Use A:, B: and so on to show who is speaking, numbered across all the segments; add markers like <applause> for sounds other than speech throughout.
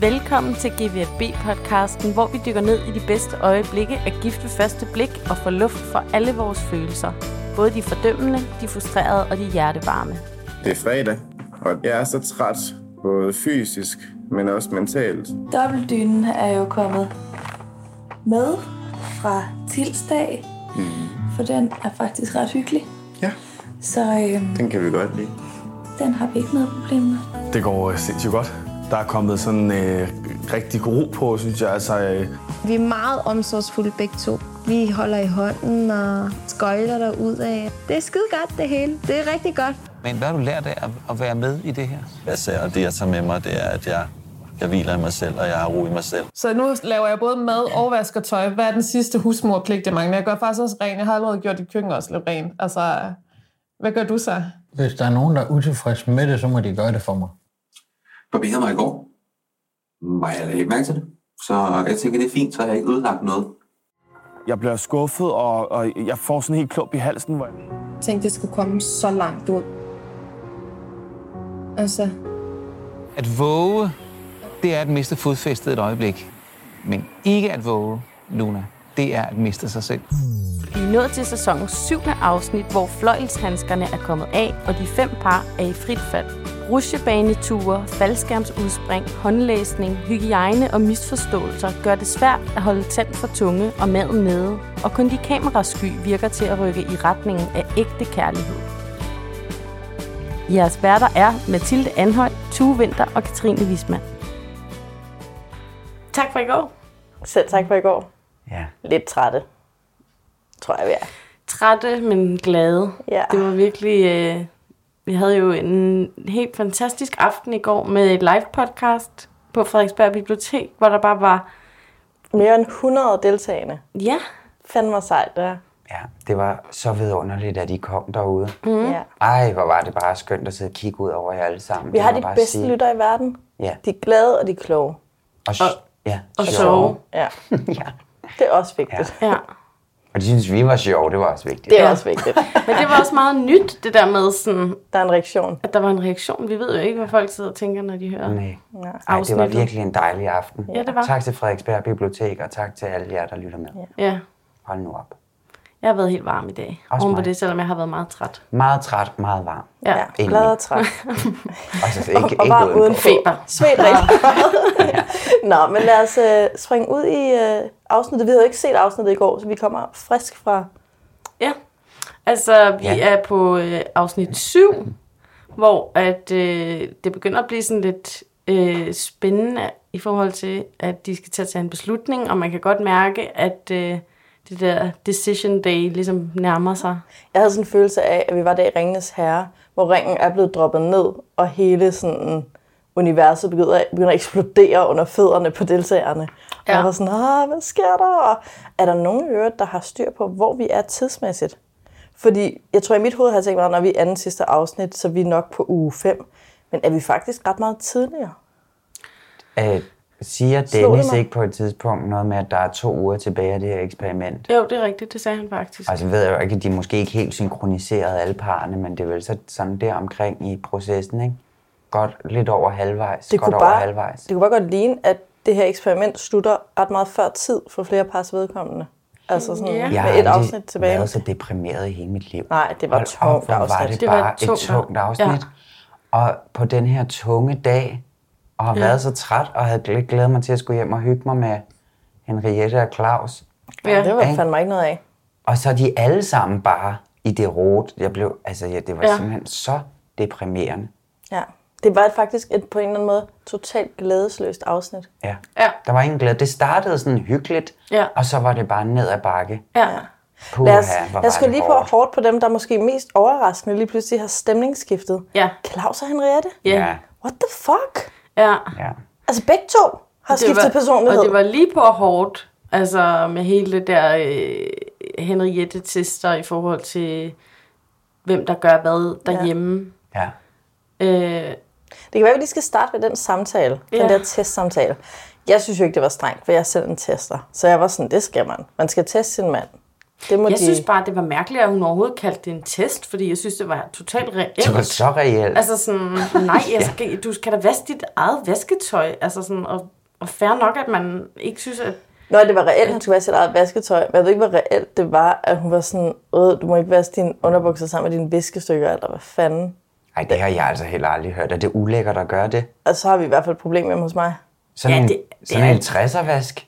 A: Velkommen til GVFB-podcasten, hvor vi dykker ned i de bedste øjeblikke af gift ved første blik og får luft for alle vores følelser. Både de fordømmende, de frustrerede og de hjertevarme.
B: Det er fredag, og jeg er så træt, både fysisk, men også mentalt.
C: Dobbeltdynen er jo kommet med fra Tilsdag,
A: Mhm.
C: mm. for den er faktisk ret hyggelig.
B: Ja,
C: Så øhm,
B: den kan vi godt lide.
C: den har vi ikke noget problem med.
D: Det går øh, sindssygt godt. Der er kommet sådan øh, rigtig god ro på, synes jeg. Altså, øh,
E: Vi er meget omsorgsfulde begge to. Vi holder i hånden og skøjter der ud af. Det er skide godt det hele. Det er rigtig godt.
F: Men hvad har du lært af at- at være med i det her?
G: masse, og det jeg tager med mig, det er, at jeg, jeg hviler i mig selv, og jeg har ro i mig selv.
H: Så nu laver jeg både mad og vasker tøj. Hvad er den sidste husmorpligt, jeg mangler? Jeg gør faktisk også ren. Jeg har allerede gjort dit køkken også lidt ren. Altså, hvad gør du så?
I: Hvis der er nogen, der er utilfredse med det, så må de gøre det for mig.
J: barberede mig i går. Var jeg ikke mærke til det. Så jeg tænker, det er fint, så har jeg ikke ødelagt noget.
D: jeg bliver skuffet, og, og jeg får sådan en helt klump i halsen. Hvor jeg...
E: Jeg tænkte, det skulle komme så langt ud. Altså,
F: At våge, det er at miste fodfæstet et øjeblik. Men ikke at våge, Luna, det er at miste sig selv.
A: Vi er nået til sæsonens syvende afsnit, hvor fløjelshandskerne er kommet af, og de fem par er i frit fald. Rusjebaneture, faldskærmsudspring, håndlæsning, hygiejne og misforståelser gør det svært at holde tændt for tunge og maden nede, og kun de kamerasky virker til at rykke i retningen af ægte kærlighed. Jeres værter er Mathilde Anhøj, Tue Vinter og Katrine Wismann. Tak for i går.
K: Selv tak for i går.
F: Ja.
K: Lidt trætte, tror jeg, vi er.
A: trætte, men glade.
K: Ja.
A: Det var virkelig... Øh, vi havde jo en helt fantastisk aften i går med et live podcast på Frederiksberg Bibliotek, hvor der bare var...
K: Mere end 100 deltagende.
A: Ja,
K: Fandme hvor sejt, det er.
L: Ja, det var så vidunderligt, at I kom derude.
K: Mm. Ja.
L: Ej, hvor var det bare skønt at sidde og kigge ud over jer alle sammen.
K: Vi
L: Det
K: har
L: må
K: de
L: jeg bare
K: bedste
L: sige.
K: lytter i verden.
L: Ja,
K: De er glade, og de er kloge.
L: og, og, ja,
A: og
L: sjove.
A: sove.
K: Ja.
L: <laughs> ja.
K: Det er også vigtigt.
A: Ja.
L: Og de synes, vi var sjove, det var også vigtigt.
K: Det er
A: Ja.
K: også vigtigt.
A: <laughs> Men det var også meget nyt, det der med, sådan,
K: Der er en reaktion.
A: at der var en reaktion. Vi ved jo ikke, hvad folk sidder og tænker, når de hører.
L: Nej.
K: Ja.
L: Ej, det var
A: Afsnittet.
L: virkelig en dejlig aften.
A: Ja, det var.
L: Tak til Frederiksberg Bibliotek, og tak til alle jer, der lytter med.
A: Ja,
L: Hold nu op.
A: jeg har været helt varm i dag.
L: Også
A: Oven på
L: mig.
A: det, selvom jeg har været meget træt.
L: Meget træt, meget varm.
A: Ja.
K: Ja.
A: ja.
L: Enig.
K: Glad og træt.
L: Og så ikke,
K: <laughs> og
L: ikke
K: varm
L: udenpå.
K: uden
A: Feber.
K: Svedt rigtig meget. <laughs> Nå, men lad os øh, springe ud i øh, afsnittet. Vi havde jo ikke set afsnittet i går, så vi kommer frisk fra...
A: Ja. Altså, vi ja.
L: Ja.
A: er på øh, afsnit 7, hvor at, øh, det begynder at blive sådan lidt øh, spændende i forhold til, at de skal tage til en beslutning, og man kan godt mærke, at øh, det der decision day ligesom nærmer sig.
K: Jeg havde sådan en følelse af, at vi var der i Ringenes Herre, hvor ringen er blevet droppet ned, og hele sådan universet begynder, begynder at eksplodere under fødderne på deltagerne. Ja. Og
A: Ja.
K: jeg var sådan, Åh, hvad sker der? Og er der nogen i øvrigt, der har styr på, hvor vi er tidsmæssigt? Fordi jeg tror, i mit hoved har jeg tænkt mig, når vi er anden sidste afsnit, så er vi nok på uge 5. Men er vi faktisk ret meget tidligere?
L: Øh, siger
K: Slå det
L: Dennis
K: mig.
L: ikke på et tidspunkt noget med, at der er to uger tilbage af det her eksperiment?
A: Jo, det er rigtigt, det sagde han faktisk.
L: Altså, jeg ved jeg jo ikke, at de er måske ikke helt synkroniseret alle parerne, men det er vel så sådan der omkring i processen, ikke? Godt lidt over halvvejs.
K: Det
L: godt
K: kunne,
L: over
K: bare,
L: halvvejs.
K: det kunne bare godt ligne, at det her eksperiment slutter ret meget før tid for flere pars vedkommende. Altså sådan
A: Ja.
K: yeah.
L: jeg
K: med et
L: aldrig
K: afsnit tilbage.
L: været så deprimeret i hele mit liv.
K: Nej, det var
L: Hold
K: et
L: op,
K: tungt
L: hvor var
K: afsnit.
L: det,
A: Det var
L: bare
A: et tungt
L: et tungt
A: afsnit.
L: afsnit.
A: Ja.
L: Og på den her tunge dag, og har været så træt, og havde glæ- glædet mig til at skulle hjem og hygge mig med Henriette og Claus.
K: Ja. Det var
L: Ikke?
K: fandme ikke noget af.
L: Og så er de alle sammen bare i det rot. Jeg blev, altså, ja, det var
A: Ja.
L: ja. simpelthen så deprimerende.
K: Ja. Det var faktisk et på en eller anden måde totalt glædesløst afsnit.
L: Ja.
A: Ja.
L: Der var ingen glæde. Det startede sådan hyggeligt,
A: Ja.
L: og så var det bare ned ad bakke.
A: Ja.
L: Puh,
K: Lad os, lad os gå lige på hårdt på dem, der måske mest overraskende lige pludselig har stemningsskiftet.
A: Ja.
K: Claus og Henriette?
L: Ja,
K: What the fuck?
A: ja.
L: ja.
K: Altså begge to har
A: Det
K: skiftet personlighed.
A: Og det var lige på hårdt, altså med hele det der øh, Henriette-tester i forhold til, hvem der gør hvad derhjemme.
L: ja.
A: Ja. Øh,
K: Det kan være, at vi lige skal starte med den samtale, ja.
A: Ja.
K: den der testsamtale. Jeg synes jo ikke, det var strengt, for jeg er selv en tester. Så jeg var sådan, det skal man. Man skal teste sin mand. Det må
A: jeg
K: de-
A: synes bare, det var mærkeligt, at hun overhovedet kaldte det en test, fordi jeg synes, det var totalt reelt.
L: Det var så reelt.
A: Altså sådan,
L: <laughs>
A: nej, jeg skal, du skal da vaske dit eget vasketøj. Altså sådan, og, og fair nok, at man ikke synes, at...
K: Nå, det var reelt, han skulle vaske sit eget vasketøj. Men jeg ved ikke, hvor reelt det var, at hun var sådan, Åh, du må ikke vaske dine underbukser sammen med dine viskestykker, eller hvad fanden.
L: Ej, det har jeg altså heller aldrig hørt, at det er ulækkert at gøre det.
K: Og så har vi i hvert fald et problem hjemme hos mig.
L: Sådan en, sådan en 60'er-vask.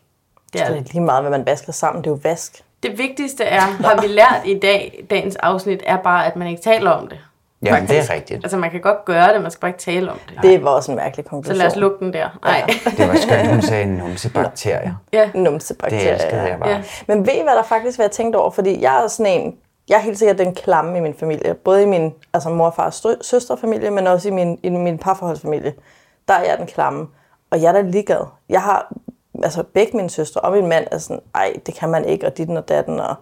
A: Det er det.
K: lige meget, hvad man vasker sammen. Det er jo vask.
A: Det vigtigste er, har vi lært i dag, dagens afsnit, er bare, at man ikke taler om det.
L: Jamen, det
A: Faktisk.
L: er rigtigt.
A: Altså, man kan godt gøre det, man skal bare ikke tale om det.
K: Det var også en mærkelig
A: Så
K: konklusion.
A: lad os lukke den der. Nej.
L: Det var skønt, hun sagde
K: <laughs>
L: numsebakterier.
A: <laughs> Ja.
K: Numsebakterier.
L: Det elskede jeg bare. Ja.
K: Men ved I, hvad der faktisk var, jeg tænkte over? Fordi jeg er sådan en, jeg er helt sikkert den klamme i min familie. Både i min altså mor, far og stø- søsterfamilie, men også i min, i min parforholdsfamilie. Der er jeg den klamme. Og jeg er da ligeglad. Jeg har altså begge mine søstre og min mand er sådan, ej, det kan man ikke, og dit og datten, og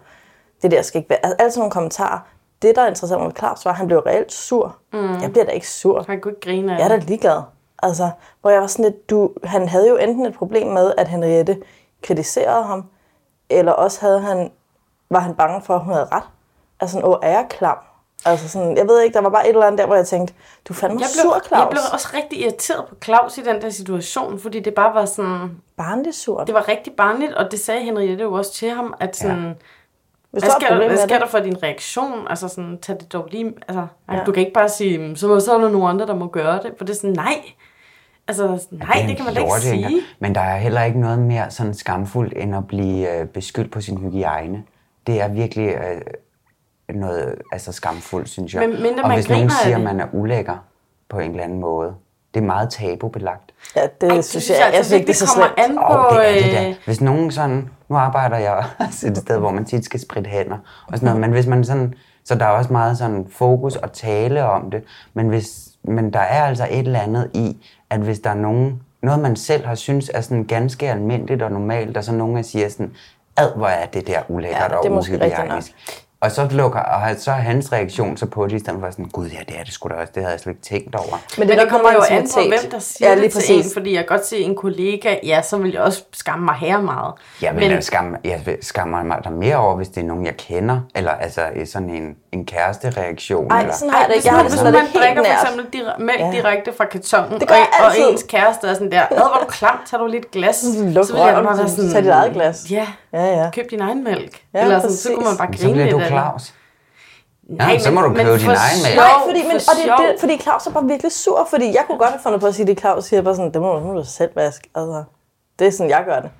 K: det der skal ikke være. Altså, alle sådan nogle kommentarer. Det, der altså interesserer mig ved Claus, var, at han blev reelt sur.
A: Mm.
K: Jeg bliver da ikke sur.
A: Han kunne ikke grine af
K: Jeg er da
A: det.
K: ligeglad. Altså, hvor jeg var sådan lidt, du, han havde jo enten et problem med, at Henriette kritiserede ham, eller også havde han, var han bange for, at hun havde ret. Altså sådan, åh, er jeg klam? Altså sådan, jeg ved ikke, der var bare et eller andet der, hvor jeg tænkte, du er fandme
A: Jeg
K: sur,
A: blev,
K: Claus.
A: jeg blev også rigtig irriteret på Claus i den der situation, fordi det bare var sådan...
K: Barnligt surt.
A: Det var rigtig barnligt, og det sagde Henriette jo også til ham, at sådan... Ja. Hvis
K: Hvis du
A: hvad
K: har
A: sker,
K: problemer
A: hvad
K: med
A: sker
K: det.
A: der for din reaktion? Altså sådan, tag det dog lige... Altså,
K: Ja.
A: ja. du kan ikke bare sige, "Mm, så, må- så er der nogen andre, der må gøre det. For det er sådan, nej. Altså, nej, det,
L: en
A: det kan man da ikke
L: lorteinger.
A: sige.
L: Men der er heller ikke noget mere sådan skamfuldt, end at blive øh, beskyldt på sin hygiejne. Det er virkelig øh, noget altså skamfuldt, synes jeg.
A: Men mindre
L: og
A: man
L: hvis nogen
A: griner af
L: siger, at
A: det.
L: man er ulækker på en eller anden måde, det er meget tabubelagt.
K: Ja, det Ej, synes jeg- jeg altså synes ikke, det er så
A: kommer slemt. an på,
L: Åh, det er det
A: øh,
L: da. Hvis nogen sådan, nu arbejder jeg <laughs> også et sted, hvor man tit skal spritte hænder og sådan noget, men hvis man sådan, så der er også meget sådan fokus og tale om det, men, hvis, men der er altså et eller andet i, at hvis der er nogen, noget man selv har synes er sådan ganske almindeligt og normalt, og så nogen der siger sådan, ad hvor er det der ulækkert
K: Ja,
L: ja, og
K: det er måske rigtigt nok.
L: uhygiejnisk. Og så, lukker, og så er hans reaktion så på det, i stedet for sådan, gud ja, det er det sgu da også, det havde jeg slet ikke tænkt over.
A: Men det, men det kommer jo an på,
K: mentalitet.
A: hvem der siger
K: Ja,
A: ja,
K: lige
A: det til
K: præcis.
A: en, fordi jeg kan godt se en kollega, ja, så vil jeg også skamme mig her meget.
L: Jeg, vil, men... jeg, skamme, jeg skammer mig der mere over, hvis det er nogen, jeg kender, eller altså i sådan en, en kærestereaktion.
A: Ej,
L: eller...
A: sådan har jeg det ikke. Jeg har det sådan, at man drikker for eksempel dire- mælk
L: Ja.
A: ja. direkte fra kartongen,
K: Det gør jeg
A: og, og
K: altid.
A: ens kæreste er sådan der, ad hvor er du klam, tager du lidt glas,
K: Luk
A: så vil jeg
K: røven,
A: bare være sådan,
K: tag dit eget glas.
A: Ja,
K: ja, ja.
A: køb din egen mælk.
K: Ja,
A: Ja, Eller sådan,
K: præcis.
A: så kunne man bare
L: Men så
A: grine
L: bliver
A: lidt
L: du
A: af det.
L: Claus. Ja, så må du
A: men-
L: købe
A: men
L: din
A: for
L: egen mælk.
A: sjov,
K: Nej, fordi, men,
A: for
K: og det,
A: sjov.
K: det, fordi Claus er bare virkelig sur, fordi jeg kunne godt have fundet på at sige, at Claus siger bare sådan, det må, må du selv vaske. Altså, det er sådan, jeg gør det.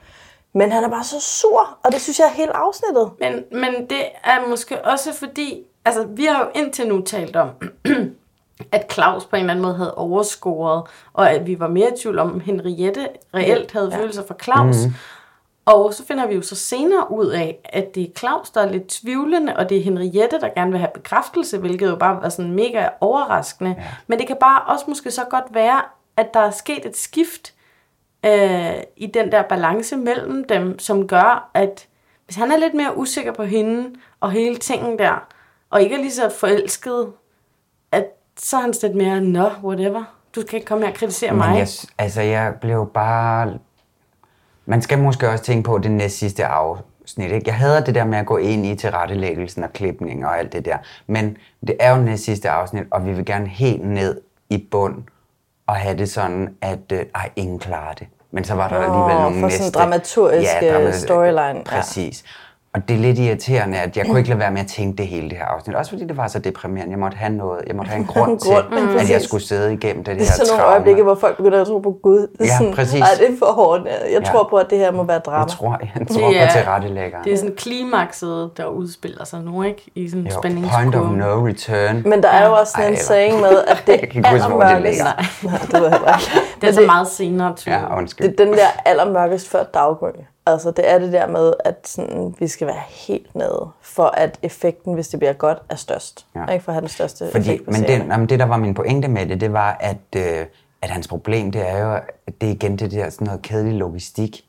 K: Men han er bare så sur, og det synes jeg er helt afsnittet.
A: Men, men det er måske også fordi, altså vi har jo indtil nu talt om, <clears throat> at Claus på en eller anden måde havde overscoret, og at vi var mere i tvivl om, om Henriette reelt havde ja. følelser for Claus. Mm. Og så finder vi jo så senere ud af, at det er Claus, der er lidt tvivlende, og det er Henriette, der gerne vil have bekræftelse, hvilket jo bare var sådan mega overraskende. Ja. Men det kan bare også måske så godt være, at der er sket et skift øh, i den der balance mellem dem, som gør, at hvis han er lidt mere usikker på hende og hele tingen der, og ikke er lige så forelsket, at så er han sådan lidt mere, nå, whatever, du skal ikke komme her og kritisere
L: Men
A: mig.
L: jeg, s- altså, jeg blev bare... Man skal måske også tænke på det næst sidste afsnit. Ikke? Jeg hader det der med at gå ind i tilrettelæggelsen og klipning og alt det der. Men det er jo næst sidste afsnit, og vi vil gerne helt ned i bund og have det sådan, at øh, ej, ingen klarer det. Men så var der
K: Nå,
L: alligevel nogle
K: for sådan
L: næste.
K: dramaturgisk, øh, storyline, ja.
L: Præcis. Og det er lidt irriterende, at jeg kunne ikke lade være med at tænke det hele det her afsnit. Også fordi det var så deprimerende. Jeg måtte have noget. Jeg
K: <laughs>
L: måtte have en grund, til,
K: grund, men
L: at jeg
K: præcis.
L: skulle sidde igennem det,
K: Det
L: det
K: er
L: her
K: sådan nogle
L: traume.
K: øjeblikke, hvor folk begynder at tro på Gud. Det er
L: Ja,
K: sådan,
L: præcis.
K: Ej, det er for hårdt. Jeg
L: Ja.
K: tror på, at det her må være drama.
L: Jeg tror, jeg tror
A: er-
L: på tilrettelæggeren.
A: Det er sådan klimakset, der udspiller sig nu, ikke? I sådan en
L: jo, point of
A: spændingskurve.
L: no return.
K: Men der er jo også sådan en
L: Ej,
K: saying med, at
L: <laughs>
K: det
L: Jeg kan ikke huske, hvor det
K: allermørkeste...
L: ligger.
K: Nej, det ved jeg heller ikke.
A: <laughs> Det er så meget senere, tror jeg.
L: Ja, undskyld.
K: Det er den der allermørkest før daggry. Altså, det er det der med, at sådan, vi skal være helt nede, for at effekten, hvis det bliver godt, er størst. Ja.
L: Ja.
K: Ikke for at have den største
L: Fordi,
K: effekt på
L: men
K: serien.
L: det, jamen, det, der var min pointe med det, det var, at, øh, at hans problem, det er jo, at det er igen det der sådan noget kedelig logistik.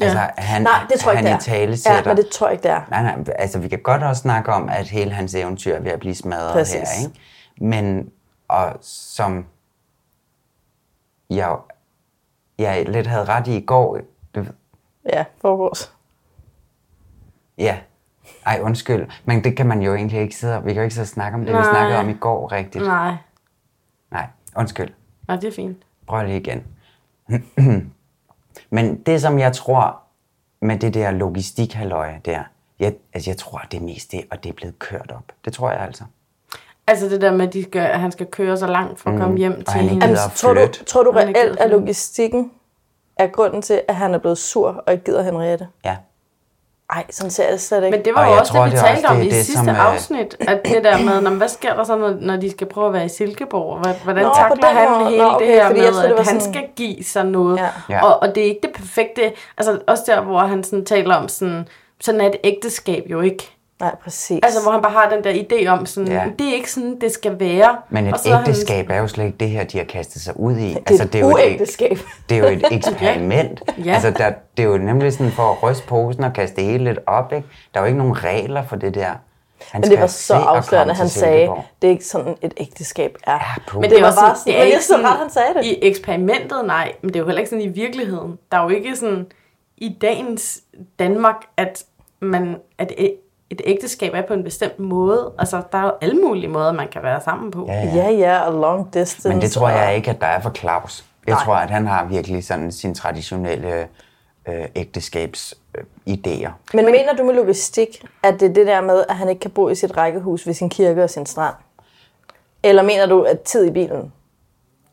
K: Ja.
L: Altså, han,
K: nej, det tror jeg
L: han
K: ikke,
L: i
K: det er.
L: tale
K: Ja, men det tror jeg ikke, det er.
L: Nej, nej, altså vi kan godt også snakke om, at hele hans eventyr er ved at blive smadret
K: Præcis.
L: Præcis. her, ikke? Men, og som jeg, jeg lidt havde ret i i går, det,
K: Ja, foregårs.
L: ja, Ej, undskyld, men det kan man jo egentlig ikke sidde og- Vi kan jo ikke sidde og snakke om det, Nej. vi
A: Nej.
L: snakkede om i går rigtigt.
A: Nej.
L: Nej, undskyld.
A: Nej, det er fint.
L: Prøv lige igen. <clears throat> Men det, som jeg tror med det der logistikhalløje der, jeg, altså jeg tror, det meste, og det er blevet kørt op. Det tror jeg altså.
A: Altså det der med, at, de skal, at han skal køre så langt for at
L: Mm,
A: komme hjem
L: og
A: til
L: han ikke
A: hende.
L: gider at
K: Tror du,
L: flytte.
K: tror du
A: Han er ikke
K: reelt, at logistikken er grunden til, at han er blevet sur og ikke gider Henriette?
L: Ja.
K: Ej, sådan ser jeg det slet ikke.
A: Men det var
L: Og
A: jo
L: jeg
A: også
L: tror,
A: det, vi
L: det er
A: talte
L: også
A: om
L: det-
A: i
L: det,
A: sidste
L: som er-
A: afsnit, at det der med, når, hvad sker der så, når, når de skal prøve at være i Silkeborg? Hva- Hvordan
K: Nå,
A: Nå,
K: på
A: takler
K: den
A: han
K: måde.
A: hele
K: Nå,
A: Nå, okay,
K: okay,
A: det her
K: fordi
A: med,
K: jeg troede, det
A: at
K: var
A: han
K: sådan-
A: skal give sig noget?
K: Ja.
A: Og, og det er ikke det perfekte, altså også der, hvor han sådan taler om, sådan, sådan er et ægteskab jo ikke.
K: Nej, præcis.
A: Altså, hvor han bare har den der idé om, sådan,
L: Ja.
A: ja. det er ikke sådan, det skal være.
L: Men et
A: Og så er han-
L: ægteskab er jo slet ikke det her, de har kastet sig ud i. Altså, Det
K: et
L: jo et æg-
K: uægteskab.
L: <laughs> Det er jo et eksperiment.
K: Ja.
L: ja. altså, der, det er jo nemlig sådan for at ryste posen og kaste det hele lidt op. Ikke? Der er jo ikke nogen regler for det der. Han
K: Men det var
L: skal
K: så
L: se at komme
K: afslørende,
L: til
K: han sagde,
L: Silkeborg.
K: det er ikke sådan, et ægteskab er. Ja,
A: Men det, det var bare sådan,
K: det er ikke sådan,
A: han sagde det. I eksperimentet, nej, men det er jo heller ikke sådan i virkeligheden. Der er jo ikke sådan i dagens Danmark, at, man, at et, et ægteskab er på en bestemt måde. Altså, der er jo alle mulige måder, man kan være sammen på.
L: Ja,
K: ja, ja, og long distance.
L: Men det tror
K: og-
L: jeg ikke, at der er for Claus. Jeg
K: Nej.
L: tror, at han har virkelig sådan sine traditionelle øh, ægteskabsidéer.
K: Men mener du med logistik, at det er det der med, at han ikke kan bo i sit rækkehus ved sin kirke og sin strand? Eller mener du, at tid i bilen?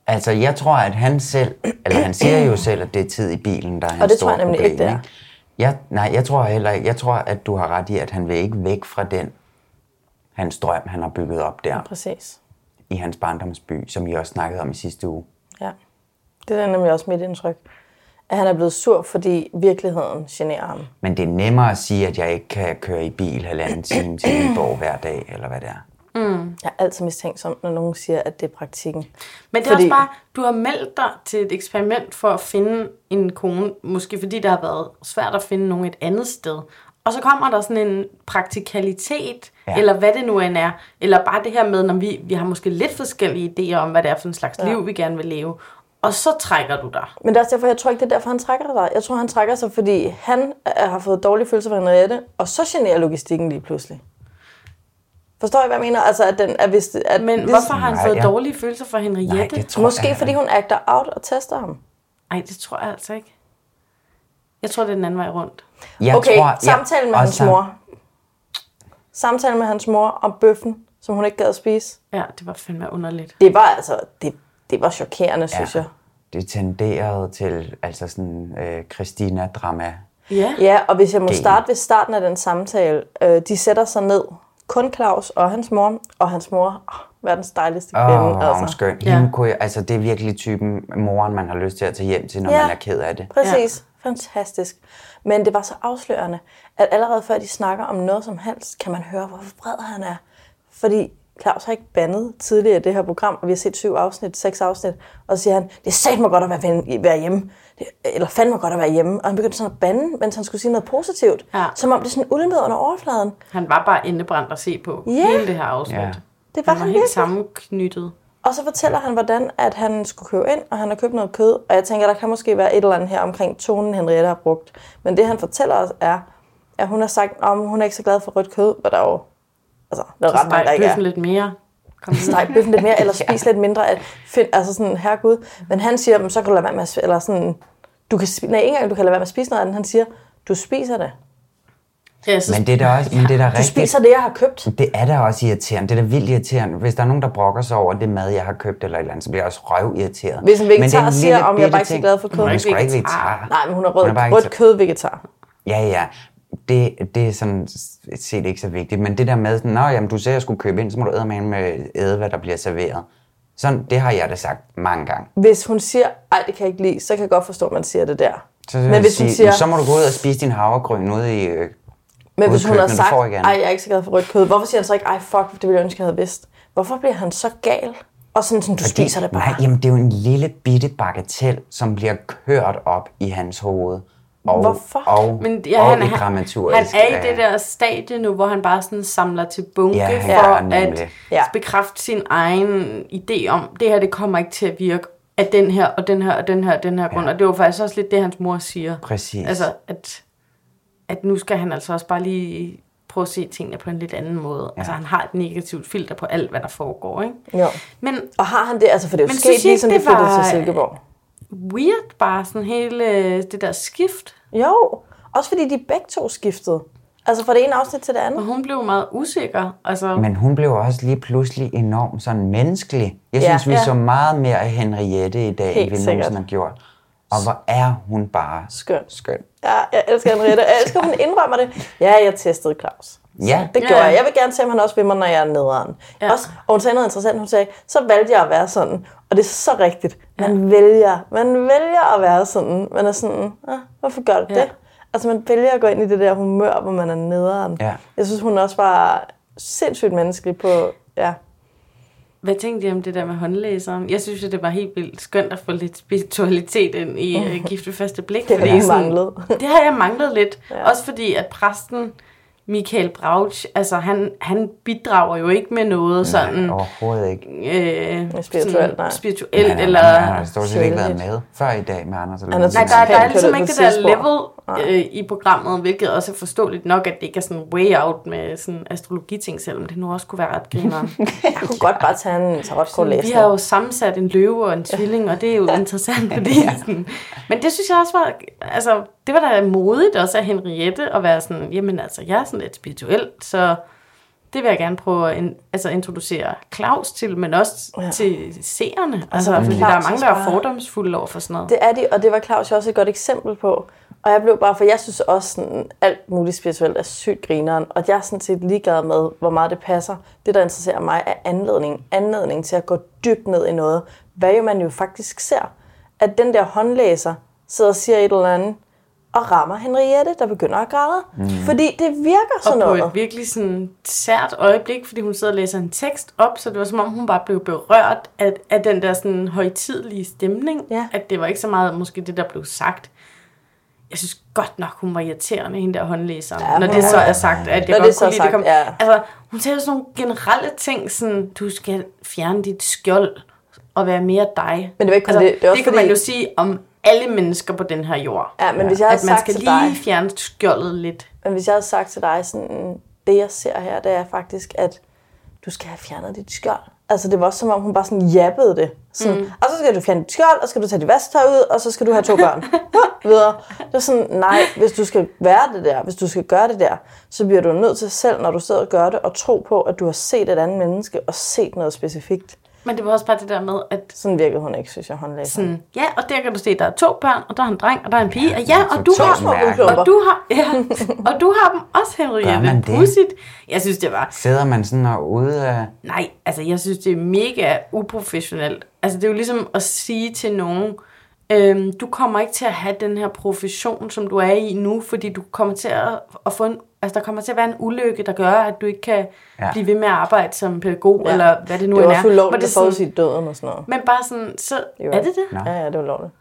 L: Altså, jeg tror, at han selv, eller han siger jo selv, at det er tid i bilen, der er
K: Og
L: hans
K: det tror
L: store
K: jeg nemlig
L: problem.
K: ikke, det er.
L: ikke? Jeg, nej, jeg tror heller ikke. Jeg tror, at du har ret i, at han vil ikke væk fra den, hans drøm, han har bygget op der
K: Præcis.
L: i hans barndomsby, som vi også snakkede om i sidste uge.
K: Ja. Det er nemlig også mit indtryk. At han er blevet sur, fordi virkeligheden generer ham.
L: Men det er nemmere at sige, at jeg ikke kan køre i bil halvanden time til Nyborg hver dag, eller hvad det er.
K: Mm. Jeg er altid mistænksom, når nogen siger, at det er praktikken.
A: Men det er også bare, du har meldt dig til et eksperiment for at finde en kone, måske fordi det har været svært at finde nogen et andet sted. Og så kommer der sådan en praktikalitet,
M: Ja.
A: ja. eller hvad det nu end er, eller bare det her med, når vi, vi har måske lidt forskellige idéer om, hvad det er for en slags
K: Ja.
A: ja. liv, vi gerne vil leve. Og så trækker du dig.
K: Men det er også derfor, jeg tror ikke, det er derfor, han trækker sig. Jeg tror, han trækker sig, fordi han øh, har fået dårlige følelser for Henriette, og så generer logistikken lige pludselig. Forstår I, hvad jeg mener? Altså, at den, at hvis, at
A: Men
K: hvis-
A: hvorfor har han fået dårlige følelser for Henriette? Nej, det
K: Måske fordi hun acter out og tester ham.
A: Nej, det tror jeg altså ikke. Jeg tror, det er den anden vej rundt.
L: Jeg
K: okay,
L: tror- jeg-
K: samtalen med
L: og
K: hans
L: sam-
K: mor. Samtalen med hans mor om bøffen, som hun ikke gad at spise.
A: Ja, det var fandme underligt.
K: Det var altså, det, det var chokerende, ja. synes jeg.
L: Det tenderede til altså sådan øh, Christina-drama.
A: Ja.
K: ja, og hvis jeg må
L: Det-
K: starte ved starten af den samtale. Øh, de sætter sig ned, kun Claus og hans mor, og hans mor, oh, verdens dejligste
L: Åh,
K: kvinde.
L: oh, altså. skøn. Ja.
K: Ja.
L: Hende kunne jeg, altså, det er virkelig typen moren, man har lyst til at tage hjem til, når
K: Ja,
L: ja. man er ked af det.
K: Præcis. Ja. Fantastisk. Men det var så afslørende, at allerede før de snakker om noget som helst, kan man høre, hvor vred han er. Fordi Claus har ikke bandet tidligere i det her program, og vi har set syv afsnit, seks afsnit, og så siger han, det er satme godt at være, ven, være hjemme, det, eller fandme godt at være hjemme. Og han begyndte sådan at bande, mens han skulle sige noget positivt, ja. som om det sådan ulmede under overfladen.
A: Han var bare indebrændt at se på
K: Ja.
A: hele det her afsnit.
K: Ja.
A: Ja.
K: Det var
A: han
K: han
A: var
K: virkelig.
A: helt sammenknyttet.
K: Og så fortæller han, hvordan at han skulle købe ind, og han har købt noget kød. Og jeg tænker, der kan måske være et eller andet her omkring tonen, Henriette har brugt. Men det, han fortæller os, er, at hun har sagt, om hun er ikke så glad for rødt kød, hvor der jo altså, der er
A: Så
K: ret mange, der
A: steg
K: ikke er.
A: bøffen lidt mere. Kom videre.
K: Steg bøffen lidt
A: <laughs>
K: mere, eller spis lidt mindre. At find, altså sådan, herregud. Men han siger, "Men så kan du lade være med at, sp- eller sådan, du kan, spi- nej, ikke engang, du kan lade være med at spise noget af den. Han siger, du spiser det.
A: Ja,
L: så- Men det er da også- men det er da
K: Du
L: rigtigt.
K: spiser det, jeg har købt.
L: Det er da også irriterende. Det er da vildt irriterende. Hvis der er nogen, der brokker sig over det mad, jeg har købt eller et eller andet, så bliver jeg også røvirriteret.
K: Hvis en
L: Men det er
K: vegetar
L: en
K: siger,
L: lille
K: om jeg
L: bitte
K: bare ikke er så
L: ting.
K: glad for kød. Ah,
L: Hun er sgu ikke vegetar.
K: Nej, men hun er rød,
L: bare ikke
K: rødt
L: så-
K: kød vegetar.
L: Ja, ja. Det, det er sådan set ikke så vigtigt. Men det der med, sådan, Nå, jamen, du sagde, jeg skulle købe ind, så må du æde med æde, hvad der bliver serveret. Sådan, det har jeg da sagt mange gange.
K: Hvis hun siger, ej, det kan jeg ikke lide, så kan jeg godt forstå, at man siger det der.
L: Så, men hvis sige, hun siger, så må du gå ud og spise din havregryn ude i øh,
K: men hvis
L: ude i
K: hun har
L: køkkenet, du
K: sagt,
L: får ikke
K: ej,
L: andet."
K: jeg er ikke så glad for rødt kød, hvorfor siger han så ikke, ej, fuck, det ville jeg ønske, jeg havde vidst. Hvorfor bliver han så gal? Og sådan, sådan du Fordi, spiser det bare.
L: Nej, jamen det er jo en lille bitte bagatel, som bliver kørt op i hans hoved. Og,
A: Hvorfor?
L: Og,
A: Men,
L: og
A: han,
L: i
A: han-
L: dramaturgisk.
A: Han er i
L: øh,
A: det der stadie nu, hvor han bare sådan samler til bunke
L: Ja,
A: ja,
L: han gør
A: for at
L: nemlig.
A: ja. bekræfte sin egen idé om, det her det kommer ikke til at virke af den her, og den her, og den her, og den her grund. Ja. Og det var faktisk også lidt det, hans mor siger.
L: Præcis.
A: Altså, at, at nu skal han altså også bare lige prøve at se tingene på en lidt anden måde. Ja. Altså han har et negativt filter på alt, hvad der foregår, ikke?
K: Jo.
A: Men,
K: og har han det? Altså, for det er jo
A: Men
K: sket,
A: synes I ikke,
K: ligesom
A: det
K: det flyttede
A: var-
K: til Silkeborg.
A: Weird bare sådan hele øh, det der skift.
K: Jo, også fordi de begge to skiftede. Altså fra det ene afsnit til det andet.
A: Og hun blev meget usikker. Altså,
L: Men hun blev også lige pludselig enormt sådan menneskelig. Jeg
A: Ja.
L: synes, vi
A: Ja.
L: så meget mere af Henriette i dag,
K: Helt
L: end vi
K: sikkert.
L: nogensinde har gjort. Og hvor er hun bare
K: skøn.
L: skøn.
K: Ja, jeg elsker Henriette. Jeg elsker, hun indrømmer det. Ja, jeg testede Claus.
L: Ja.
K: Det gjorde
L: Ja.
K: jeg. Jeg vil gerne se, om han også vil mig, når jeg er nederen. Ja. Også, og hun sagde noget interessant. Hun sagde, så valgte jeg at være sådan. Og det er så rigtigt. Man ja. vælger. Man vælger at være sådan. Man er sådan, ah, hvorfor gør du ja. det? Altså, man vælger at gå ind i det der humør, hvor man er nederen.
L: Ja.
K: Jeg synes, hun også var sindssygt menneskelig på... Ja.
A: Hvad tænkte I om det der med håndlæseren? Jeg synes jo, det var helt vildt skønt at få lidt spiritualitet ind i øh, gift ved første blik.
K: Det har
A: fordi
K: jeg
A: sådan-
K: manglet.
A: <laughs> det har jeg manglet lidt. Ja. Også fordi, at præsten Michael Brauch, altså han, han bidrager jo ikke med noget sådan...
L: Overhovedet ikke.
A: Øh,
K: spirituelt, nej.
A: spirituelt
L: Han er-
A: eller...
L: Han har stort set ikke været
A: Sjældent.
L: med før i dag med Anders og
A: Nej,
L: Lone.
A: der, der, der er ligesom ikke det der level øh, i programmet, hvilket også er forståeligt nok, at det ikke er sådan way out med sådan astrologiting, selvom det nu også kunne være ret grineren.
K: Jeg kunne godt bare tage en tarotkort
A: Sådan, Vi har jo sammensat en løve og en tvilling, og det er jo interessant, fordi sådan, men det synes jeg også var, altså, det var da modigt også af Henriette at være sådan, jamen altså, jeg er sådan lidt spirituel, så det vil jeg gerne prøve at in, altså, introducere Claus til, men også ja. til seerne, altså,
K: Altså,
A: altså fordi der er
K: Claus
A: mange,
K: er
A: der er
K: bare-
A: fordomsfulde over for sådan noget.
K: Det er de, og det var Claus jo også et godt eksempel på. Og jeg blev bare, for jeg synes også, sådan, alt muligt spirituelt er sygt grineren, og jeg er sådan set ligeglad med, hvor meget det passer. Det, der interesserer mig, er anledning. Anledning til at gå dybt ned i noget. Hvad jo man jo faktisk ser. At den der håndlæser sidder og siger et eller andet, og rammer Henriette, der begynder at græde. Mm. Fordi det virker sådan
A: og på
K: noget.
A: et virkelig sådan sært øjeblik, fordi hun sidder og læser en tekst op, så det var som om, hun bare blev berørt af, af den der sådan højtidlige stemning, ja. at det var ikke så meget måske det, der blev sagt. Jeg synes godt nok, hun var irriterende, hende der håndlæseren,
K: Ja,
A: ja, når
K: hun
A: det
K: var-
A: så er sagt, at jeg godt
K: Når det
A: kunne
K: så er
A: lide, det
K: sagt,
A: kom.
K: ja.
A: Altså, hun taler sådan nogle generelle ting, sådan, du skal fjerne dit skjold og være mere dig.
K: Men det var ikke kun
A: altså,
K: det. Det var også
A: det kan
K: fordi-
A: man jo sige om alle mennesker på den her jord.
K: Ja, men hvis jeg havde
A: at man
K: sagt
A: skal
K: til
A: lige
K: dig-
A: fjerne skjoldet lidt.
K: Men hvis jeg havde sagt til dig, sådan, det jeg ser her, det er faktisk, at du skal have fjernet dit skjold. Altså det var også som om, hun bare sådan jappede det. Sådan, mm.
A: Mm.
K: Og så skal du fjerne dit skjold, og så skal du tage dit vasketøj ud, og så skal du have to børn. Ja, Videre. Det er sådan, nej, hvis du skal være det der, hvis du skal gøre det der, så bliver du nødt til selv, når du sidder og gør det, og tro på, at du har set et andet menneske, og set noget specifikt.
A: Men det var også bare det der med, at...
K: Sådan virkede hun ikke, synes jeg, håndlæseren.
A: Sådan, ja, og der kan du se, der er to børn, og der er en dreng, og der er en pige, og ja, og du
K: to små
A: har,
K: guldklumper.
A: og du har, ja, og du har dem også,
L: Gør man
A: Henriette.
L: det?
A: Pudsigt. Jeg synes, det var,
L: Sidder man sådan og ude af...
A: nej, altså jeg synes, det er mega uprofessionelt. Altså det er jo ligesom at sige til nogen, øhm, du kommer ikke til at have den her profession, som du er i nu, fordi du kommer til at, at få en, altså der kommer til at være en ulykke, der gør, at du ikke kan
K: Ja.
A: ja. blive ved med at arbejde som pædagog,
K: Ja.
A: ja. eller hvad det nu
K: det
A: end
K: var
A: er.
K: også
A: Hvor
K: ulovligt
A: det
K: at
A: er sådan-
K: forudsige døden og sådan noget.
A: Men bare sådan, så
K: Jo.
A: er det det?
K: Ja, ja, det var ulovligt.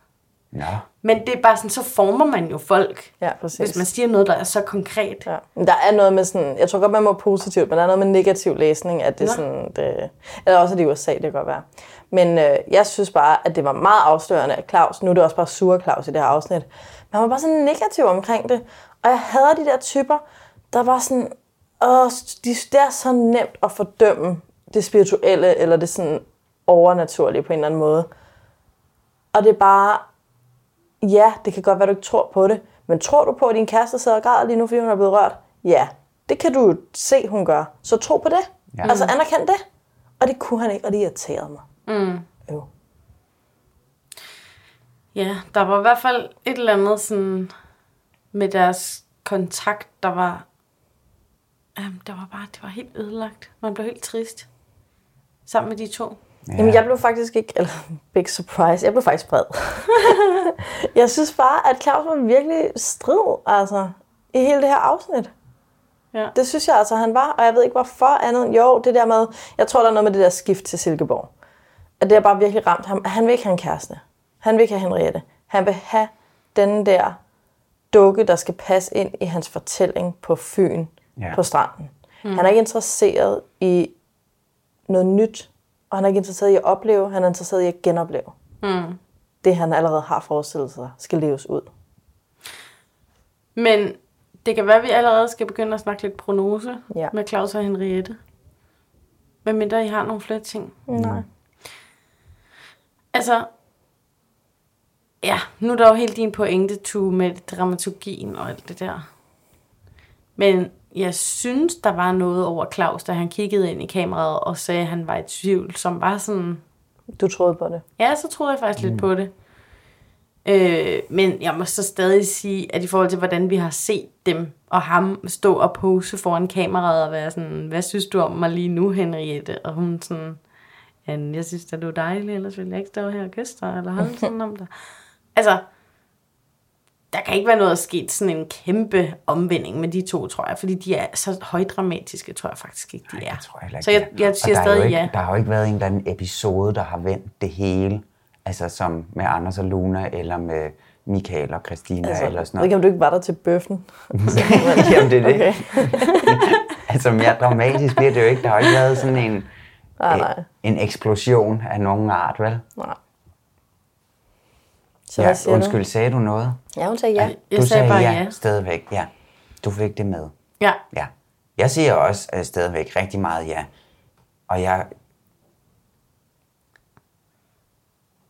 L: Nå.
A: Men det er bare sådan, så former man jo folk.
K: Ja, præcis.
A: Hvis man siger noget, der er så konkret.
K: Ja. Men Der er noget med sådan, jeg tror godt, man må positivt, men der er noget med negativ læsning, at det er
A: Nå.
K: sådan, det, eller også at det er i USA, det kan godt være. Men øh, jeg synes bare, at det var meget afslørende, at Claus, nu er det også bare sur Claus i det her afsnit, men han var bare sådan negativ omkring det, og jeg hader de der typer, der var sådan, åh, de, det er så nemt at fordømme det spirituelle, eller det sådan overnaturlige på en eller anden måde. Og det er bare, ja, det kan godt være, du ikke tror på det, men tror du på, at din kæreste sidder og græder lige nu, fordi hun er blevet rørt? Ja, det kan du jo se, hun gør. Så tro på det.
L: Ja.
K: Ja. Altså anerkend det. Og det kunne han ikke, og det irriterede mig.
A: Mm.
K: Jo.
A: Ja, der var i hvert fald et eller andet sådan med deres kontakt, der var... Jamen, der var bare, det var helt ødelagt. Man blev helt trist. Sammen med de to.
K: Ja. Jamen, jeg blev faktisk ikke, eller big surprise, jeg blev faktisk vred. jeg synes bare, at Claus var virkelig strid, altså, i hele det her afsnit.
A: Ja.
K: Det synes jeg altså, han var, og jeg ved ikke hvorfor andet end, jo, det der med, jeg tror, der er noget med det der skift til Silkeborg. At det har bare virkelig ramt ham. Han vil ikke have en kæreste. Han vil ikke have Henriette. Han vil have den der dukke, der skal passe ind i hans fortælling på Fyn,
L: Ja.
K: ja. på stranden.
L: Mm.
K: Mm. Han er ikke interesseret i noget nyt, og han er ikke interesseret i at opleve, han er interesseret i at genopleve.
A: Mm.
K: Det, han allerede har forestillet sig, skal leves ud.
A: Men Det kan være, at vi allerede skal begynde at snakke lidt prognose
K: ja.
A: med Claus og Henriette. Hvad mindre I har nogle flere ting.
K: Mm. Nej.
A: Altså, ja, nu er der jo helt din pointe, Tue, med dramaturgien og alt det der. Men jeg synes, der var noget over Claus, da han kiggede ind i kameraet og sagde, at han var i tvivl, som var sådan...
K: Du troede på det?
A: Ja, så troede jeg faktisk mm. lidt på det. Øh, men jeg må så stadig sige, at i forhold til, hvordan vi har set dem og ham stå og pose foran kameraet og være sådan, hvad synes du om mig lige nu, Henriette? Og hun sådan, Jan, jeg synes, at du er dejlig, ellers ville jeg ikke stå her og kysse dig, eller
L: <laughs>
A: holde sådan om dig. Altså, der kan ikke være noget at ske sådan en kæmpe omvending med de to, tror jeg, fordi de er så højdramatiske, tror jeg faktisk ikke, de er.
L: tror jeg heller
A: så jeg,
L: ikke, det er.
A: jeg siger
L: Og der er jo
A: stadig
L: ikke,
A: ja.
L: Der har jo ikke været en eller anden episode, der har vendt det hele. Altså som med Anders og Luna, eller med Michael og Christina, altså, eller sådan
K: Jeg ved ikke, om
L: noget.
K: du ikke var der til
A: <laughs>
K: bøffen.
L: <laughs> Jamen, det er det. <laughs> Altså mere dramatisk bliver det jo ikke. Der har jo ikke været sådan en,
K: Nej, nej.
L: en eksplosion af nogen art, vel?
K: Nej.
L: Så
K: hvad
L: ja,
K: siger du?
L: undskyld, sagde du noget?
K: Ja, hun sagde ja.
L: du ja. Stadigvæk, ja. Du fik det med.
A: Ja.
L: Ja. Jeg siger også øh, stadigvæk rigtig meget ja. Og jeg...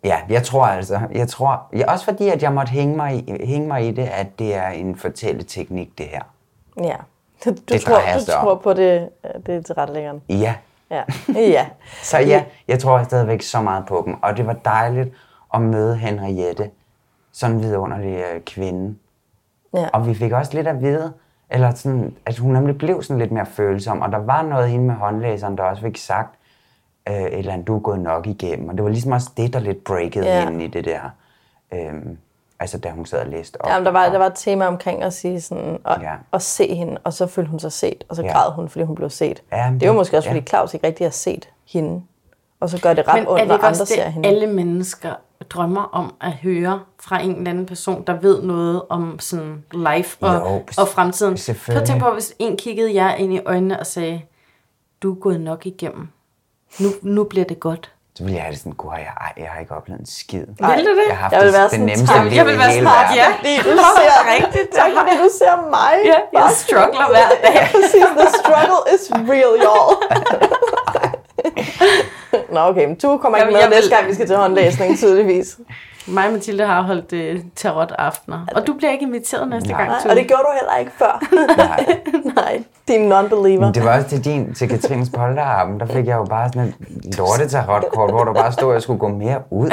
L: Ja, jeg tror altså, jeg tror, ja, også fordi, at jeg måtte hænge mig, i, hænge mig i det, at det er en fortælleteknik, det her.
K: Ja. Du, du,
L: Det
K: tror,
L: drejer
K: du
L: sig om.
K: tror på det, øh, det er tilrettelæggeren.
L: Ja,
K: Ja. ja.
L: så ja, jeg tror stadigvæk så meget på dem, og det var dejligt at møde Henriette, sådan en vidunderlig øh, kvinde.
K: Ja.
L: Og vi fik også lidt at vide, eller sådan, at hun nemlig blev sådan lidt mere følsom, og der var noget hende med håndlæseren, der også fik sagt, øh, et eller andet, du er gået nok igennem, og det var ligesom også det, der lidt breakede
K: Ja.
L: ja. hende i det der, øhm, altså da hun sad og læste op.
K: Jamen, der, var, der var et tema omkring at sige sådan, og,
L: Ja.
K: og se hende, og så følte hun sig set, og så
L: Ja.
K: græd hun, fordi hun blev set.
L: Ja, men
K: det er jo
L: det-
K: måske også,
L: ja.
K: fordi Claus ikke rigtig har set hende. Og så gør det ret ondt, når
A: ikke
K: andre
A: også
K: ser hende.
A: alle mennesker drømmer om at høre fra en eller anden person, der ved noget om sådan life og,
L: Jo,
A: og fremtiden. Prøv at
L: selvfølgelig.
A: tænke på, hvis en kiggede jer ind i øjnene og sagde, du er gået nok igennem. Nu, nu bliver det godt.
L: Så ville jeg have det sådan, gud, jeg, ej, jeg har ikke oplevet en skid. Ville
A: Ej, Ville du det?
L: Jeg har haft
A: jeg ville
L: det,
A: være
L: det
A: sådan,
L: nemmeste
A: tak,
L: liv
A: jeg ville være
L: i hele
A: smart,
L: verden.
A: ja.
K: Fordi du ser rigtigt. Tak fordi du ser mig.
A: Ja, jeg struggler hver dag.
K: Ja, præcis. The struggle is real,
A: <laughs>
K: y'all. Nå, okay. Men du kommer ikke
A: Jamen,
K: med
A: jeg vil-
K: næste gang, vi skal til håndlæsning,
A: <laughs>
K: tydeligvis.
A: Mig og Mathilde har holdt øh, tarot-aftener. Og du bliver ikke inviteret næste
L: Nej.
A: gang,
L: Nej,
A: Tue.
K: og det gjorde du heller ikke før.
A: <laughs>
K: Nej. Nej, din non-believer.
L: Men det var også til din, til Katrines polterarben, der fik jeg jo bare sådan et lortetarotkort, hvor der bare stod, at jeg skulle gå mere ud.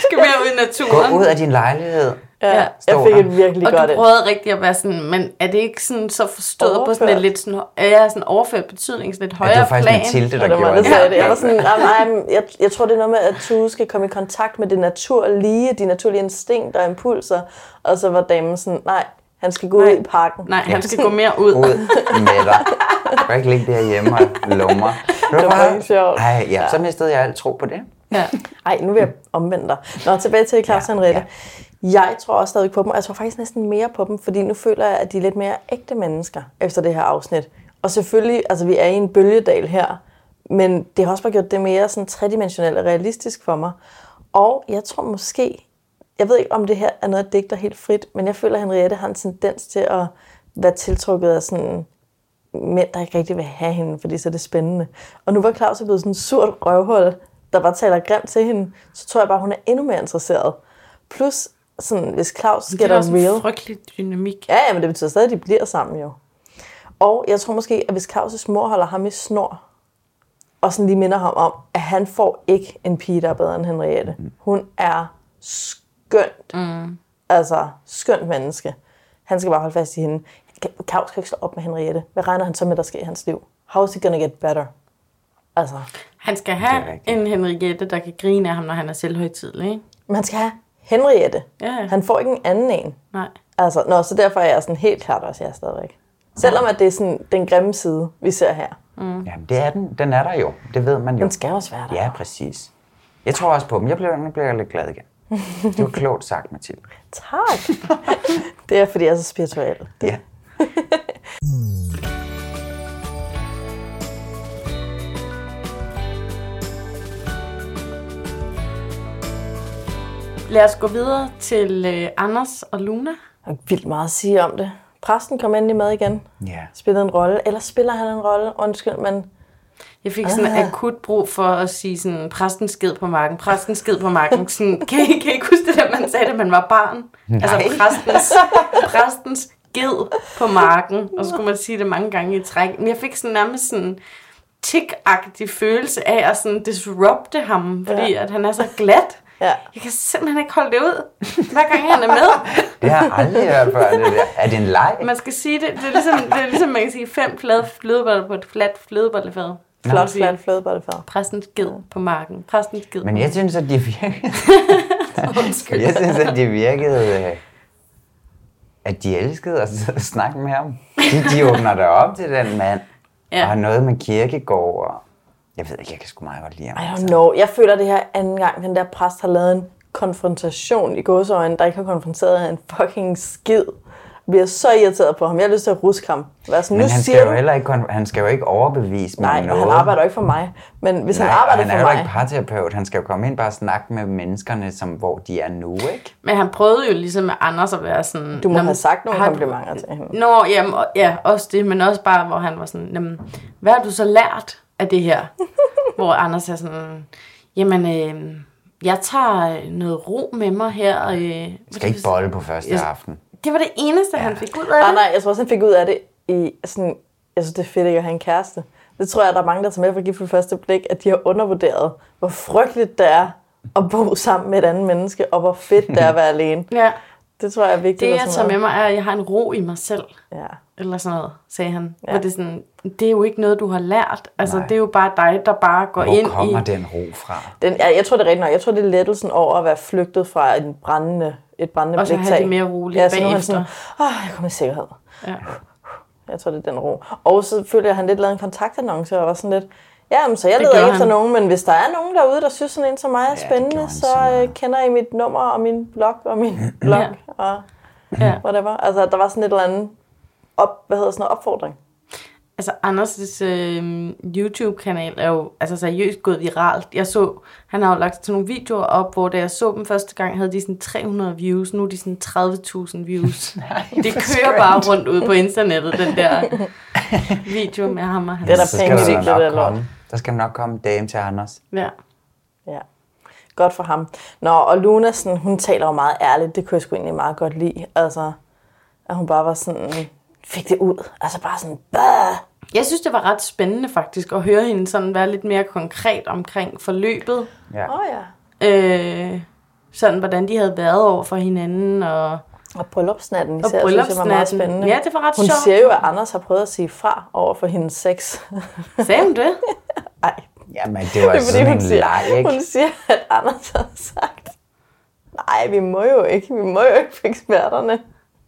A: skal mere ud i naturen.
L: Gå ud af din lejlighed.
A: Ja,
L: jeg fik et
K: virkelig
A: og
K: godt
A: du
K: et.
A: prøvede rigtig at være sådan, men er det ikke sådan så forstået på sådan
K: Overført.
A: et lidt sådan, ja, sådan overført betydning, sådan et højere
L: det var faktisk
A: plan?
L: Mathilde,
K: Og
L: der
K: der var
L: gjorde
K: det,
L: det.
K: sagde det. Jeg var sådan, nej, nej, jeg, jeg tror, det er noget med, at du skal komme i kontakt med det naturlige, de naturlige instinkter og impulser. Og så var damen sådan, nej, han skal gå nej. ud i parken.
A: Nej,
L: han skal gå
A: mere
L: Ud med dig. Du kan ikke ligge derhjemme og lumre.
K: Det var helt sjovt.
L: Ej, ja,
K: Ja.
L: så mistede jeg alt tro på det.
A: Ja.
K: Ej, nu vil jeg omvende dig. Nå, tilbage til Claus ja, Henriette. Ja. Jeg tror også stadig på dem, og jeg tror faktisk næsten mere på dem, fordi nu føler jeg, at de er lidt mere ægte mennesker efter det her afsnit. Og selvfølgelig, altså vi er i en bølgedal her, men det har også bare gjort det mere sådan tredimensionelt og realistisk for mig. Og jeg tror måske, jeg ved ikke om det her er noget, jeg digter helt frit, men jeg føler, at Henriette har en tendens til at være tiltrukket af sådan mænd, der ikke rigtig vil have hende, fordi så er det spændende. Og nu var Claus jo blevet sådan en surt røvhul, der bare taler grimt til hende, så tror jeg bare, hun er endnu mere interesseret. Plus, sådan, hvis Claus
A: Det er da
K: get
A: også
K: a
A: en
K: real...
A: frygtelig dynamik.
K: Ja, ja, men det betyder stadig, at de bliver sammen jo. Og jeg tror måske, at hvis Claus' mor holder ham i snor, og sådan lige minder ham om, at han får ikke en pige, der er bedre end Henriette. Hun er skønt.
A: Mm.
K: Altså, skønt menneske. Han skal bare holde fast i hende. Claus kan ikke slå op med Henriette. Hvad regner han så med, der sker i hans liv? How is it gonna get better? Altså,
A: Han skal have en Henriette, der kan grine af ham, når han er selvhøjtidlig, ikke?
K: man skal have Henriette.
A: Ja.
K: Han får ikke en anden en.
A: Nej.
K: Altså, nå, så derfor er jeg sådan helt klart også, jeg er stadigvæk. Selvom at det er sådan den grimme side, vi ser her.
A: Mm.
L: Jamen, det er den. Den er der jo. Det ved man jo.
K: Den skal også være der.
L: Ja, præcis. Jeg tror også på dem. Jeg bliver, nu bliver jeg lidt glad igen. Det var klogt sagt, Mathilde.
K: Tak. <laughs> det er, fordi jeg er så spirituel. Det.
L: Ja.
A: Lad os gå videre til øh, Anders og Luna. øh,
K: Der er vildt meget at sige om det. Præsten kom endelig med igen.
L: Ja.
K: Spillede en rolle. Eller spiller han en rolle? Undskyld, men...
A: Jeg fik sådan
K: Ah.
A: akut brug for at sige sådan, præsten sked på marken, præsten sked på marken. Sådan, <laughs> kan, I, kan I ikke huske det der, man sagde, da man var barn? Nej. Altså præstens, præstens ged på marken. Og så skulle man sige det mange gange i træk. Men jeg fik sådan nærmest sådan tik følelse af at sådan disrupte ham, fordi
K: Ja.
A: ja. at han er så glat.
K: Ja.
A: Jeg kan simpelthen ikke holde det ud, hver gang han er med.
L: Det har jeg aldrig hørt før, det der. Er det en leg?
A: Man skal sige det. Det er ligesom, det er ligesom man kan sige fem flade flødeboller på et fladt flødebollefad.
K: Flot, flat flødebollefad.
A: Præstens ged på marken. Præstens ged.
L: Men jeg synes, at de virkede...
A: Undskyld.
L: jeg synes, at de virkede... øh, At de elskede at sidde og snakke med ham. De, de åbner dig op til den mand.
K: Ja.
L: Ja. Og har noget med kirkegård og... Jeg ved ikke, jeg kan sgu meget godt lide ham.
K: I don't know. Jeg føler det her anden gang, den der præst har lavet en konfrontation i gåseøjne, der ikke har konfronteret han fucking skid. Jeg bliver så irriteret på ham. Jeg har lyst til at ruske ham. Være sådan, nu
L: Men han
K: siger
L: skal,
K: du...
L: jo heller ikke, kon- han skal jo ikke overbevise mig
K: Nej,
L: om
K: og
L: noget.
K: han arbejder jo ikke for mig. Men hvis han arbejder
L: han
K: for
L: er jo
K: mig...
L: ikke parterapeut. Han skal jo komme ind og bare og snakke med menneskerne, som, hvor de er nu, ikke?
A: Men han prøvede jo ligesom med Anders at være sådan...
L: Du må
A: "Nå,
L: have
A: men
L: sagt nogle
A: har du-
L: komplimenter til hende."
A: Nå, jamen, og- ja, også det, men også bare, hvor han var sådan, jamen, hvad har du så lært af det her? hvor Anders er sådan, jamen, øh, jeg tager øh, noget ro med mig her. Øh,
L: Skal ikke bolle på første
A: Jeg-
L: aften.
A: det var det eneste, ja. han fik ud af
K: Ah,
A: det.
K: nej, jeg tror også, han fik ud af det i sådan... Jeg synes, det er fedt ikke at have en kæreste. Det tror jeg, der er mange, der tager med for at give for første blik, at de har undervurderet, hvor frygteligt det er at bo sammen med et andet menneske, og hvor fedt det er at være alene.
A: Ja.
K: Det tror jeg er vigtigt.
A: Det,
K: og
A: jeg
K: sådan
A: tager med
K: noget.
A: mig, er, at jeg har en ro i mig selv.
K: Ja.
A: Eller sådan noget, sagde han. Ja.
K: Ja.
A: Hvor det, er sådan, det er jo ikke noget, du har lært. Altså,
K: Nej.
A: det er jo bare dig, der bare går
L: Hvor
A: ind
L: kommer
A: i...
L: den ro fra?
K: Den, jeg, jeg tror, det er rigtigt nok. Jeg tror, det er lettelsen over at være flygtet fra en brændende, et brændende
A: Og så have
K: bliktag.
A: det mere roligt
K: ja, så nu er han
A: bagefter.
K: sådan, Åh, jeg kommer i sikkerhed.
A: Ja.
K: Jeg tror, det er den ro. Og så føler jeg, at han lidt lavede en kontaktannonce og var sådan lidt, ja, men så jeg
A: Det
K: leder
A: gjorde
K: ikke efter
A: han.
K: nogen, men hvis der er nogen derude, der synes sådan en som mig er spændende, ja, så, så kender I mit nummer og min blog og min blog ja. og
A: Ja.
K: whatever. Altså, der var sådan et eller andet op, hvad hedder sådan noget, opfordring.
A: Altså, Anders' øh, YouTube-kanal er jo altså, seriøst gået viralt. Jeg så, han har jo lagt sådan nogle videoer op, hvor da jeg så dem første gang, havde de sådan 300 views. Nu er de sådan 30.000 views. det
H: hvor
A: kører bare
H: skønt.
A: rundt ude på internettet, den der video med ham og hans...
L: Altså, så skal der nok komme. Der skal nok komme en dame til Anders.
A: Ja.
K: Ja. Godt for ham. Nå, og Luna, sådan, hun taler jo meget ærligt. Det kunne jeg sgu egentlig meget godt lide. Altså, at hun bare var sådan, fik det ud. Altså bare sådan, bah!
A: Jeg synes, det var ret spændende faktisk at høre hende sådan være lidt mere konkret omkring forløbet.
L: Ja.
K: Åh ja.
A: Øh, sådan, hvordan de havde været over for hinanden. Og,
K: og bryllupsnatten
A: og
K: Især, synes jeg var meget spændende.
A: Ja, det var ret
K: hun
A: sjovt.
K: siger jo, at Anders har prøvet at sige fra over for hendes sex. <laughs>
A: Sagde hun det?
L: Jamen, det var altså sådan
K: Det er, fordi hun
L: en
K: siger-
L: leg, ikke?
K: Hun siger, at Anders har sagt, nej, vi må jo ikke, vi må jo ikke få eksperterne.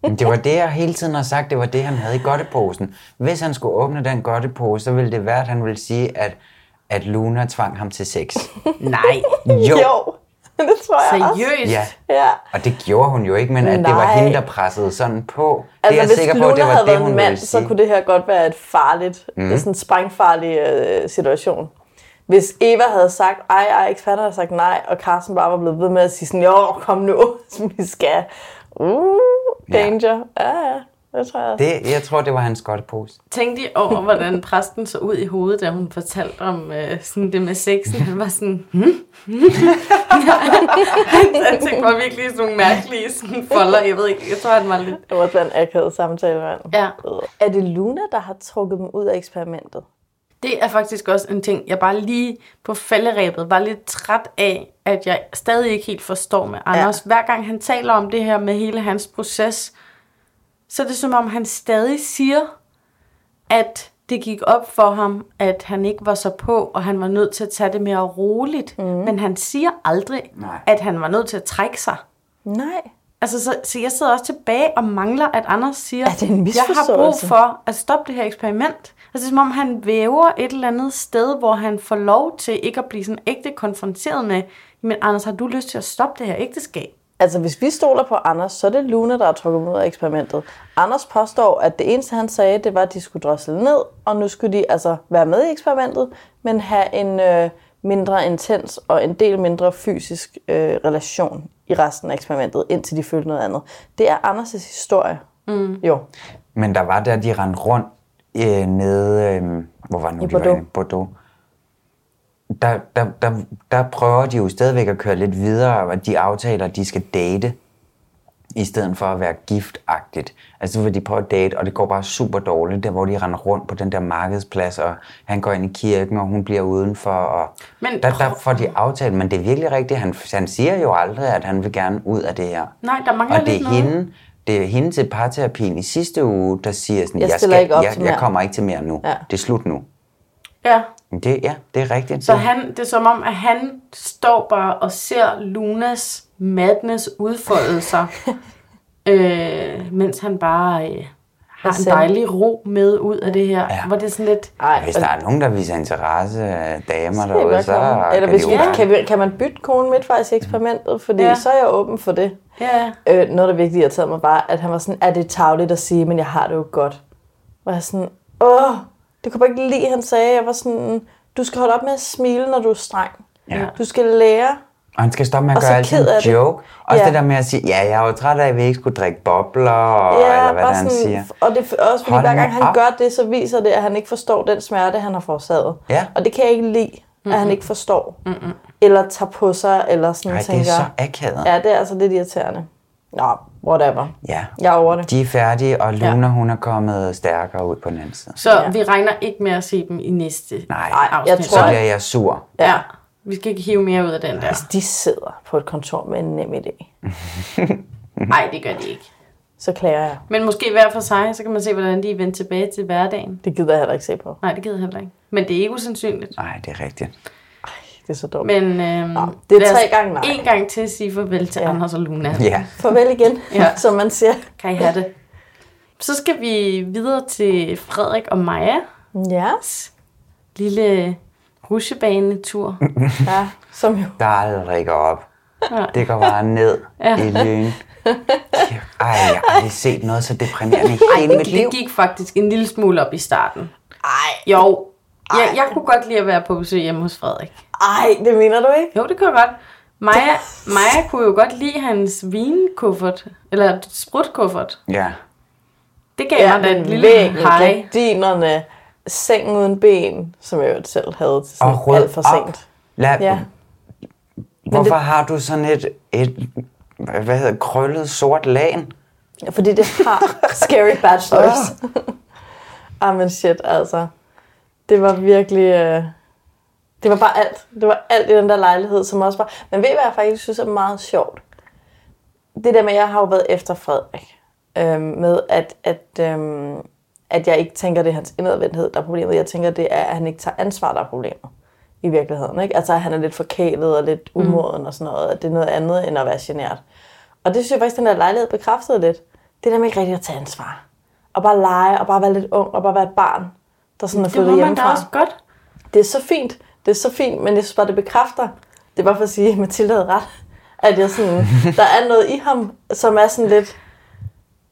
L: Men det var det, jeg hele tiden har sagt, det var det, han havde i godteposen. Hvis han skulle åbne den godtepose, så ville det være, at han ville sige, at, at Luna tvang ham til
K: <laughs>
L: sex.
A: Nej.
L: Jo.
K: jo. Det tror jeg også.
A: Seriøst?
L: Ja.
K: ja.
L: Og det gjorde hun jo ikke, men at det var
K: Nej.
L: hende, der pressede sådan på. det
K: Altså,
L: er jeg
K: hvis
L: sikker
K: Luna
L: på, det var
K: havde
L: det,
K: været
L: hun
K: en mand,
L: ville sige.
K: så kunne det her godt være et farligt,
L: Mm.
K: mm. sådan en sprængfarlig øh, situation. Hvis Eva havde sagt, ej, ej, eksperterne havde sagt nej, og Carsten bare var blevet ved med at sige sådan, jo, kom nu, <laughs> som vi skal. Uh, danger. Ja, ja, det tror jeg også.
L: Det, jeg tror, det var hans godtepose.
A: Tænkte I over, hvordan præsten så ud i hovedet, da hun fortalte om øh, sådan det med sexen? Han var sådan, <laughs> hmm? hmm?" han, han tænkte bare virkelig i sådan nogle mærkelige sådan folder. Jeg ved ikke, jeg tror, han var lidt...
K: Det var sådan en akavet samtale, mand.
A: Ja.
K: Er det Luna, der har trukket dem ud af eksperimentet?
A: Det er faktisk også en ting, jeg bare lige på falderæbet var lidt træt af, at jeg stadig ikke helt forstår med Anders. Ja. Hver gang han taler om det her med hele hans proces, så er det som om, han stadig siger, at det gik op for ham, at han ikke var så på, og han var nødt til at tage det mere roligt. Mm.
K: Mhm.
A: Men han siger aldrig, Nej. at han var nødt til at trække sig.
K: Nej.
A: Altså, så, så jeg sidder også tilbage og mangler, at Anders siger,
K: Er det en
A: jeg har brug
K: misforståelse?"
A: for at stoppe det her eksperiment. Altså, det er som om han væver et eller andet sted, hvor han får lov til ikke at blive sådan ægte konfronteret med, men Anders, har du lyst til at stoppe det her ægteskab?
K: Altså, hvis vi stoler på Anders, så er det Luna, der har trukket dem ud af eksperimentet. Anders påstår, at det eneste, han sagde, det var, at de skulle drosle ned, og nu skulle de altså være med i eksperimentet, men have en øh, mindre intens og en del mindre fysisk øh, relation i resten af eksperimentet, indtil de følte noget andet. Det er Anders' historie. Mm. Jo.
L: Men der var der, de rendte rundt øh, nede, øh, hvor var det nu,
K: I
L: de var
K: Bordeaux.
L: henne? Bordeaux. Der, der, der, der prøver de jo stadigvæk at køre lidt videre, og de aftaler, at de skal date, i stedet for at være giftagtigt. Altså så vil de prøve at date, og det går bare super dårligt, der hvor de render rundt på den der markedsplads, og han går ind i kirken, og hun bliver udenfor, og
A: Men
L: der, der får de aftalt, men det er virkelig rigtigt, han, han siger jo aldrig, at han vil gerne ud af det her.
A: Nej, der mangler
L: Og det
A: lidt
L: er
A: noget.
L: hende, det er hende til parterapien i sidste uge, der siger sådan,
A: Jeg
L: jeg,
A: stiller
L: skal,
A: ikke op
L: jeg,
A: til
L: jeg
A: mere."
L: kommer ikke til mere nu.
A: Ja.
L: Det er slut nu.
A: Ja,
L: Men Det, ja, det er rigtigt.
A: så
L: Det-
A: han, det er som om, at han står bare og ser Lunas madness udfolde sig, øh, mens han bare øh, har en
K: selv.
A: dejlig ro med ud af det her. Ja. Hvor det er sådan lidt...
K: Ej,
L: Hvis der er nogen, der viser interesse af damer derude, så
K: Eller hvis
L: de
K: vi,
L: jo bare-
K: kan, vi, kan man bytte konen midtvejs i eksperimentet? Fordi
A: Ja.
K: ja. så er jeg åben for det.
A: Ja.
K: Øh, noget, der virkelig irriterede mig, var, at han var sådan, er det tavligt at sige, men jeg har det jo godt. Hvor jeg sådan, åh, det kunne jeg bare ikke lide, han sagde. Jeg var sådan, du skal holde op med at smile, når du er streng.
L: Ja.
K: Du skal lære.
L: Og han skal stoppe med at
K: Og så
L: gøre altid
K: ked af
L: en
K: det.
L: joke. Også
K: Ja.
L: det der med at sige, ja, jeg er jo træt af, at vi ikke skulle drikke bobler, og,
K: Ja,
L: eller hvad
K: bare
L: det, han
K: sådan-
L: siger.
K: Mm, Og det er også, fordi
L: Hold
K: hver
L: nu
K: gang han
L: op.
K: gør det, så viser det, at han ikke forstår den smerte, han har forårsaget.
L: Ja.
K: Og det kan jeg ikke lide, mm-hmm. at han ikke forstår. Mm-hmm. Eller tager på sig, eller sådan
L: Ej, det er
K: tænker...
L: så akavet.
K: Ja, det er altså lidt irriterende. Nå, whatever.
L: Ja.
K: Jeg er over det.
L: De er færdige, og Luna, ja. hun er kommet stærkere ud på den anden side.
A: Så ja. vi regner ikke med at se dem i næste
L: Nej,
A: afsnit.
L: så bliver jeg sur.
A: Ja. Vi skal ikke hive mere ud af den der.
K: De sidder på et kontor med en nem idé.
A: Nej, det gør de ikke.
K: Så klager jeg.
A: Men måske hver for sig, så kan man se, hvordan de er vendt tilbage til hverdagen.
K: Det gider jeg heller ikke se på.
A: Nej, det gider jeg heller ikke. Men det er ikke usandsynligt.
L: Nej, det er rigtigt.
K: Det er så dumt.
A: Men øhm, ja,
K: det er tre gange nej.
A: En gang til sige farvel til ja. Anders og Luna.
L: Ja.
K: Farvel igen,
A: Ja.
K: ja. <laughs> som man siger.
A: Kan I have det? Så skal vi videre til Frederik og Maja.
K: Ja.
A: Lille rusjebanetur.
K: ja, som jo.
L: Der er aldrig går op.
A: Ja.
L: Det går bare ned
A: Ja.
L: ja. i lyn. Ej, jeg har aldrig set noget så deprimerende i
A: Ej,
L: hele
A: det,
L: mit liv.
A: det gik faktisk en lille smule op i starten. Ej. Jo. Jeg, jeg kunne godt lide at være på besøg hjemme hos Frederik.
K: Ej, det mener du ikke?
A: Jo, det kunne jeg godt. Maja, Maja kunne jo godt lide hans vinkuffert, eller sprutkuffert.
L: Ja.
A: Det gav ja, mig da en lille hej.
K: gardinerne, sengen uden ben, som jeg jo selv havde til sådan
L: Og rød
K: alt for
L: op.
K: sent.
L: Lad,
K: Ja.
L: ja. Hvorfor
K: det-
L: det... har du sådan et, et hvad hvad hedder, krøllet sort lagen?
K: Ja, fordi det har Scary Bachelors. <laughs> Ah, men shit, altså. Det var virkelig... Øh, det var bare alt. Det var alt i den der lejlighed, som også var... Men ved I, hvad jeg faktisk synes er meget sjovt? Det der med, at jeg har jo været efter Frederik. Øh, med at, at, øh, at jeg ikke tænker, det er hans indadvendthed, der er problemet. Jeg tænker, det er, at han ikke tager ansvar, der er problemet. I virkeligheden, ikke? Altså, at han er lidt forkælet og lidt
A: Mm.
K: umoden og sådan noget. At det er noget andet, end at være genert. Og det synes jeg faktisk, den der lejlighed bekræftede lidt. Det der med ikke rigtig at tage ansvar. Og bare lege, og bare være lidt ung, og bare være et barn, der sådan er
A: Det må
K: flyttet
A: man
K: hjemmefra.
A: da også godt.
K: Det er så fint, det er så fint, men jeg synes bare, det bekræfter. Det er bare for at sige, at Mathilde havde ret. At jeg sådan, der er noget i ham, som er sådan lidt...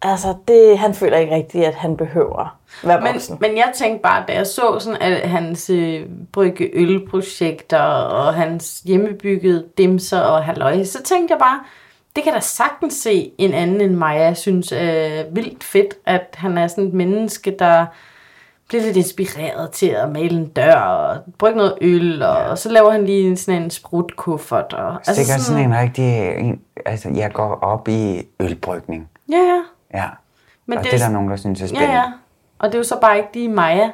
K: Altså, det, han føler ikke rigtigt, at han behøver være
A: Men,
K: voksen.
A: men jeg tænkte bare, da jeg så sådan, at hans øh, brygge ølprojekter og hans hjemmebyggede dimser og halløj, så tænkte jeg bare, det kan da sagtens se en anden end mig. Jeg synes øh, vildt fedt, at han er sådan et menneske, der bliver lidt inspireret til at male en dør og brygge noget øl, og, og så laver han lige en- sådan en sprutkuffert. Og,
L: Altså Sikkert sådan en rigtig... En, altså, jeg går op i ølbrygning.
A: Ja, ja.
L: Ja.
A: Men
L: Men og
A: det er
L: det, det er
A: s-
L: der nogen, der synes er
A: Ja,
L: spændende.
A: ja. Og det er jo så bare ikke lige Maja.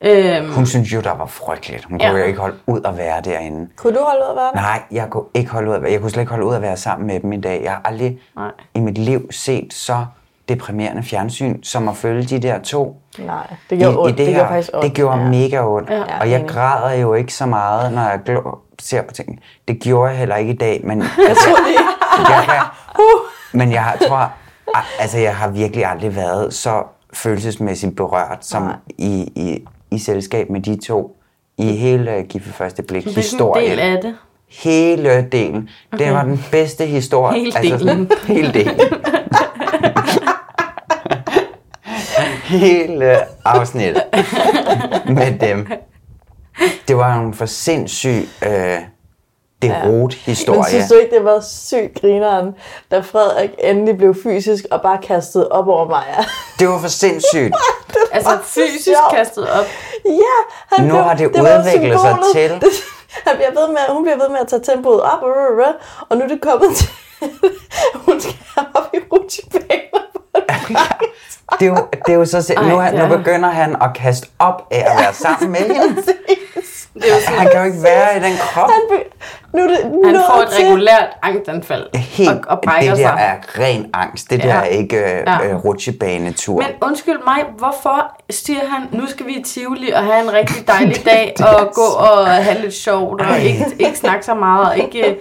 K: Øh.
A: Øhm,
L: Hun synes jo, der var frygteligt. Hun
A: Ja.
L: kunne jo ikke holde ud at være derinde.
K: Kunne du holde ud at være der?
L: Nej, jeg kunne ikke holde ud at være. Jeg kunne slet ikke holde ud at være sammen med dem i dag. Jeg har aldrig
A: Nej.
L: i mit liv set så deprimerende fjernsyn, som at følge de der to.
K: Nej, det gjorde, ondt.
L: det,
K: det
L: her,
K: gjorde faktisk ondt.
L: Det gjorde
K: ja.
L: mega ondt.
K: Ja,
L: Ja, og jeg
K: enig.
L: græder jo ikke så meget, når jeg glå, ser på ting. Det gjorde jeg heller ikke i dag, men
K: <laughs> Jeg tror
L: <laughs>
K: det ikke. Uh.
L: jeg, kan, men jeg har- tror, a- altså jeg har virkelig aldrig været så følelsesmæssigt berørt som i, i, i selskab med de to i hele Gift ved første blik
A: det er sådan en
L: historien.
A: del af det.
L: Hele delen. Okay.
A: Okay.
L: Det var den bedste historie. Altså,
A: Hele delen.
L: <laughs> hele delen. hele afsnittet med dem. Det var nogle for sindssyg øh, det ja. rot historie.
K: Men synes du ikke, det var sygt grineren, da Frederik endelig blev fysisk og bare kastet op over Maja? <laughs>
L: Det var for sindssygt.
A: Altså fysisk kastet op.
K: Ja, han
L: Nu
K: blev,
L: har det
K: var jo
L: udviklet sig
K: symbolet.
L: til-
K: <laughs> Det, han bliver ved med, hun bliver ved med at tage tempoet op, og, og, og, og nu er det kommet til, hun skal op i rutsjebaner.
L: Det er jo, det er jo så sind...
K: Ej,
L: nu, han,
K: ja.
L: nu begynder han at kaste op af at være sammen med hende. Altså,
A: Det er jo sådan,
L: Han kan jo ikke være i den krop.
K: Han, be, nu er det
A: han
K: nået
A: får et
K: til-
A: regulært angstanfald.
L: Helt,
A: og brækker
L: det der
A: sig.
L: er ren angst. Det
A: Ja.
L: der er ikke øh,
A: Ja.
L: ja. rutsjebanetur.
A: Men undskyld mig, hvorfor siger han, nu skal vi i Tivoli og have en rigtig dejlig
L: <laughs>
A: dag og gå og have lidt sjovt og ikke, ikke snakke så meget og ikke... øh,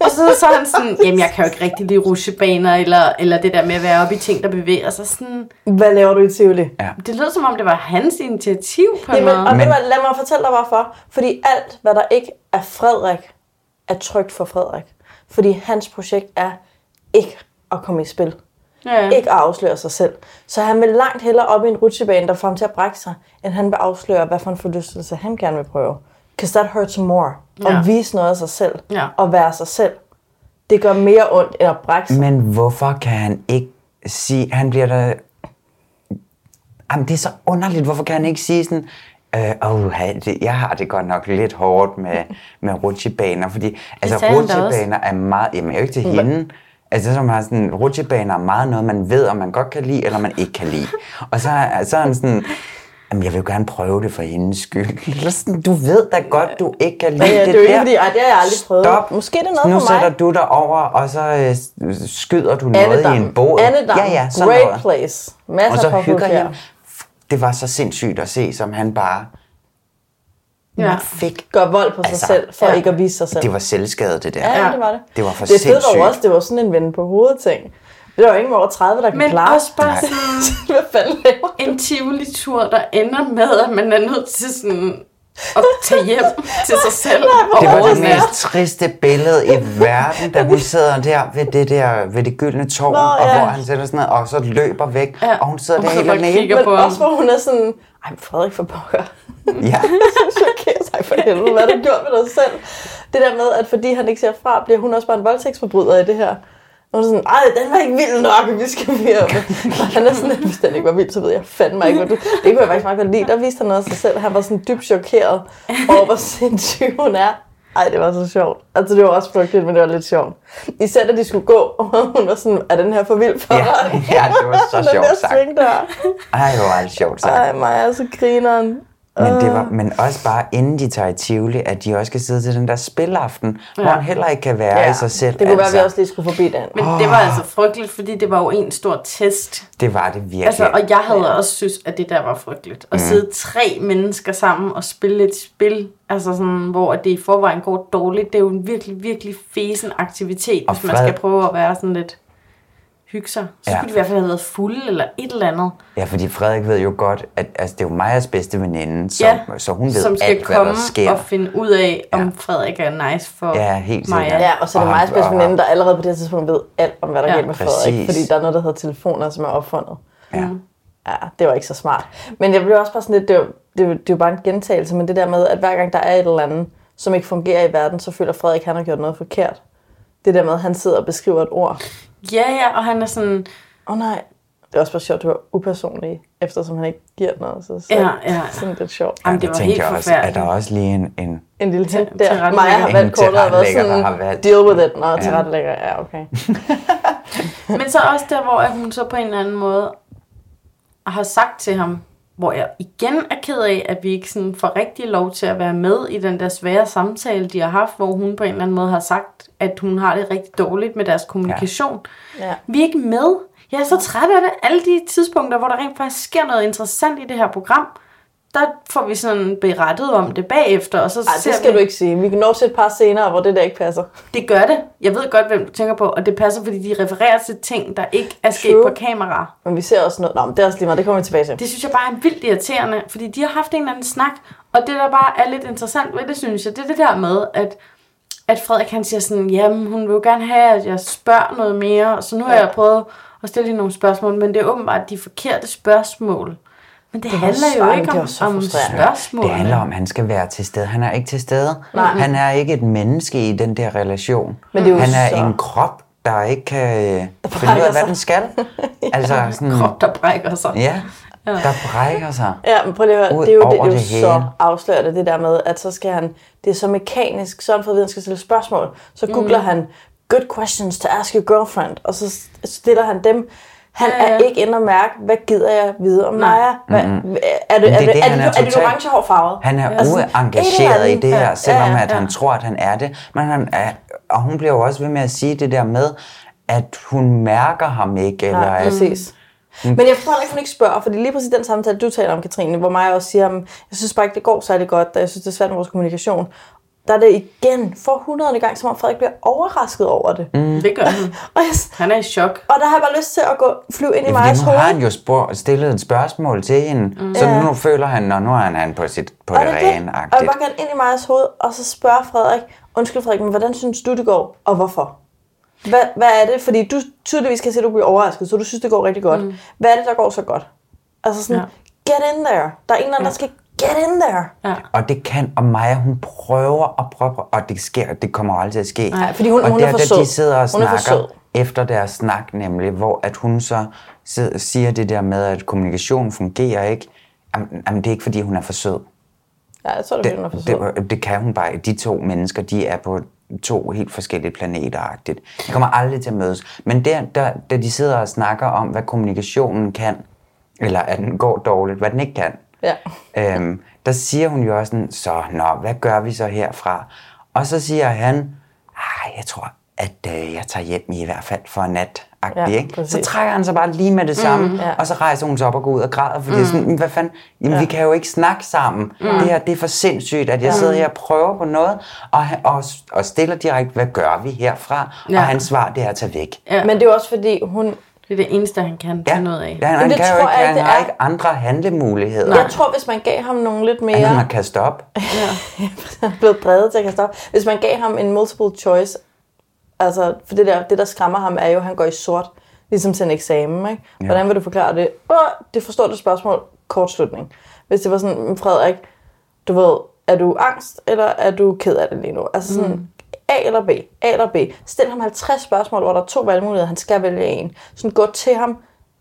A: Og så, så er han sådan, jamen jeg kan jo ikke rigtig lide rusjebaner eller, eller det der med at være oppe i ting, der bevæger sig. Sådan,
K: Hvad laver du i Tivoli?
L: Ja.
A: det lød som om, det var hans initiativ på en
K: Jamen,
A: måde.
K: og men... lad mig fortælle dig hvorfor. Fordi alt, hvad der ikke er Frederik, er trygt for Frederik. Fordi hans projekt er ikke at komme i spil.
A: Ja.
K: Ikke at afsløre sig selv. Så han vil langt hellere op i en rutsjebane, der får ham til at brække sig, end han vil afsløre, hvad for en forlystelse han gerne vil prøve. Because that hurts more. Ja.
A: Ja.
K: At vise noget af sig selv.
A: Ja.
K: Og være sig selv. Det gør mere ondt end at brække sig.
L: Men hvorfor kan han ikke sige, han bliver da... Jamen, det er så underligt. Hvorfor kan han ikke sige sådan, øh, oh, jeg har det godt nok lidt hårdt
K: <laughs>
L: med, med rutsjebaner, fordi altså,
M: sagde han da også.
L: rutsjebaner er meget... Jamen, jeg er jo ikke til
M: Hva-
L: hende. Altså, som har sådan, rutsjebaner er meget noget, man ved, om man godt kan lide, eller man ikke kan lide. Og så, er- så er han sådan, jamen, jeg vil jo gerne prøve det for hendes skyld. Eller sådan, du ved da godt, du ikke kan lide
K: Ja, ja,
L: det,
K: det er jo ikke,
L: der.
K: fordi, ej, det har jeg aldrig prøvet.
L: Stop.
K: Måske er det noget
L: nu
K: for mig.
L: sætter du dig over, og så øh, s- skyder du noget
K: Annedam.
L: i en båd.
K: Annedam.
L: Ja, ja, sådan
K: Great
L: noget.
K: place. Masser
L: og så
K: af
L: hygger
K: popkultur.
L: jeg. Det var så sindssygt at se, som han bare...
K: ja.
L: fik
K: gør vold på sig
L: Altså,
K: altså, selv, for
L: ja.
K: ja. ikke at vise sig selv.
L: Det var selvskade, det der.
K: ja, ja, det var det.
L: Det var for
K: det fede
L: sindssygt.
K: var jo også, det var sådan en vende på hovedet <laughs> ting. Det var jo ingen over 30, der kan
A: Men
K: klare.
A: også bare
K: Nej.
A: sådan, en Tivoli-tur, der ender med, at man er nødt til sådan at tage hjem til sig selv. og
L: Det var det
A: overnatte.
L: mest triste billede
K: <laughs>
L: i verden, da hun sidder der ved det der ved det gyldne tårn,
K: Nå,
L: og
K: ja.
L: hvor han sætter sådan noget, og så løber væk, ja. og hun sidder der helt alene.
K: Men også hvor hun er sådan, ej, men Frederik for pokker.
L: Ja.
K: Chokeret sig for helvede, hvad har du gjort med dig selv? Det der med, at fordi han ikke ser fra, bliver hun også bare en voldtægtsforbryder i det her. Og hun er sådan, ej, den var ikke vild nok, vi skal mere. Og han er sådan, hvis den ikke var vild, så ved jeg fandme ikke, hvad du... Det kunne jeg faktisk meget godt lide. Der viste han noget af sig selv. Han var sådan dybt chokeret over, hvor sindssyg hun er. Ej, det var så sjovt. Altså, det var også frygteligt, men det var lidt sjovt. Især da de skulle gå, og hun var sådan, er den her for vild for
L: Ja,
K: dig?
L: <laughs> ja, det var så
K: Den der
L: sjovt sagt.
K: svingdør.
L: Ej, hvor var det sjovt sagt.
K: Ej, mig er så grineren.
L: Men, det var, men også bare inden de tager i Tivoli, at de også skal sidde til den der spilaften, ja. hvor
A: Ja.
L: han heller ikke kan være ja. i sig selv.
K: Det kunne altså. være, vi også lige skulle forbi den.
A: Men det
L: Ah.
A: var altså frygteligt, fordi det var jo en stor test.
L: Det var det virkelig.
A: Altså, og jeg havde også synes, at det der var frygteligt. At
L: Mm.
A: sidde tre mennesker sammen og spille et spil, altså sådan, hvor det i forvejen går dårligt, det er jo en virkelig, virkelig fesen aktivitet,
L: Og
A: hvis man
L: Fred-
A: skal prøve at være sådan lidt hygge sig. Så
L: Ja.
A: skulle de i hvert fald have været fulde eller et eller andet.
L: Ja, fordi Frederik ved jo godt, at altså, det er jo Majas bedste veninde, så, ja. så hun ved
A: som skal
L: alt, hvad
A: komme
L: der sker.
A: og finde ud af, om ja. Frederik er nice for
L: Ja, helt
A: Maja.
L: sikkert.
K: Ja, og så er det
L: Og
K: meget
L: han-
K: spændende
L: og-
K: veninde, der allerede på det her tidspunkt ved alt om, hvad der
A: Ja.
K: ja. gælder med
L: Præcis.
K: Frederik. Fordi der er noget, der hedder telefoner, som er opfundet.
L: Ja.
K: ja, det var ikke så smart. Men jeg blev også bare sådan lidt, det er, jo- det, er jo- det er jo bare en gentagelse, men det der med, at hver gang der er et eller andet, som ikke fungerer i verden, så føler Frederik, han har gjort noget forkert. Det der med, at han sidder og beskriver et ord.
A: Ja, ja, og han er sådan...
K: Åh oh, nej. Det er også bare sjovt, det var upersonligt, eftersom han ikke giver det noget. Så, så
A: Ja, ja.
K: sådan lidt sjovt.
A: Jamen, det
L: Der
A: var
L: tænkte
A: helt
L: jeg også, er
A: forfærdeligt.
L: der også lige en, en
K: En lille ting der.
A: tilrettelægger.
K: Maja har
L: En
K: valgt kortet og været
L: tilrettelægger,
K: sådan,
L: der har valgt-
K: deal with it. Nå,
L: Ja.
K: tilrettelægger, ja, okay.
A: Men så også der, hvor at hun så på en eller anden måde har sagt til ham, hvor jeg igen er ked af, at vi ikke sådan får rigtig lov til at være med i den der svære samtale, de har haft, hvor hun på en eller anden måde har sagt, at hun har det rigtig dårligt med deres kommunikation.
K: Ja.
A: Vi er ikke med. Jeg er så træt af det. Alle de tidspunkter, hvor der rent faktisk sker noget interessant i det her program, der får vi sådan berettet om det bagefter. Og så
K: Ej,
A: ser
K: det skal
A: vi,
K: du ikke sige. Vi kan nå til et par senere, hvor det der ikke passer.
A: Det gør det. Jeg ved godt, hvem du tænker på, og det passer, fordi de refererer til ting, der ikke er sket
K: True.
A: på kamera.
K: Men vi ser også noget. Nå, men det er også lige meget. Det kommer vi tilbage til.
A: Det synes jeg bare er vildt irriterende, fordi de har haft en eller anden snak, og det der bare er lidt interessant ved det, synes jeg, det er det der med, at, at Frederik han siger sådan, jamen hun vil jo gerne have, at jeg spørger noget mere, så nu har jeg prøvet at stille hende nogle spørgsmål, men det er åbenbart de forkerte spørgsmål. Men det
K: Det var
A: handler
K: så-
A: jo
K: ej,
A: ikke
K: det
A: om,
K: var så
A: om
K: frustrerende.
A: spørgsmål.
L: Det handler om, at han skal være til stede. Han er ikke til stede.
A: Nej.
L: Han er ikke et menneske i den der relation.
K: Men det er jo
L: han er
K: så-
L: en krop, der ikke kan øh, finde ud
K: brækker
L: af, hvad
K: sig.
L: den
K: <laughs>
L: skal. Altså, sådan,
K: krop, der brækker sig.
L: Ja,
K: Ja.
L: der brækker sig.
K: Ja, men prøv lige at høre,
L: Ud
K: det er jo, det, det
L: over
K: er jo
L: det
K: så
L: hele.
K: afslørende, det der med, at så skal han, det er så mekanisk, sådan for at vide, at han skal stille spørgsmål.
A: Mm.
K: Så googler han, good questions to ask your girlfriend, og så stiller han dem. Han
A: Ja,
K: ja,
A: ja.
K: ja. er ikke inde og mærke, hvad gider jeg vide om
A: Nej.
K: Naja? Hvad,
L: Mm-mm.
K: er det,
L: Men
K: er
L: det,
K: det, er
L: han
K: det,
L: er
K: er det
L: totalt-
K: orange hårfarvet?
L: Han er
K: Ja. Sådan, et eller
L: uengageret i
K: andet.
L: det her,
K: Ja,
L: selvom
K: ja, ja.
L: at han tror, at han er det. Men han er, og hun bliver jo også ved med at sige det der med, at hun mærker ham ikke. Eller
K: Nej,
L: at,
K: præcis.
L: Hun-
K: Mm. Men jeg forstår heller ikke, hun ikke spørger, fordi lige præcis den samtale, du taler om, Katrine, hvor mig også siger, at jeg synes bare ikke, det går særlig godt, og jeg synes, det er svært med vores kommunikation. Der er det igen for hundredende gang, som om Frederik bliver overrasket over det.
L: Mm.
A: Det gør han. Han er i chok.
K: Og der har jeg bare lyst til at gå flyve ind i
L: Ja, fordi
K: Majas
L: nu har
K: hoved.
L: han jo spor- stillet et spørgsmål til hende,
K: Mm.
L: mm. så
K: Ja.
L: nu føler han, at nu er han, han på, sit, på
K: Og
L: det,
K: er
L: rene
K: Og jeg vil bare gerne ind i Majas hoved, og så spørge Frederik, undskyld Frederik, men hvordan synes du, det går, og hvorfor? Hvad, hvad er det? Fordi du tydeligvis kan se, at du bliver overrasket, så du synes, det går rigtig godt.
A: Mm.
K: Mm. Hvad er det, der går så godt? Altså sådan,
A: Ja.
K: get in there. Der er en eller anden, der skal get in there.
A: Ja.
L: Og det kan, og Maja, hun prøver og prøver, og det sker, det kommer aldrig til at ske.
K: Nej, fordi hun-
L: og
K: hun
L: der,
K: er for
L: da
K: sød.
L: de sidder og
K: Hun er for
L: snakker
K: sød.
L: efter deres snak nemlig, hvor at hun så sidder, siger det der med, at kommunikation fungerer ikke. Jamen, jamen, det er ikke, fordi hun er for sød.
K: Ja, jeg tror, det, det, det,
L: det, det, det kan hun bare ikke. De to mennesker, de er på to helt forskellige planeter -agtigt. De kommer aldrig til at mødes. Men der, der, da de sidder og snakker om, hvad kommunikationen kan, eller at den går dårligt, hvad den ikke kan,
K: Ja.
L: øhm, der siger hun jo også sådan, så nå, hvad gør vi så herfra? Og så siger han, ah, jeg tror, at øh, jeg tager hjem i hvert fald for en nat.
K: Ja,
L: Ja, ikke? Så
K: præcis.
L: trækker han sig bare lige med det samme,
K: Mm.
L: mm,
K: Ja.
L: og så rejser hun sig op og går ud og græder, for mm. det er
K: Mm.
L: sådan, "Men hvad fanden, jamen, ja. vi kan jo ikke snakke sammen.
K: Mm.
L: Mm. Det her, det er for sindssygt, at jeg
K: Ja.
L: sidder her og prøver på noget, og, han- og, og stiller direkte, hvad gør vi herfra?
K: Ja.
L: Ja. Og hans svar, det er at tage væk.
K: Ja. Men det er jo også fordi, hun...
A: Det er det eneste, han kan
L: Ja, ja han,
K: Jamen, det
L: kan jo
K: tror
L: ikke,
K: jeg
L: han
K: ikke, det
L: har
K: er.
L: ikke andre handlemuligheder.
K: Jeg tror, hvis man gav ham nogle lidt mere...
L: Andet end at kaste op.
K: <laughs> Han er blevet drevet til at kaste op. Hvis man gav ham en multiple choice, altså, for det der, det der skræmmer ham, er jo, at han går i sort, ligesom til en eksamen, ikke?
A: Ja.
K: Hvordan vil du forklare det? Åh, det forstår du spørgsmål, kortslutning. Hvis det var sådan, "Men Frederik, du ved, er du angst, eller er du ked af det lige nu? Altså sådan,
A: Mm.
K: mm. A eller B, A eller B. Stil ham 50 spørgsmål, hvor der er to valgmuligheder, han skal vælge en. Sådan gå til ham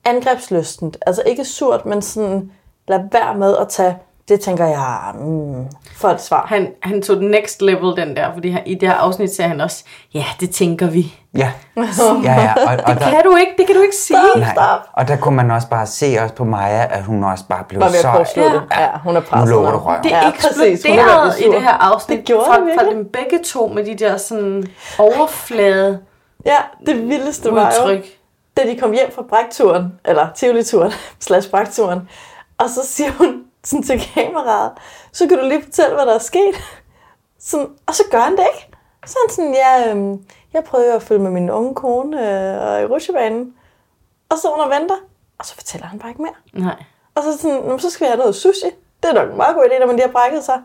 K: angrebslystent. Altså ikke surt, men sådan, lad være med at tage, det tænker jeg, mm, for et svar.
A: Han, han tog den next level, den der, fordi han, i det her afsnit ser han også, ja, det tænker vi.
L: Ja. Ja, ja,
K: <laughs>
L: og- og
A: det
L: der-
A: kan du ikke, det kan du ikke sige.
L: Nej. Og der kunne man også bare se også på Maja, at hun også bare blev
K: Var ved at
L: så...
K: kortslutte. Ja. ja, hun er presset.
L: Nu lover du
K: nu.
L: røven.
A: Det
K: Ja,
A: ja,
K: præcis. Hun er
A: eksploderede
K: virkelig
A: i
K: sur.
A: det her afsnit.
K: Det gjorde
A: fra,
K: det
A: fra dem begge to med de der sådan overflade.
K: Ja, det vildeste var jo,
A: Udtryk.
K: da de kom hjem fra brækturen, eller tivoli-turen, <laughs> slash brækturen, og så siger hun sådan til kameraet, så kan du lige fortælle, hvad der er sket. Sådan, og så gør han det ikke. Så er han sådan, ja, øhm, jeg prøvede jo at følge med min unge kone øh, i rutsjebanen. Og så under venter, og så fortæller han bare ikke mere.
A: Nej.
K: Og så sådan, "Nå, men så skal vi have noget sushi. Det er nok en meget god idé, når man lige har brækket sig.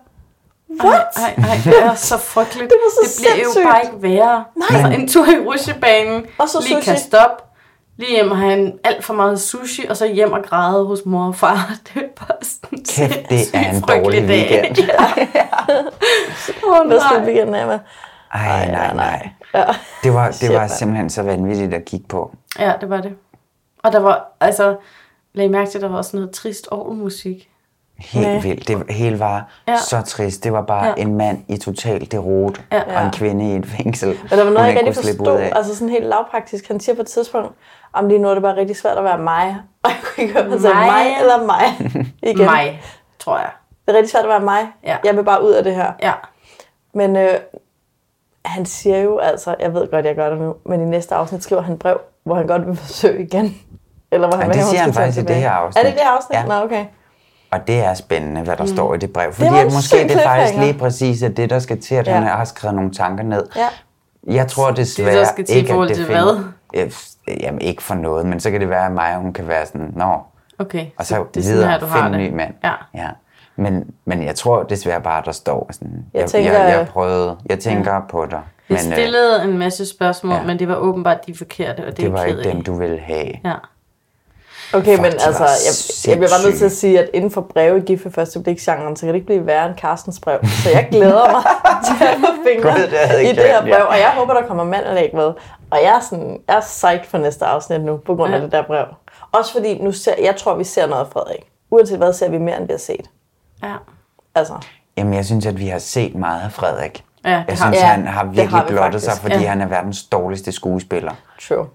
K: What?
A: Nej, nej, det er så frygteligt.
K: <laughs> Det var så
A: det bliver
K: sindssygt.
A: jo bare ikke værre.
K: Nej.
A: Altså, en tur i rutsjebanen,
K: Og så
A: lige
K: sushi.
A: kaste op, lige hjem og have en alt for meget sushi, og så hjem og græde hos mor og far. <laughs> Det er bare sådan en
L: Kæft, det er en
A: sindssygt
L: dårlig
A: frygtelig dag. <laughs>
L: weekend.
K: <laughs> Åh, oh, nej. weekend af mig.
L: Ej, nej, nej. Det var, det var simpelthen så vanvittigt at kigge på.
A: Ja, det var det. Og der var, altså, lag mærke til, at der var også noget trist orgelmusik.
L: Helt
A: Ja.
L: vildt. Det hele var
A: Ja.
L: ja. så trist. Det var bare
A: Ja.
L: ja. en mand i total derot
K: Ja.
L: ja. og en kvinde i et fængsel.
K: Men der var noget,
L: hun
K: jeg ikke
L: ikke
K: rigtig
L: kunne slippe ud
K: forstod.
L: af.
K: Altså sådan helt lavpraktisk. Han siger på et tidspunkt, om lige nu er det bare rigtig svært at være mig. <laughs> Og jeg kunne ikke høre, om han sagde
A: Mig.
K: mig <laughs> eller mig. Igen.
A: Mig, tror jeg.
K: Det er rigtig svært at være mig.
A: Ja.
K: Jeg vil bare ud af det her.
A: Ja.
K: Men øh, han siger jo altså, jeg ved godt, jeg gør det nu, men i næste afsnit skriver han et brev, hvor han godt vil <laughs> forsøge igen. Eller hvor han
L: Ja,
K: vil
L: det
K: have, hun
L: siger han
K: skal tage
L: faktisk i det
K: tilbage.
L: her
K: Er
L: afsnit.
K: det i det her afsnit?
L: Ja.
K: Nå, okay.
L: Og det er spændende, hvad der
K: Mm.
L: mm. står i det brev.
K: Det
L: Fordi
K: var en
L: at måske
K: syg
L: det er faktisk
K: cliffhanger.
L: lige præcis at det, der skal til, at
K: Ja.
L: ja. han har skrevet nogle tanker ned.
K: Ja.
L: Jeg tror desværre
K: der skal til i
L: ikke,
K: forhold
L: at det
K: til
L: find- Øh, Jamen ikke for noget, men så kan det være, at Maja hun kan være sådan, nå,
A: Okay,
L: og så,
A: det er sådan
L: videre
A: her, du har
L: finde en
A: det.
L: ny mand.
A: Ja.
L: ja. Men, men jeg tror desværre bare, der står sådan,
A: Jeg
L: jeg, jeg,
A: tænker-
L: tænker, jeg,
K: øh,
L: jeg prøvede, jeg tænker ja. på dig.
A: Jeg
L: øh,
A: stillede en masse spørgsmål, ja. men det var åbenbart de forkerte, og det,
L: det
A: er
L: var ikke
A: kedeligt.
L: dem, du ville have.
A: Ja.
K: Okay,
L: Fuck,
K: men
L: de var
K: altså, jeg, jeg bliver bare nødt til at sige, at inden for breve i gift ved første blik-genren, så kan det ikke blive værre end Carstens brev. Så jeg glæder <laughs> mig til at få fingre
L: Gud, det havde
K: i
L: jeg
K: det her
L: glemt, ja.
K: brev, og jeg håber, der kommer mandelæg med. Og jeg er, sådan, jeg er psyched for næste afsnit nu, på grund af
L: Ja.
K: det der brev. Også fordi, nu ser, jeg tror, vi ser noget, Frederik. Uanset hvad, ser vi mere, end vi har set.
A: Ja.
K: Altså,
L: Jamen, jeg synes, at vi har set meget af Frederik.
K: Ja, det
L: jeg
K: har
L: synes,
K: vi.
L: han
K: Ja,
L: har
K: det
L: virkelig
K: har vi
L: blottet sig,
K: faktisk.
L: fordi
A: Ja.
L: ja. han er verdens dårligste skuespiller.
K: True.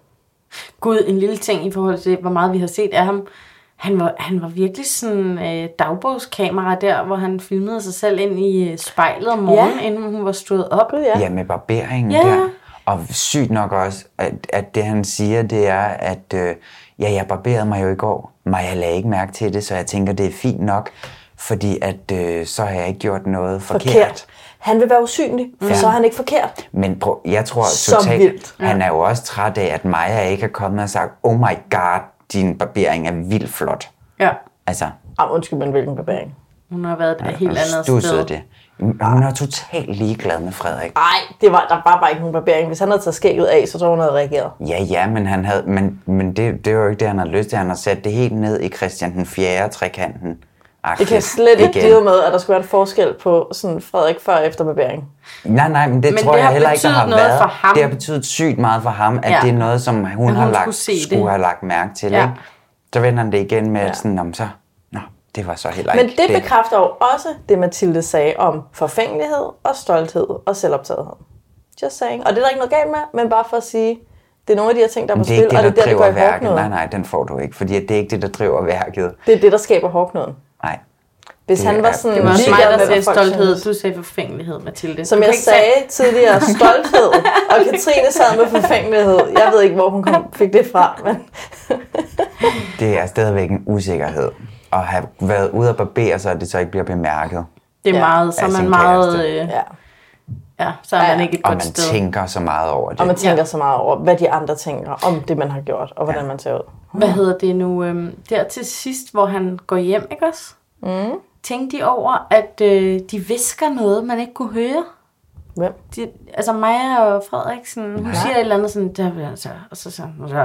A: Gud, en lille ting i forhold til, hvor meget vi har set af ham. Han var, han var virkelig sådan øh, dagbogskamera der, hvor han filmede sig selv ind i øh, spejlet om morgenen, ja. inden hun var stået op.
L: Ja, ja med barberingen
A: Ja,
L: ja.
A: ja.
L: der. Og sygt nok også, at, at det han siger, det er, at øh, ja, jeg barberede mig jo i går, men jeg lagde ikke mærke til det, så jeg tænker, det er fint nok, fordi at øh, så har jeg ikke gjort noget forkert. forkert.
K: Han vil være usynlig, for
L: Ja.
K: så er han ikke forkert.
L: Men prøv, jeg tror
K: Så
L: totalt,
K: vildt.
L: han er jo også træt af, at Maja ikke er kommet og sagt, oh my god, din barbering er vildt flot.
A: Ja.
L: Altså,
K: Ah, undskyld, men hvilken barbering?
A: Hun har været et helt andet
L: du
A: sted.
L: det. Hun er totalt ligeglad med Frederik.
K: Nej, det var, der var bare ikke nogen barbering. Hvis han havde taget skægget af, så tror jeg, hun havde reageret.
L: Ja, ja, men, han havde, men, men det, det var jo ikke det, han havde lyst til. Han har sat det helt ned i Christian den 4. trekanten.
K: Det kan jeg slet ikke deal med, at der skulle være en forskel på sådan Frederik før og efter barbering.
L: Nej, nej, men det
K: Men
L: tror
K: det
L: jeg
K: har
L: heller ikke, der
K: betydet
L: har
K: noget
L: været.
K: for ham.
L: Det har betydet sygt meget for ham, at
K: Ja.
L: ja. det er noget, som hun,
K: hun
L: har
K: skulle
L: lagt,
K: se det.
L: skulle, have lagt mærke til.
K: Ja.
L: Ja. Ikke? Så vender han det igen med, ja. at sådan, "Nå, men så, nå, det var så heller
K: Men
L: ikke
K: det bekræfter jo også det, Mathilde sagde om forfængelighed og stolthed og selvoptagethed. Just saying. Og det er der ikke noget galt med, men bare for at sige, det er nogle af de her ting, der er på
L: Men det
K: spil,
L: er ikke
K: og
L: det,
K: det er
L: der
K: der, det går
L: driver
K: i
L: værket. Nej,
K: hårdknuden.
L: nej, den får du ikke, fordi det er ikke det, der driver værket.
K: Det er det, der skaber hårdknuden.
L: Nej.
K: Hvis
L: Det
K: han var
L: er-
K: sådan
L: det var
A: Det var
K: ligeglad
A: mig, der
K: med, hvad
A: sagde
K: folk
A: stolthed.
K: synes.
A: Du sagde forfængelighed, Mathilde.
K: Som
A: du
K: jeg
A: kan ikke tage-
K: sagde tidligere, stolthed. Og Katrine sad med forfængelighed. Jeg ved ikke, hvor hun kom, fik det fra, men
L: Det er stadigvæk en usikkerhed. At have været ude og barbere sig, og det så ikke bliver bemærket.
A: Det er
L: Ja.
A: meget, så
L: Af
A: er man
L: sin
A: meget...
L: kæreste.
A: Øh, ja. ja, så er man ikke et
L: Og
A: godt
L: man
A: sted.
L: tænker så meget over det.
K: Og man tænker så meget over, hvad de andre tænker om det, man har gjort, og hvordan man ser ud.
A: Hvad hedder det nu? Øhm, der til sidst, hvor han går hjem, ikke også?
K: Mm.
A: Tænkte de over, at øh, de visker noget, man ikke kunne høre?
K: Hvem?
A: De, altså Maja og Frederiksen, hun
K: Nej.
A: siger et eller andet sådan, der vil jeg så, og så, så, og så,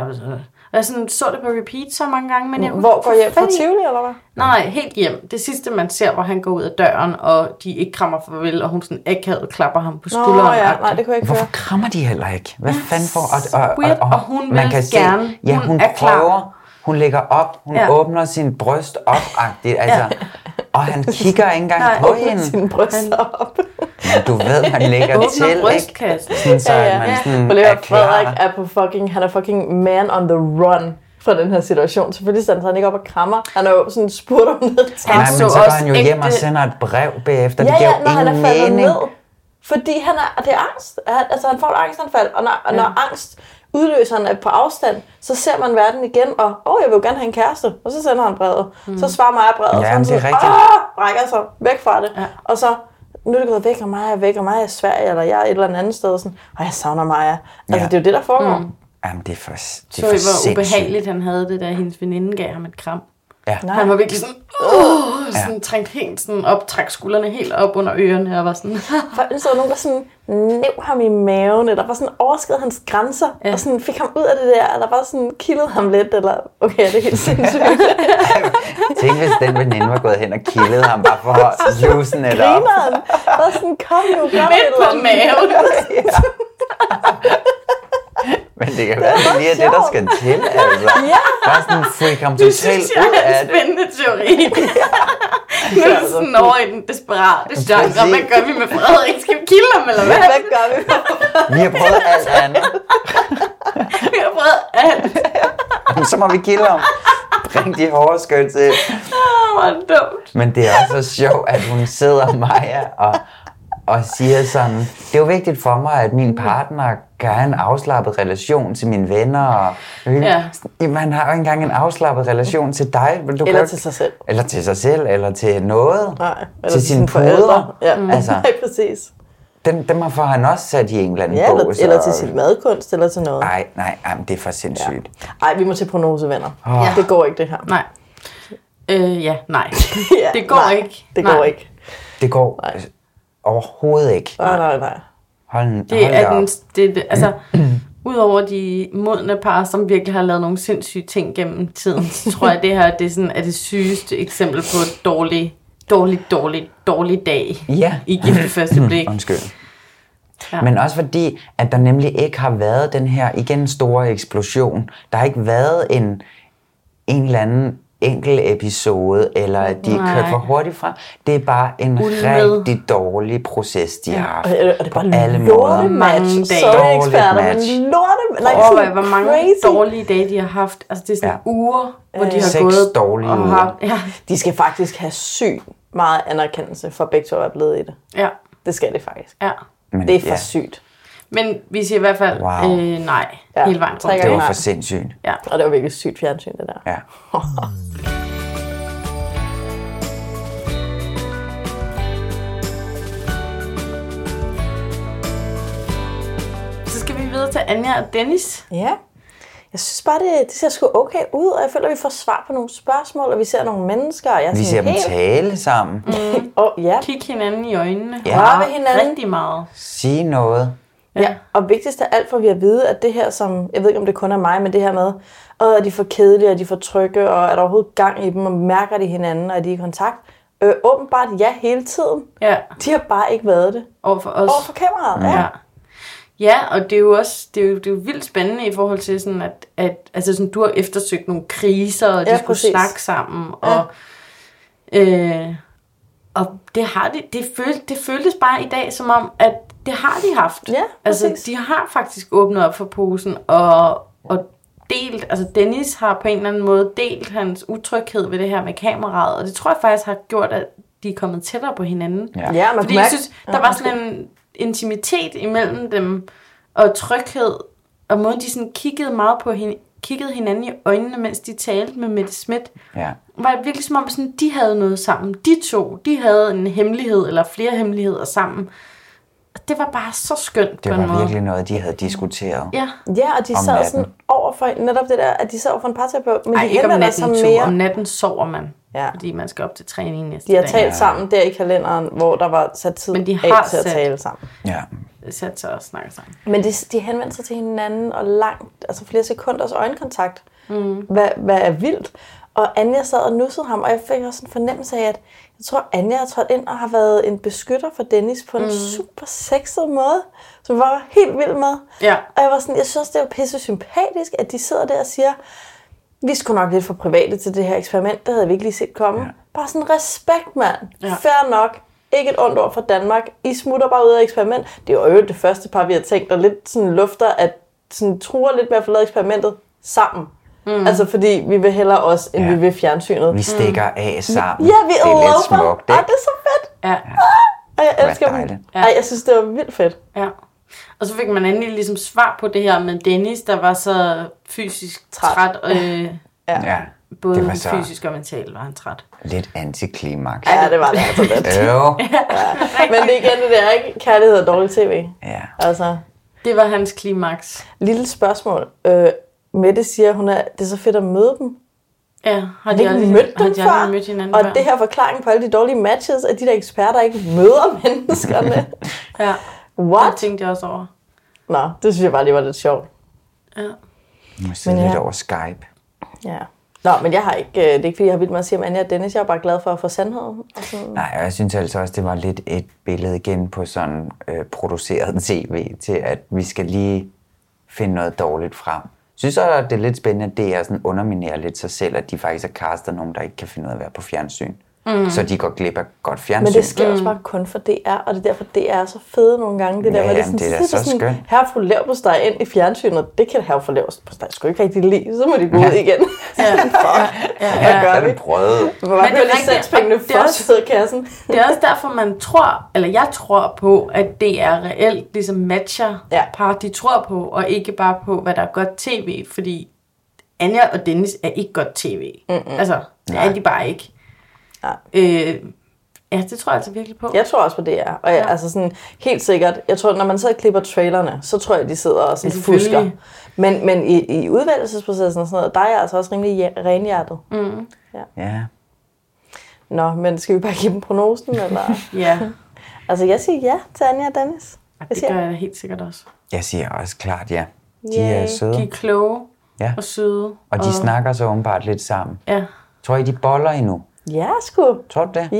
A: og jeg sådan, så det på repeat så mange gange, men jeg kunne
K: Mm. Hvor går hjem fra
A: fat i-
K: Tivoli, eller hvad?
A: Nej, helt hjem. Det sidste, man ser, hvor han går ud af døren, og de ikke krammer farvel, og hun sådan akavet klapper ham på
K: Nå,
A: skulderen.
K: ja, nej, det kunne jeg ikke
L: Hvorfor krammer de heller ikke? Hvad fanden for? Og, og,
A: weird, og hun vil gerne.
L: Ja,
A: Hun
L: hun, hun
A: er klar.
L: prøver. Hun lægger op. Hun
A: Ja.
L: ja. åbner sin bryst op-agtigt. Altså, ja. Og han kigger ikke engang
A: Nej,
L: på
A: åbner
L: hende.
K: sin bryst op.
L: Men du ved, man lægger
A: Åbner
L: til, ikke?
A: brystkassen.
L: Sådan, så ja, ja. man sådan
K: Prøv lige
L: er
K: at høre,
L: klar.
K: Frederik altså, er på fucking, han er fucking man on the run fra den her situation. Selvfølgelig stands han ikke op og krammer. Han er jo sådan spurgt om noget.
L: Nej, men så går han jo hjem og sender et brev bagefter.
K: Ja,
L: det giver
K: ja,
L: jo
K: når han er
L: ingen
K: faldet
L: mening.
K: ned. Fordi han er, og det er angst. Han, altså, han får et angstanfald, og når, ja. når angst udløser han er på afstand, så ser man verden igen, og åh, jeg vil jo gerne have en kæreste. Og så sender han brevet. Mm. Så svarer Maja brevet.
L: Ja,
K: så
L: men det er rigtigt.
K: Åh, brækker sig væk fra det. Ja. Og så, nu er det gået væk, og Maja er væk, og Maja er i Sverige, eller jeg er et eller andet sted. Og sådan, og jeg savner Maja. Altså,
L: Ja.
K: det er jo det, der foregår.
A: Mm.
L: Jamen, det er for,
A: Så
L: det
A: I,
L: er for
A: hvor
L: sindssygt.
A: ubehageligt han havde det, da hendes veninde gav ham et kram.
L: Ja.
A: Nej. Han var virkelig sådan, uh, sådan
L: Ja.
A: trængt helt sådan op, trak skuldrene helt op under ørerne og var sådan, <laughs>
K: Folk så var nogen, der sådan næv ham i maven, eller var sådan overskrevet hans grænser, ja. og sådan fik ham ud af det der, eller bare sådan kildede ham lidt, eller okay, det er helt sindssygt.
L: Tænk, hvis den veninde var gået hen og killede ham bare for at loosen it up.
K: Grineren. Bare sådan, kom nu, gør
A: Midt
K: et eller
A: på
K: andet.
A: maven.
L: Men det kan være, det lige er det, der skal til, altså.
A: Ja.
L: Bare sådan freak ham
A: det
L: totalt
A: synes jeg
L: ud
A: er
L: af
A: en
L: det.
A: spændende teori. nu er det sådan over i den desperate genre. Hvad gør vi med Frederik? Skal vi kilde ham, eller hvad?
K: Hvad gør vi?
L: Vi har prøvet alt andet.
A: vi har prøvet alt.
L: Men så må vi kille ham. Bring de hårde skøn til.
A: Åh, hvor dumt.
L: Men det er også så sjovt, at hun sidder Maja og, og siger sådan, det er jo vigtigt for mig, at min partner kan have en afslappet relation til mine venner. Og,
A: Ja.
L: Jamen, han har jo ikke engang en afslappet relation til dig. men Du kan
K: Eller
L: jo ikke-
K: til sig selv.
L: Eller til sig selv, eller til noget.
K: Nej, eller
L: til sine
K: sine forældre.
L: forældre.
K: Ja, Mm.
L: Altså,
K: <laughs> nej, præcis.
L: den, dem har for han også sat i en eller anden
K: Ja,
L: bog.
K: eller, eller til sin madkunst, eller til noget.
L: Nej, nej, ej, men det er for sindssygt.
K: Ej, vi må til prognosevenner.
L: Åh.
K: Det går ikke, det her.
A: Nej. Øh, ja, nej.
K: <laughs> ja,
A: Det går
K: nej,
A: ikke.
K: Det går
A: Nej.
K: ikke.
L: Det går nej. overhovedet ikke.
K: Nej, nej, nej.
L: Hold,
A: Det
L: hold da
A: er den,
L: op. <clears throat>
A: det, det, altså, Udover de modne par, som virkelig har lavet nogle sindssyge ting gennem tiden, så tror jeg, det her det er, sådan, er det sygeste eksempel på et dårlig, dårlig, dårlig, dårlig dag
L: Ja. Mm,
A: i gift ved
L: <clears throat> <laughs>
A: første blik.
L: Undskyld.
A: Ja.
L: Ja. Men også fordi, at der nemlig ikke har været den her igen store eksplosion. Der har ikke været en, en eller anden enkel episode, eller at de er kørt
K: Nej.
L: for hurtigt fra. Det er bare en
K: Ulmed.
L: rigtig dårlig proces, de har haft.
K: Og det er bare
L: på alle måder.
K: lortematch. Sorry eksperter, men lorte...
A: Prøv
K: Nej,
A: at
K: sådan
A: overveje, hvor mange
K: crazy.
A: dårlige dage, de har haft. Altså, det er sådan ja. uger, hvor de har
K: Seks
A: gået
L: dårlige
A: og har... Ja.
K: De skal faktisk have sygt meget anerkendelse for at begge to er blevet i det.
A: Ja.
K: Det skal det faktisk.
A: Ja.
L: Men
K: det er for
L: ja.
K: sygt.
A: Men vi siger i hvert fald
L: Wow.
A: øh, nej ja. hele vejen rundt.
L: Det var for sindssygt.
A: Ja.
K: Og det var virkelig sygt fjernsyn, det der.
L: Ja.
K: <laughs>
A: Så skal vi videre til Anja og Dennis.
K: Ja. Jeg synes bare, det, det ser sgu okay ud, og jeg føler, at vi får svar på nogle spørgsmål, og vi ser nogle mennesker. Og jeg er
L: Vi ser
K: sådan
L: dem
K: helt...
L: tale sammen,
K: <laughs>
A: Mm.
K: og ja.
A: Kig hinanden i øjnene.
L: Ja.
K: Røre ved hinanden.
A: Rigtig meget.
L: sige noget.
A: Ja.
K: ja. Og vigtigst af alt får vi at vide, at det her som, jeg ved ikke om det kun er mig, men det her med, og er de for kedelige, og de for trygge, og er der overhovedet gang i dem, og mærker de hinanden, og er de i kontakt? Øh, åbenbart ja hele tiden.
A: Ja.
K: De har bare ikke været det.
A: Over for os.
K: Over for kameraet, ja.
A: Ja. Ja, og det er jo også det er jo, det er jo vildt spændende i forhold til sådan, at, at altså sådan, du har eftersøgt nogle kriser, og de
K: Ja,
A: ja, skulle
K: præcis.
A: snakke sammen, og, øh, og det har de, det, føl, det føltes bare i dag som om, at det har de haft.
K: Ja,
A: altså, de har faktisk åbnet op for posen, og, og delt, altså Dennis har på en eller anden måde delt hans utryghed ved det her med kameraet, og det tror jeg faktisk har gjort, at de er kommet tættere på hinanden.
K: Ja. Ja, man kunne
A: Fordi jeg
K: mærke-
A: synes,
K: Ja,
A: der var
K: undskyld.
A: sådan en intimitet imellem dem, og tryghed, og måden de sådan kiggede meget på hin- kiggede hinanden i øjnene, mens de talte med Mette Schmidt,
L: Ja.
A: var det virkelig som om, sådan, de havde noget sammen. De to, de havde en hemmelighed, eller flere hemmeligheder sammen. Og det var bare så skønt
L: Det
A: på en
L: var
A: måde.
L: virkelig noget, de havde diskuteret.
A: Ja.
K: Ja, og de
L: Om
K: sad
L: natten.
K: sådan over for, netop det der, at de sad over for en parterapeut, men
A: Ej,
K: de
A: ikke om
K: henvender sig
A: natten, to.
K: mere.
A: Om natten sover man,
K: ja.
A: fordi man skal op til træning næste
K: De har
A: dag.
K: talt sammen der i kalenderen, hvor der var sat tid
A: Men de
K: af
A: har
K: til at
A: sat-
K: tale sammen.
L: Ja.
A: Sat sig og snakket sammen.
K: Men de, de henvendte sig til hinanden og langt, altså flere sekunders øjenkontakt. Mm. Hvad, hvad er vildt. Og Anja sad og nussede ham, og jeg fik også en fornemmelse af, at jeg tror, Anja har trådt ind og har været en beskytter for Dennis på en
A: Mm.
K: mm. super sexet måde, som jeg var helt vild med.
A: Ja.
K: Og jeg var sådan, jeg synes også, det var pisse sympatisk, at de sidder der og siger, vi skulle nok lidt for private til det her eksperiment, det havde vi ikke lige set komme. Ja. Bare sådan respekt, mand. Ja. Fair nok. Ikke et ondt ord fra Danmark. I smutter bare ud af eksperiment. Det var jo det første par, vi har tænkt, og lidt sådan lufter, at sådan truer lidt med at få lavet eksperimentet sammen. Mm. Altså fordi vi vil hellere os, end ja. vi vil fjernsynet.
L: Vi stikker af sammen.
K: Ja, vi
L: Mm. det er lidt
K: eloper.
L: smukt,
K: Ej,
L: ikke?
K: det er så fedt.
A: Ja.
K: Og jeg
L: Det var
K: elsker dem.
L: dejligt.
K: Ej, jeg synes, det var vildt fedt.
A: Ja. Og så fik man endelig ligesom svar på det her med Dennis, der var så fysisk træt. træt øh,
L: Ja.
A: Både
L: Det var så-
A: fysisk og mentalt var han træt.
L: Lidt antiklimaks.
K: Ja, det var det altså lidt.
L: Jo.
K: Men det er igen det der, ikke? Kærlighed og dårlig tv.
L: Ja.
K: Altså.
A: Det var hans klimaks.
K: Lille spørgsmål. Øh, Mette siger, hun er, det er så fedt at møde dem.
A: Ja, har
K: Har
A: de
K: de ikke
A: aldrig
K: mødt
A: har
K: dem
A: de aldrig
K: før?
A: mødt hinanden
K: og
A: før?
K: det her forklaring på alle de dårlige matches, at de der eksperter ikke møder <laughs> menneskerne.
A: ja.
K: What?
A: Det tænkte jeg også over.
K: Nå, det synes jeg bare lige var lidt sjovt.
A: Ja.
L: Nu må sidde
K: Men
L: lidt
K: ja.
L: over Skype.
K: Ja. Nå, men jeg har ikke, øh, det er ikke fordi, jeg har vildt meget at sige om Anja og Dennis. Jeg er bare glad for at få sandheden. Og sådan.
L: Nej, og jeg synes altså også, det var lidt et billede igen på sådan øh, produceret <laughs> tv, til at vi skal lige finde noget dårligt frem. Jeg synes også, at det er lidt spændende, at det er sådan underminerer lidt sig selv, at de faktisk har castet nogen, der ikke kan finde ud af at være på fjernsyn.
K: Mm.
L: Så de går glip af godt fjernsyn.
K: Men det
L: <laughs>
K: sker også
A: Mm.
K: bare kun for DR, og det er derfor, DR er så fede nogle gange. Det der,
L: Ja,
K: hvor det er
L: jamen,
K: sådan,
L: det er da
K: sidder
L: så
K: sådan,
L: skønt.
K: herre fru lav på steg ind i fjernsynet. Det kan herre fru lav på steg sgu ikke rigtig lide. Så må de gå ud igen. <laughs> ja, ja, ja. Hvad gør vi?
L: Prøvet.
K: Hvor mange
A: Men det er
K: går de
A: rigtigt,
K: satspengene
A: og det er
K: for
A: også-
K: sædkassen?
A: Det er også derfor, man tror, eller jeg tror på, at det er reelt ligesom matcher ja. par, de tror på, og ikke bare på, hvad der er godt tv, fordi Anja og Dennis er ikke godt tv. Mm-mm. Altså, det er de bare ikke.
K: Nej.
A: Øh, ja, det tror jeg altså virkelig på.
K: Jeg tror også på DR. Og jeg, ja. altså sådan, helt sikkert, jeg tror, når man så klipper trailerne, så tror jeg, de sidder og sådan
A: Selvfølgelig.
K: fusker. Men, men i, i udvalgelsesprocessen og sådan noget, der er jeg altså også rimelig ja- renhjertet.
A: Mm.
K: Ja.
L: Ja.
K: Nå, men skal vi bare give dem prognosen? Eller?
A: <laughs> ja.
K: altså, jeg siger ja til Anja og Dennis. Jeg
A: Det gør jeg helt sikkert også.
L: Jeg siger også klart ja. De er søde.
A: De er kloge
L: Ja.
A: og søde.
L: Og de snakker så åbenbart lidt sammen.
A: Ja.
L: Tror I, de boller endnu?
K: Ja, sgu.
L: Tror du det?
K: Ja.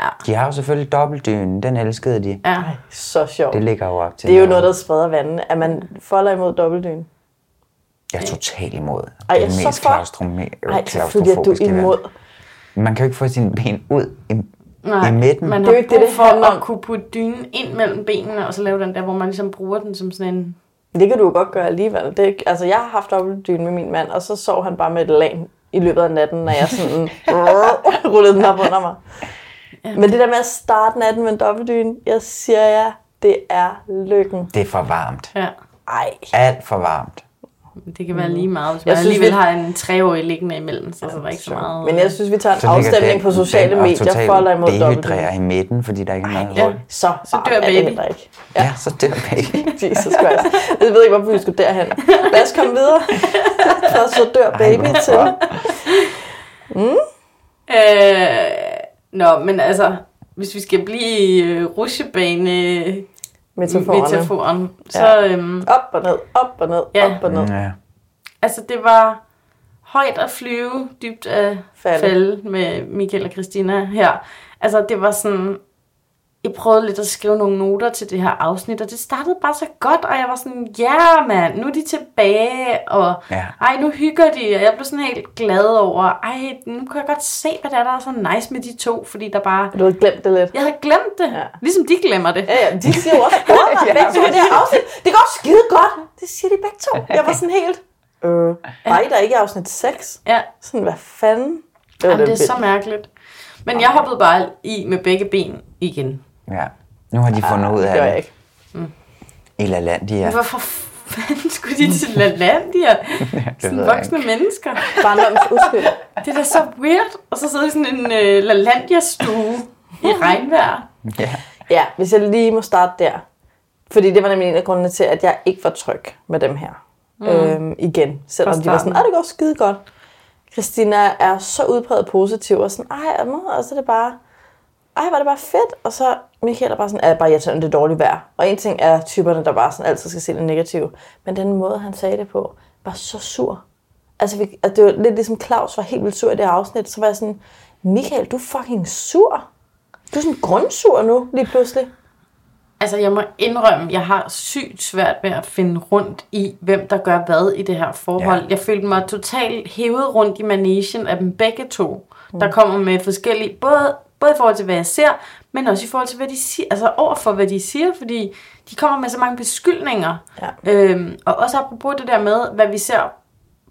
A: ja.
L: De har jo selvfølgelig dobbeltdynen. Den elskede de.
A: Ja.
K: Så sjovt.
L: Det ligger jo op til.
K: Det er jo noget, der spreder vandene, at man folder imod dobbeltdyn.
L: Jeg er totalt imod. Det
K: Ej,
L: er
K: jeg er så
L: mest
K: for-
L: klaustrome-
K: Ej, selvfølgelig er du
L: klaustrofobiske verden.
K: imod.
L: Man kan jo ikke få sine ben ud i,
A: Nej,
L: i midten.
A: man har det er jo ikke brug det, det for at kunne putte dynen ind mellem benene, og så lave den der, hvor man ligesom bruger den som sådan en...
K: Det kan du jo godt gøre alligevel. Det, er- altså, jeg har haft dobbeltdyne med min mand, og så sov han bare med et lag i løbet af natten, når jeg
L: <laughs>
K: sådan rullede den op under mig. Men det der med at starte natten med en dobbeltdyne, jeg siger jer, det er lykken.
L: Det er for varmt.
A: Ja.
K: Ej.
L: Alt for varmt.
A: Det kan være lige meget, hvis
K: Jeg
A: man
K: synes,
A: alligevel
K: vi-
A: har en treårig liggende imellem, så, så er der ikke så meget...
K: Men jeg synes, vi tager en
L: Så ligger
K: afstemning
L: den-
K: på sociale
L: den og
K: medier
L: totalt
K: for eller imod dobbeltdyne.
L: dehydrerer i midten, fordi der ikke er noget
K: Ja,
L: hul.
K: så, så
A: dør baby.
K: ikke.
L: Ja. så dør
K: <laughs>
L: baby.
K: Jesus Christ. Jeg ved ikke, hvorfor vi skulle derhen. Lad os komme
A: <laughs>
K: videre. Først så dør baby til.
A: Mm. Øh, nå, men altså, hvis vi skal blive i øh, rushebane
K: Metaforerne.
A: metaforen, så...
K: Ja.
A: Øhm,
K: op og ned, op og ned,
A: ja,
K: op og ned.
L: Ja.
A: Altså, det var højt at flyve, dybt at
K: Falde.
A: falde, falde med Michael og Christina her. Altså, det var sådan... Jeg prøvede lidt at skrive nogle noter til det her afsnit, og det startede bare så godt, og jeg var sådan, ja yeah, mand, nu er de tilbage, og
L: Ja.
A: ej, nu hygger de, og jeg blev sådan helt glad over, ej, nu kan jeg godt se, hvad der er, der er så nice med de to, fordi der bare...
K: Du havde glemt det lidt.
A: Jeg havde glemt det, ja. ligesom de glemmer det.
K: Ja, <laughs> ja, de siger jo også, "Bror, mand, væk til det her afsnit. Det går skide godt. Det siger de begge to. Jeg var sådan helt... Øh, var I der ikke i afsnit 6?
A: Ja.
K: Sådan, hvad fanden? Øh,
A: Det, Jamen,
K: da
A: det er så
K: vildt.
A: mærkeligt. Men jeg hoppede bare i med begge ben igen.
L: Ja. Nu har
K: Ah,
L: de fundet ud af
A: gør
L: det.
A: jeg ikke. Mm.
L: I LaLandia.
A: Ja. Hvorfor fanden skulle de til
L: <laughs>
A: LaLandia?
L: ved
A: sådan
L: jeg
A: voksne mennesker.
K: Barndommens uskyld.
A: Det er da så weird. Og så sidder de i sådan en øh, LaLandia-stue i
L: <laughs>
A: regnvejr.
L: Ja.
K: Ja, hvis jeg lige må starte der. Fordi det var nemlig en af grundene til, at jeg ikke var tryg med dem her.
A: Mm.
K: Mm. Øhm, igen. Selvom
A: Fra
K: de var sådan,
A: starten.
K: at det går skide godt. Christina er så udpræget positiv, og sådan, ej, Emma, og så er det bare, ej, var det bare fedt. Og så Michael er bare sådan, ej, bare irriterende, det er dårligt vejr. Og en ting er typerne, der bare sådan altid skal se det negative. Men den måde, han sagde det på, var så sur. Altså, vi, at det var lidt ligesom Claus var helt vildt sur i det her afsnit. Så var jeg sådan, Michael, du er fucking sur. Du er sådan grundsur nu, lige pludselig.
A: Altså, jeg må indrømme, jeg har sygt svært ved at finde rundt i, hvem der gør hvad i det her forhold. Ja. Jeg følte mig totalt hævet rundt i managen af dem begge to, mm. der kommer med forskellige, både, både i forhold til, hvad jeg ser, men også i forhold til, hvad de siger, altså overfor, hvad de siger, fordi de kommer med så mange beskyldninger.
K: Ja.
A: Øhm, og også apropos det der med, hvad vi ser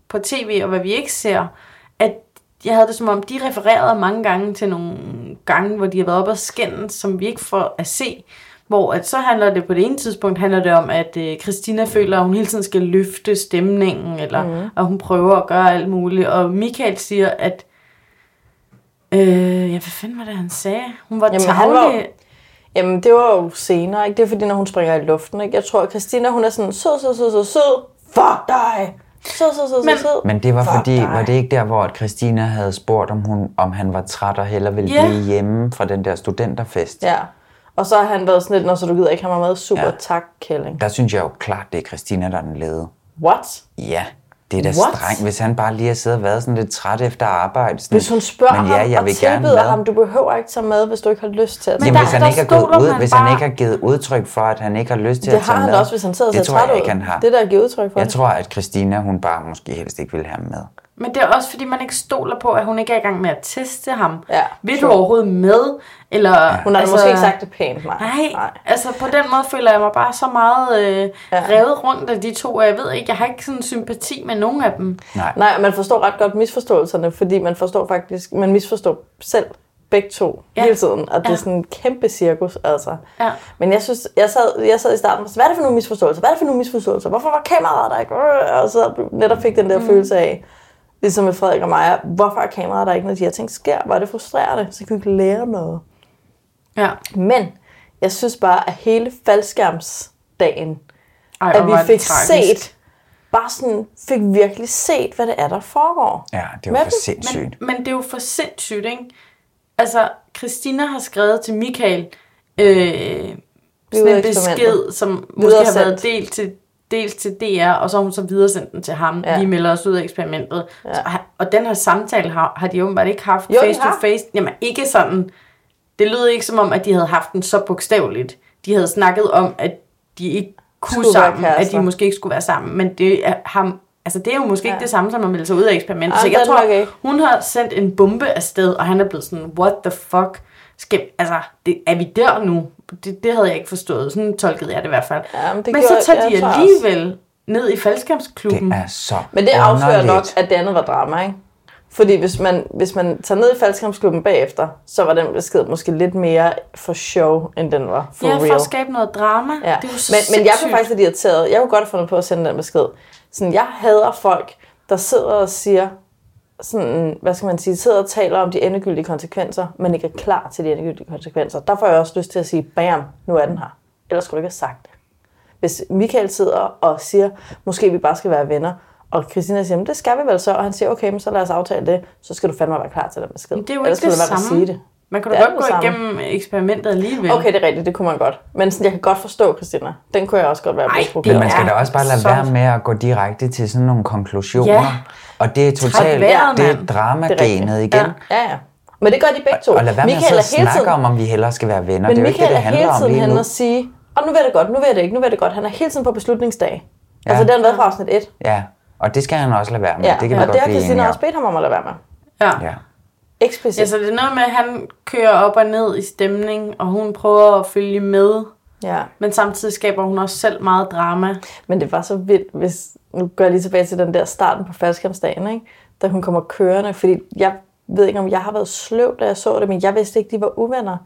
A: på tv, og hvad vi ikke ser, at jeg havde det som om, de refererede mange gange til nogle gange, hvor de har været oppe og skændes, som vi ikke får at se. Hvor at så handler det på det ene tidspunkt, handler det om, at øh, Christina føler, at hun hele tiden skal løfte stemningen, eller
K: Mhm.
A: mm. at hun prøver at gøre alt muligt. Og Michael siger, at... Øh, ja, hvad fanden var det, han sagde? Hun var
K: Jamen,
A: jamen,
K: han var-
A: tavlig.
K: Jamen, det var jo senere, ikke? Det er fordi, når hun springer i luften, ikke? Jeg tror, at Christina, hun er sådan, sød, sød, sød, sød, sød. Fuck dig! Sød, sød, sød, sød, sød.
L: Men det var
K: Fuck
L: fordi,
K: dig.
L: var det ikke der, hvor at Christina havde spurgt, om, hun, om han var træt og hellere ville
K: Ja.
L: blive hjemme fra den der studenterfest?
K: Ja. Og så har han været sådan lidt, når så du gider ikke have mig med. Super, ja. tak, Kælling.
L: Der synes jeg jo klart, det er Christina, der er den lede.
K: What?
L: Ja, det er da
K: What?
L: strengt, hvis han bare lige har siddet og været sådan lidt træt efter arbejde. Sådan,
K: Hvis hun spørger
L: men ja,
K: ham
L: jeg
K: og
L: vil gerne
K: tilbyder
L: med."
K: ham, du behøver ikke tage med, hvis du ikke har lyst til at
L: Men Jamen, hvis, han ikke har gået ud, hvis han ikke har givet udtryk for, at han ikke har lyst til
K: Det
L: at tage
K: har han
L: med,
K: også, hvis han sidder og
L: det
K: ser
L: tror jeg
K: træt
L: ikke,
K: ud.
L: han har.
K: Det der giver udtryk for
L: jeg
K: det.
L: tror, at Christina, hun bare måske helst ikke vil have ham med.
A: Men det er også, fordi man ikke stoler på, at hun ikke er i gang med at teste ham.
K: Ja,
A: Vil du
K: true.
A: overhovedet med? Eller,
K: Hun har altså, måske ikke sagt det pænt, nej.
A: Nej, nej, altså på den måde føler jeg mig bare så meget øh, ja. revet rundt af de to, og jeg ved ikke, jeg har ikke sådan sympati med nogen af dem.
L: Nej.
K: Nej, og man forstår ret godt misforståelserne, fordi man forstår faktisk, man misforstår selv begge to ja. hele tiden, og det ja. er
A: Ja.
K: sådan en kæmpe cirkus, altså.
A: Ja.
K: Men jeg synes, jeg sad, jeg sad i starten og sagde, hvad er det for nogle misforståelser? Hvad er det for nogle misforståelser? Hvorfor var kameraet der ikke? Øh, Og så netop fik den der mm. følelse af, ligesom med Frederik og Maja, hvorfor er kameraet der ikke, når de her ting sker? Var det frustrerende? Så kan vi ikke lære noget.
A: Ja.
K: Men jeg synes bare, at hele faldskærmsdagen,
A: Ej,
K: at
A: hvor
K: vi
A: var det
K: fik
A: tragisk.
K: set, bare sådan, fik virkelig set, hvad det er, der foregår.
L: Ja, det
K: Hvad
L: var for
K: den-
L: sindssygt.
A: Men det er jo for sindssygt, ikke? Altså, Christina har skrevet til Michael øh,
K: ud af
A: sådan en
K: eksperimentet.
A: besked, som måske har
K: Videresendt.
A: været delt til dels til DR, og så har hun så videresendt den til ham. Ja. Vi melder os ud af eksperimentet. Ja. Så, og den her samtale har, har de åbenbart ikke haft
K: Jo, de
A: face
K: har.
A: to face. Jamen ikke sådan, det lød ikke som om, at de havde haft den så bogstaveligt. De havde snakket om, at de ikke kunne
K: Skulle være
A: sammen, at
K: kærester.
A: de måske ikke skulle være sammen. Men det er, ham, altså det er jo måske ja. ikke det samme som at melde sig ud af eksperimentet.
K: Ej,
A: så
K: det
A: jeg
K: er det nok
A: tror,
K: ikke.
A: hun har sendt en bombe afsted, og han er blevet sådan, what the fuck? Skal, altså, det, er vi der nu? Det, det havde jeg ikke forstået. Sådan tolkede jeg det i hvert fald. Ja,
K: men
A: men
K: det
A: men
K: gjorde-
A: så tager de
K: jeg tror også.
A: alligevel ned i faldskabsklubben.
L: Det er så
K: Men det afslører
L: underligt.
K: nok, at det andet var drama, ikke? Fordi hvis man, hvis man tager ned i faldskærmsklubben bagefter, så var den besked måske lidt mere for show, end den var for
A: ja,
K: real.
A: for at skabe noget drama.
K: Ja.
A: Det er jo så
K: men, men jeg blev
A: sindssygt.
K: faktisk lidt irriteret. Jeg kunne godt have fundet på at sende den besked. Sådan, jeg hader folk, der sidder og siger, sådan, hvad skal man sige, sidder og taler om de endegyldige konsekvenser, men ikke er klar til de endegyldige konsekvenser. Der får jeg også lyst til at sige, bam, nu er den her. Ellers skulle du ikke have sagt det. Hvis Michael sidder og siger, måske vi bare skal være venner, og Christina siger, "Men det skal vi vel så, og han siger, okay, men så lad os aftale det, så skal du fandme være klar til den besked.
A: Men det er jo
K: Ellers
A: ikke det
K: skulle du lade være med
A: samme.
K: at Sige det.
A: Man kan da
K: Det er
A: godt
K: det
A: gå
K: samme.
A: igennem eksperimentet alligevel.
K: Okay, det er rigtigt, det kunne man godt. Men sådan, jeg kan godt forstå, Christina. Den kunne jeg også godt være blevet
L: Men
K: provokeret
L: man skal
K: over.
L: da også bare lade være med at gå direkte til sådan nogle konklusioner.
K: Ja.
L: Og det er totalt,
K: vejret,
L: det er
K: mand.
L: dramagenet
K: rigtigt.
L: igen.
K: Ja, ja, ja. Men det gør de begge to.
L: Og lad være med
K: Michael
L: at
K: er hele
L: sidde og snakke
K: tiden-
L: om, om vi hellere skal være venner.
K: Men
L: det er jo ikke
K: Michael
L: det, det
K: er hele
L: handler om
K: tiden
L: lige
K: hen
L: nu.
K: og sige, og nu vil det godt, nu vil det ikke, nu vil det godt. Han er hele tiden på beslutningsdag. Ja. Altså, det har han været fra afsnit 1.
L: Ja, og det skal han også lade være med.
K: Ja,
L: Det kan vi
K: og
L: godt
K: det har
L: blive enige
K: Christina
L: om.
K: også bedt ham om at lade være med.
A: Ja.
L: Ja.
K: Eksplicit.
A: Ja, så det er noget med, at han kører op og ned i stemning, og hun prøver at følge med.
K: Ja.
A: Men samtidig skaber hun også selv meget drama.
K: Men det var så vildt, hvis... Nu går jeg lige tilbage til den der starten på faldskærmsdagen, ikke? Da hun kommer kørende, fordi jeg ved ikke, om jeg har været sløv, da jeg så det, men jeg vidste ikke, de var uvenner.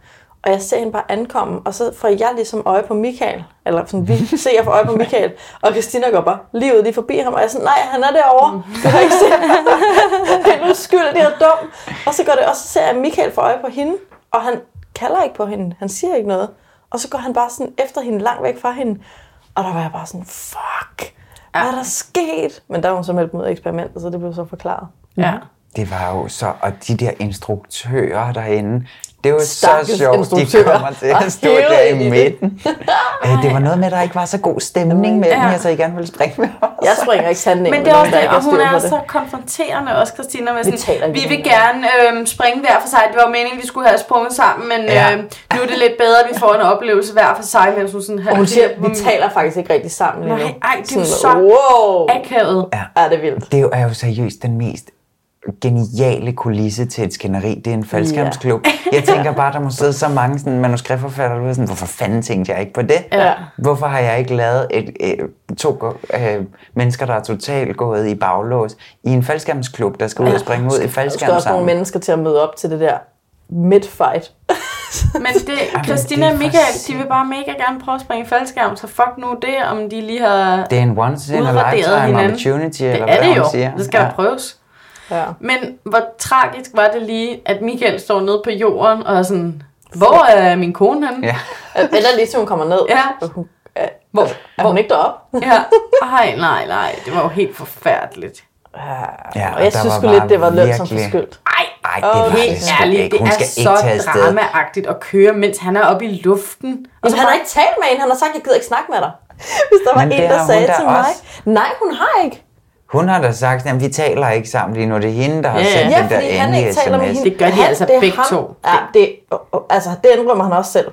K: Og jeg ser hende bare ankomme, og så får jeg ligesom øje på Michael. Eller sådan, vi ser jeg får øje på Michael. Og Christina går bare lige ud lige forbi ham, og jeg er sådan, nej, han er derovre. Det har jeg ikke set. <laughs> Han er uskyldig og dum. Og så går det, og så ser jeg at Michael får øje på hende, og han kalder ikke på hende. Han siger ikke noget. Og så går han bare sådan efter hende, langt væk fra hende. Og der var jeg bare sådan, fuck, hvad er der sket? Men der var hun så meldt mig ud af eksperimentet, så det blev så forklaret.
A: Ja.
L: Det var jo så, og de der instruktører derinde, det var så
K: Stakkels
L: sjovt, de
K: instruktører.
L: kommer til
K: Og
L: at <laughs> stå
K: hævet
L: der
K: ind
L: i
K: i det. <laughs>
L: midten. Øh, det var noget med, at der ikke var så god stemning mellem jer, så I gerne ville springe med os.
K: Jeg springer ikke sanden ind
A: Men
K: med
A: det er
K: nogen,
A: også
K: der
A: det,
K: ikke har
A: og hun
K: styr på
A: er
K: det.
A: så konfronterende også, Christina, med
K: Vi
A: sådan,
K: taler
A: vi,
K: ikke
A: vil gerne øhm, springe hver for sig. Det var jo meningen, vi skulle have sprunget sammen, men
K: Ja.
A: øhm, nu er det lidt bedre, at vi får en oplevelse hver for sig. Men hun sådan,
K: Og hun siger, vi taler faktisk ikke rigtig sammen lige nu.
A: Mm. Nej, ej, det er jo så
K: Sådan, wow.
A: akavet.
L: Ja.
K: Er det vildt?
L: Det er jo seriøst den mest geniale kulisse til et skænderi. Det er en faldskærmsklub. Jeg
K: <laughs>
L: tænker bare, der må sidde så mange sådan, manuskriptforfatter ud sådan, hvorfor fanden tænkte jeg ikke på det?
A: Ja.
L: Hvorfor har jeg ikke lavet et, øh, to øh, mennesker, der er totalt gået i baglås i en faldskærmsklub, der skal ud og springe ud i
K: Der skal
L: faldskærm
K: også nogle
L: sammen?
K: mennesker til at møde op til det der midfight.
A: Men det, Christina og Michael, de vil bare mega gerne prøve at springe i faldskærm, så fuck nu det, om de lige har
L: Det er en once in a
A: udraderet
L: lifetime
A: hinanden.
L: opportunity,
A: det er
L: eller hvad
A: det
L: hun
A: jo.
L: siger.
A: Det skal ja. prøves.
K: Ja.
A: Men hvor tragisk var det lige, at Michael står nede på jorden og er sådan, hvor er min kone henne?
L: Ja.
K: <laughs> Eller lige til hun kommer ned.
A: Ja. Hvor,
K: er hun ikke deroppe?
A: ja. Ej, nej, nej. Det var jo helt forfærdeligt.
L: Ja,
K: og jeg
L: der
K: synes
L: var
K: sgu lidt,
L: bare
K: det var løn som
L: virkelig-
K: forskyldt.
L: Ej, det var
A: Helt
L: det sgu
A: ærligt,
L: ikke.
A: det
L: Hun
A: er
L: skal ikke tage
A: så
L: afsted.
A: dramaagtigt at køre, mens han er oppe i luften.
K: Og så han har ikke talt med hende, han har sagt, jeg gider ikke snakke med dig. <laughs> Hvis der var
L: Men det
K: en,
L: har
K: der
L: hun
K: sagde
L: da
K: til mig,
L: også.
K: nej, hun har ikke.
L: Hun har da sagt, at vi taler ikke sammen lige nu. Det er hende, der har sendt den der
K: fordi han
L: endelige
K: ikke
L: sms.
K: taler med hende. Han- det altså er ham- Ja, det, og- og- altså, det indrømmer han også selv,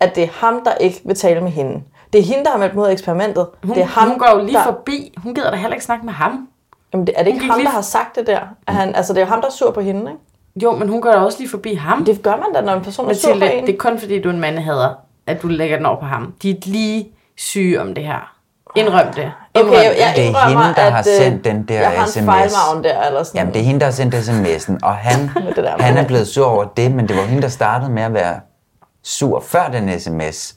K: at det er ham, der ikke vil tale med hende. Det er hende, der har meldt mod eksperimentet.
A: Hun,
K: det er ham,
A: hun går jo lige
K: der,
A: forbi. Hun gider da heller ikke snakke med ham.
K: Jamen, det, er det
A: hun
K: ikke
A: gik
K: ham,
A: lige
K: der har sagt det der? At han, altså, det er jo ham, der er sur på hende, ikke?
A: Jo, men hun går da også lige forbi ham.
K: Det gør man da, når en person er sur på
A: Mathilde,
K: en.
A: det er kun fordi, du er en mandehader, at du lægger den over på ham. De er lige syge om det her. Indrøm det. Indrøm
K: Ah, Okay, jeg,
A: det.
K: jeg
L: Det er
K: indrømmer,
L: hende, der har
K: at, øh,
L: sendt den der
K: jeg har en
L: SMS.
K: fejlmargen der, eller sådan
L: Jamen, det er hende, der har sendt sms'en, og
K: <laughs>
L: han,
K: der
L: han er
K: med-
L: blevet sur over det, men det var hende, der startede med at være sur før den sms.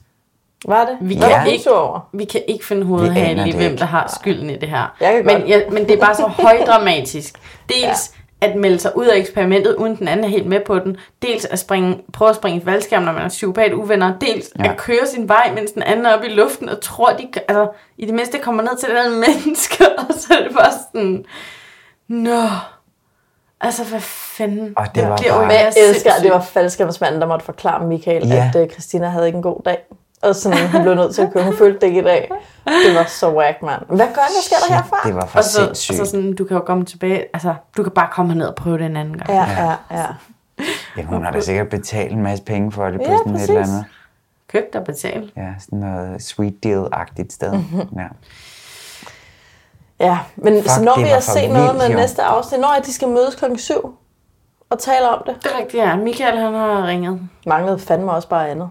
K: Var det?
A: Vi
L: Ja.
A: kan,
L: Hvad var du
A: ikke,
K: sur over?
A: vi kan ikke finde
L: Vi
A: hovedet
L: aner
A: her i,
L: det
A: hvem
L: ikke.
A: der har skylden i det her.
K: Jeg kan
A: men,
K: godt.
A: men det er bare så højdramatisk. Dels ja. at melde sig ud af eksperimentet, uden den anden er helt med på den. Dels at springe, prøve at springe i faldskærm, når man er psykopat uvenner. Dels
L: Ja.
A: ja. at køre sin vej, mens den anden er oppe i luften og tror, de, kan- altså, i det mindste kommer ned til den anden <laughs> menneske. Og så er det bare sådan, nå, altså hvad fanden.
L: Og det var
A: bliver jo
L: bare-
K: Men
A: mere
K: jeg elsker, at
A: sindssygt.
K: det var faldskærmsmanden, der måtte forklare Michael,
L: Ja.
K: at øh, Christina havde ikke en god dag. Og sådan, hun blev nødt til at købe. Hun følte det ikke i dag. Det var så whack, mand. Hvad gør jeg? Hvad sker der herfra?
L: Det var for
K: Og så-
L: sindssygt.
A: Så sådan, du kan jo komme tilbage, altså, du kan bare komme herned og prøve det en anden gang.
K: Ja, ja, ja.
L: Ja, hun har da sikkert betalt en masse penge for det på
A: Ja,
L: sådan et eller
A: præcis.
L: andet.
A: Købt og betalt.
L: Ja, sådan noget sweet deal-agtigt sted.
K: Mhm.
L: Ja.
K: Ja, men
L: Fuck,
K: Fuck, så når
L: det
K: vi
L: var
K: at
L: for
K: se noget
L: vildt,
K: med
L: jo.
K: næste afsnit, når at de skal mødes klokken 7 og tale om det.
A: Det er rigtigt, ja. Michael, han har ringet.
K: Manglede fandme også bare andet.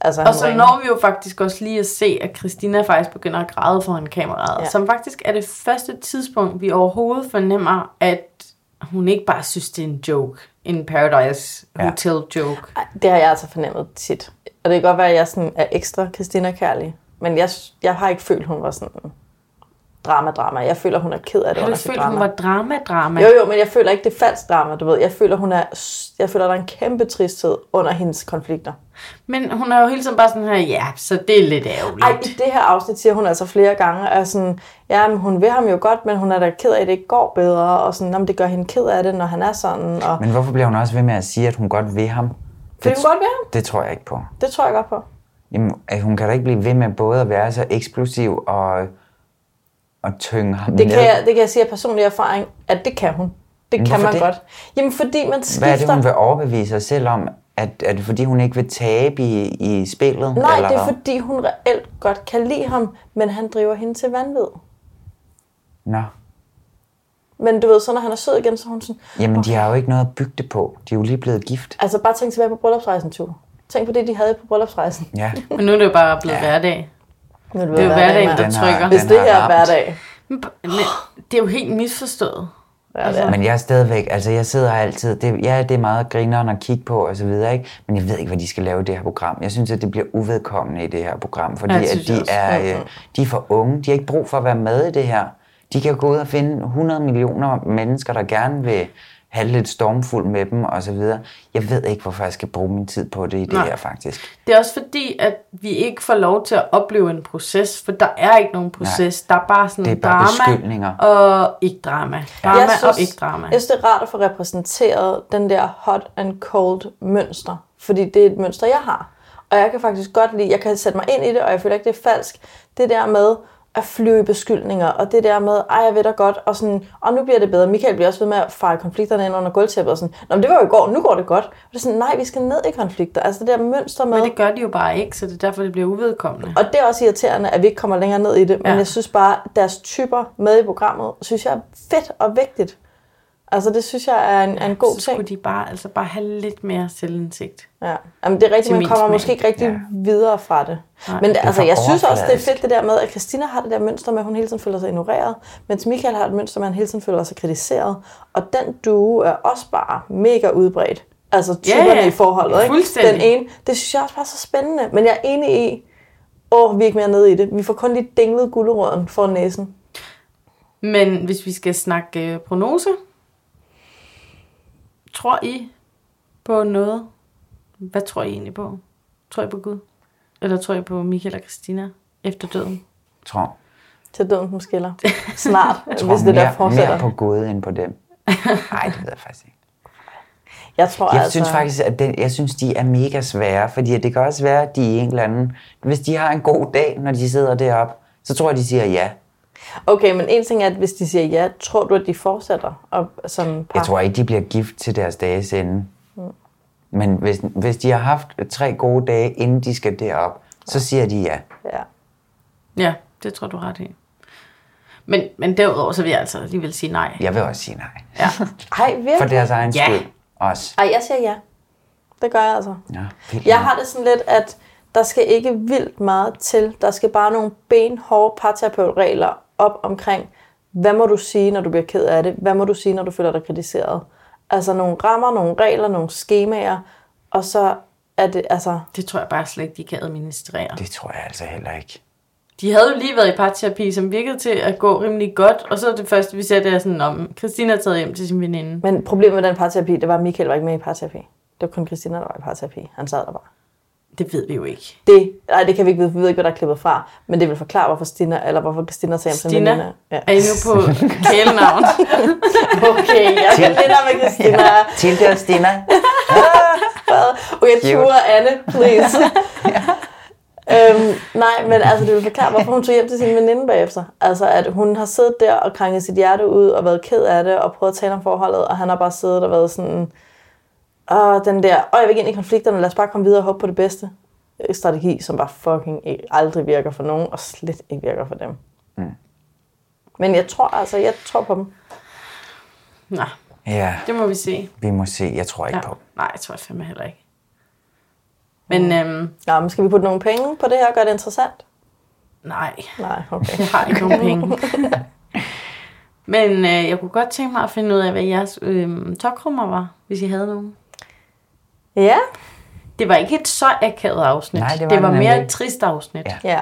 K: Altså,
A: Og
K: han
A: så
K: ringer.
A: når vi jo faktisk også lige at se, at Christina faktisk begynder at græde foran kameraet,
K: Ja.
A: ja. som faktisk er det første tidspunkt, vi overhovedet fornemmer, at hun ikke bare synes, det er en joke. En Paradise
K: Ja.
A: Hotel joke.
K: Ej, Det har jeg altså fornemmet tit. Og det kan godt være, at jeg sådan er ekstra Christina-kærlig. Men jeg, jeg har ikke følt, hun var sådan drama-drama. Jeg føler, hun er ked af det
A: Har du
K: under
A: ikke
K: sit
A: følt,
K: drama.
A: hun var drama-drama?
K: Jo, jo, men jeg føler ikke, det er falsk drama, du ved. Jeg føler, hun er, jeg føler, der er en kæmpe tristhed under hendes konflikter.
A: Men hun er jo hele tiden bare sådan her, ja, så det er lidt ærgerligt.
K: Ej, i det her afsnit siger hun altså flere gange, at sådan, ja, men hun vil ham jo godt, men hun er da ked af, at det ikke går bedre, og sådan, jamen, det gør hende ked af det, når han er sådan. Og...
L: Men hvorfor bliver hun også ved med at sige, at hun godt vil ham?
K: Vil hun godt ved ham?
L: Det tror jeg ikke på.
K: Det tror jeg godt på.
L: Jamen, at hun kan da ikke blive ved med både at være så eksplosiv og, og tynge ham
K: Det
L: ned.
K: kan, jeg, det kan jeg sige af personlig erfaring, at det kan hun. Det
L: Men
K: kan
L: hvorfor
K: man
L: det?
K: godt. Jamen, fordi man skifter...
L: Hvad er det, hun vil overbevise sig selv om? At, at fordi hun ikke vil tabe i, i spillet?
K: Nej,
L: eller
K: det er
L: hvad?
K: fordi, hun reelt godt kan lide ham, men han driver hende til vanvid.
L: Nå.
K: Men du ved, så når han er sød igen, så er hun sådan...
L: Jamen, de har jo ikke noget at bygge det på. De er jo lige blevet gift.
K: Altså, bare tænk tilbage på bryllupsrejsen, Tue. Tænk på det, de havde på bryllupsrejsen.
L: Ja.
A: Men nu er det jo bare blevet ja. hverdag.
K: Nu er det
A: Det er jo hverdagen,
K: mand.
A: der
L: Den har-
A: trykker.
L: Hvis den det har her er ramt.
K: hverdag. <gasps>
A: Det er jo helt misforstået.
K: Ja, det
L: Men jeg er stadigvæk, altså jeg sidder altid, det, ja, det er meget grineren at kigge på og så videre, ikke? men jeg ved ikke, hvad de skal lave i det her program. Jeg synes, at det bliver uvedkommende i det her program, fordi
G: Ja,
L: ja,
G: det
L: at
G: synes jeg
L: de,
G: også.
L: er,
G: Mhm.
L: øh, de er for unge, de har ikke brug for at være med i det her. De kan gå ud og finde 100 millioner mennesker, der gerne vil have det lidt stormfuldt med dem og så videre. Jeg ved ikke, hvorfor jeg skal bruge min tid på det i det
A: Nej.
L: her faktisk.
A: Det er også fordi, at vi ikke får lov til at opleve en proces, for der er ikke nogen proces. Nej. Der er bare sådan
L: Det er bare
A: drama
L: beskyldninger.
A: og ikke drama. Drama
K: Jeg
A: og ikke drama.
K: Jeg synes, det er rart at få repræsenteret den der hot and cold mønster, fordi det er et mønster, jeg har. Og jeg kan faktisk godt lide, jeg kan sætte mig ind i det, og jeg føler ikke, det er falsk. Det der med at flyve i beskyldninger, og det der med, ej, jeg ved da godt, og sådan, og nu bliver det bedre. Michael bliver også ved med at fare konflikterne ind under gulvtæppet, og sådan, Nå, men det var jo i går, nu går det godt. Og det er sådan, nej, vi skal ned i konflikter. Altså det der mønster med...
A: Men det gør de jo bare ikke, så det er derfor, det bliver uvedkommende.
K: Og det er også irriterende, at vi ikke kommer længere ned i det, men ja. jeg synes bare, at deres typer med i programmet, synes jeg er fedt og vigtigt. Altså det synes jeg er en, er en god
A: så
K: ting.
A: skulle de bare, altså bare have lidt mere selvindsigt.
K: Ja. Jamen, det er rigtigt,
A: Til
K: man
A: min
K: kommer
A: smag.
K: måske ikke rigtig ja. videre fra det.
A: Nej.
K: Nej, men
A: Det
K: det,
A: er
K: altså,
A: for
K: jeg synes også, det er
A: overfladisk.
K: fedt det der med, at Christina har det der mønster med, at hun hele tiden føler sig ignoreret, mens Michael har et mønster med, at han hele tiden føler sig kritiseret. Og den duo er også bare mega udbredt. Altså
A: Ja,
K: typerne
A: ja.
K: i forholdet, ikke?
A: Fuldstændig.
K: Den ene, det synes jeg også bare er så spændende. Men jeg er enig i, åh, vi er ikke mere nede i det. Vi får kun lige dinglet guleroden for næsen.
A: Men hvis vi skal snakke øh, prognose, tror I på noget? Hvad tror I egentlig på? Tror I på Gud? Eller tror I på Michael og Christina efter døden?
L: Tror.
K: Til døden, som skiller. Snart,
L: Jeg
K: hvis
L: tror
K: det der
L: mere,
K: fortsætter.
L: mere på Gud end på dem. Nej, det ved jeg faktisk ikke.
K: Jeg tror
L: Jeg
K: altså...
L: synes faktisk, at den, jeg synes, de er mega svære, fordi at det kan også være, at de er en eller anden... Hvis de har en god dag, når de sidder deroppe, så tror jeg, de siger ja.
K: Okay, men en ting er, at hvis de siger ja, tror du, at de fortsætter og, som par?
L: Jeg tror ikke, de bliver gift til deres dages ende.
K: Mm.
L: Men hvis, hvis de har haft tre gode dage, inden de skal derop, så siger de ja.
K: Ja.
A: Ja, det tror du ret i. Men, men derudover, så vil jeg altså alligevel sige nej.
L: Jeg vil også sige nej.
A: Ja.
K: Ej, virkelig?
L: For deres egen
A: ja.
L: skyld også.
K: Ej, jeg siger ja. Det gør jeg altså.
L: Ja, vildt.
K: Jeg har det sådan lidt, at der skal ikke vildt meget til. Der skal bare nogle benhårde parterapeutregler op omkring, hvad må du sige, når du bliver ked af det? Hvad må du sige, når du føler dig kritiseret? Altså nogle rammer, nogle regler, nogle skemaer, og så er det, altså...
A: Det tror jeg bare slet ikke, de kan administrere.
L: Det tror jeg altså heller ikke.
A: De havde jo lige været i parterapi, som virkede til at gå rimelig godt, og så det første, vi ser, det er sådan, om Christina er taget hjem til sin veninde.
K: Men problemet med den parterapi, det var, at Michael var ikke med i parterapi. Det var kun Christina, der var i parterapi. Han sad der bare.
A: Det ved vi jo ikke.
K: Det, nej, det kan vi ikke vide, for vi ved ikke, hvad der er klippet fra. Men det vil forklare, hvorfor Stina, eller hvorfor Christina tager hjem til
A: Stina?
K: veninderne.
A: Er I nu på kælenavn?
K: <laughs> okay, jeg kan lidt om, at Christina er.
L: Tilde
K: <laughs>
L: og Stina.
K: Okay, Ture og Anne, please. øhm, nej, men altså, det vil forklare, hvorfor hun tog hjem til sin veninde bagefter. Altså, at hun har siddet der og krænket sit hjerte ud og været ked af det og prøvet at tale om forholdet, og han har bare siddet og været sådan, og den der, og jeg vil ikke ind i konflikterne, lad os bare komme videre og håbe på det bedste. Øh, Strategi, som bare fucking ikke, aldrig virker for nogen, og slet ikke virker for dem.
G: Mm.
K: Men jeg tror altså, jeg tror på dem.
A: Nej,
L: Ja,
A: det må vi se.
L: vi må se. Jeg tror ikke
A: Ja.
L: på.
A: Nej, jeg tror jeg fandme heller ikke. Men, øhm,
K: ja, men skal vi putte nogle penge på det her og gøre det interessant?
A: Nej.
K: Nej, okay.
A: Jeg har ikke nogen penge. <laughs> Men øh, jeg kunne godt tænke mig at finde ud af, hvad jeres øh, tokrummer var, hvis I havde nogen.
K: Ja.
A: Det var ikke et så akavet afsnit.
L: Nej, det var
A: det var
L: det
A: mere
L: nemlig.
A: et trist afsnit. Ja.
K: ja.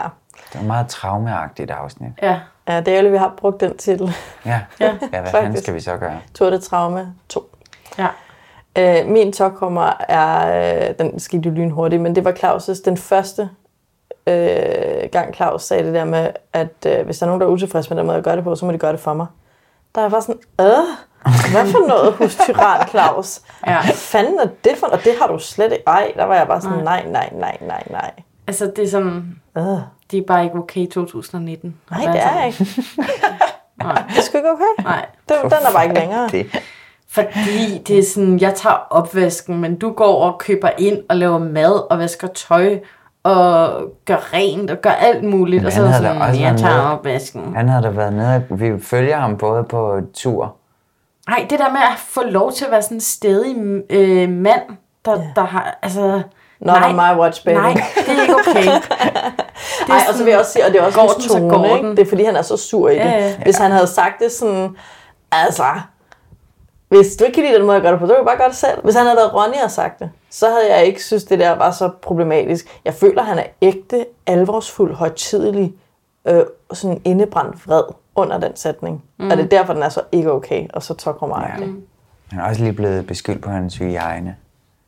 L: Det var meget traumeagtigt afsnit.
A: Ja.
K: Ja, det er jo, vi har brugt den til. <laughs>
L: Ja, ja.
K: Ja,
L: ja hvad fanden
K: faktisk.
L: skal vi så gøre?
K: Tour de Traume 2.
A: Ja.
K: Øh, min tokrummer er, øh, den skete jo lynhurtigt, men det var Claus' den første øh, gang Claus sagde det der med, at øh, hvis der er nogen, der er utilfredse med den måde, jeg gør det på, så må de gøre det for mig. Der var bare sådan, øh, hvad for noget hos tyran, Claus?
A: Ja.
K: Hvad fanden er det for Og det har du slet ikke. Ej, der var jeg bare sådan, nej, nej, nej, nej, nej.
A: Altså, det er sådan...
K: Øh.
A: Det er bare ikke okay i 2019.
K: Nej, det er ikke.
A: Altså, Nej.
K: Det er sgu ikke okay.
A: Nej.
K: Den, den er bare ikke længere.
A: Fordi det er sådan, jeg tager opvasken, men du går og køber ind og laver mad og vasker tøj og gør rent og gør alt muligt. og så er jeg sådan, jeg tager opvasken.
L: han havde da været nede. Vi følger ham både på tur.
A: Nej, det der med at få lov til at være sådan en stedig øh, mand, der, yeah. der har, altså...
K: Not on my watch, baby.
A: Nej, det er ikke
K: <laughs>
A: okay.
K: Det Ej, og så vil jeg også sige, og det er også
A: Går
K: går
A: den,
K: en
A: så
K: tone,
A: går
K: ikke?
A: den.
K: Det er fordi, han er så sur i det.
A: Ja, ja.
K: Hvis han havde sagt det sådan, altså, hvis du ikke kan lide den måde, jeg gør det på, så kan du bare gøre det selv. Hvis han havde været Ronny og sagt det, så havde jeg ikke synes, det der var så problematisk. Jeg føler, han er ægte, alvorsfuld, højtidelig, øh, sådan indebrændt vred under den sætning.
L: Mm.
K: Mm. Og det er derfor, den er så ikke okay, og så tokker mig ja. det.
L: Han er også lige blevet beskyldt på hans hygiejne.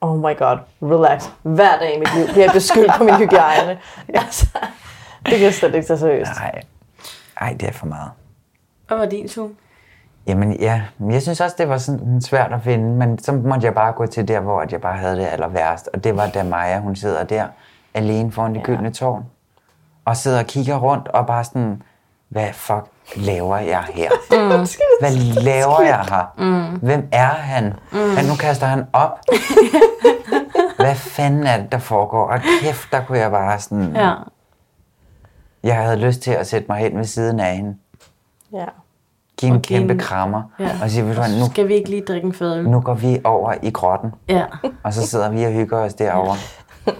K: Oh my god, relax. Hver dag i mit liv bliver jeg beskyldt på min hygiejne. Altså, det kan jeg slet ikke tage seriøst.
L: Nej. Ej, det er for meget.
A: Hvad var din tur?
L: Jamen ja, men jeg synes også, det var sådan svært at finde, men så måtte jeg bare gå til der, hvor at jeg bare havde det aller værst. Og det var, da Maja, hun sidder der alene foran det gyldne tårn, og sidder og kigger rundt og bare sådan, hvad fuck laver jeg her?
A: <laughs> Mm.
L: Hvad laver jeg her?
A: Mm.
L: Hvem er han?
A: Mm.
L: Han, nu kaster han
A: <laughs>
L: op. Hvad fanden er det, der foregår? Og kæft, der kunne jeg bare sådan...
A: Ja.
L: Jeg havde lyst til at sætte mig hen ved siden af hende.
K: Ja.
L: Give en
A: Og give
L: kæmpe
A: en-
L: krammer.
A: ja.
L: Og sige, ved du hvad,
A: Så
L: nu,
A: skal vi ikke lige drikke en fadøl.
L: nu går vi over i grotten.
A: Ja,
L: Og så sidder vi og hygger os derovre.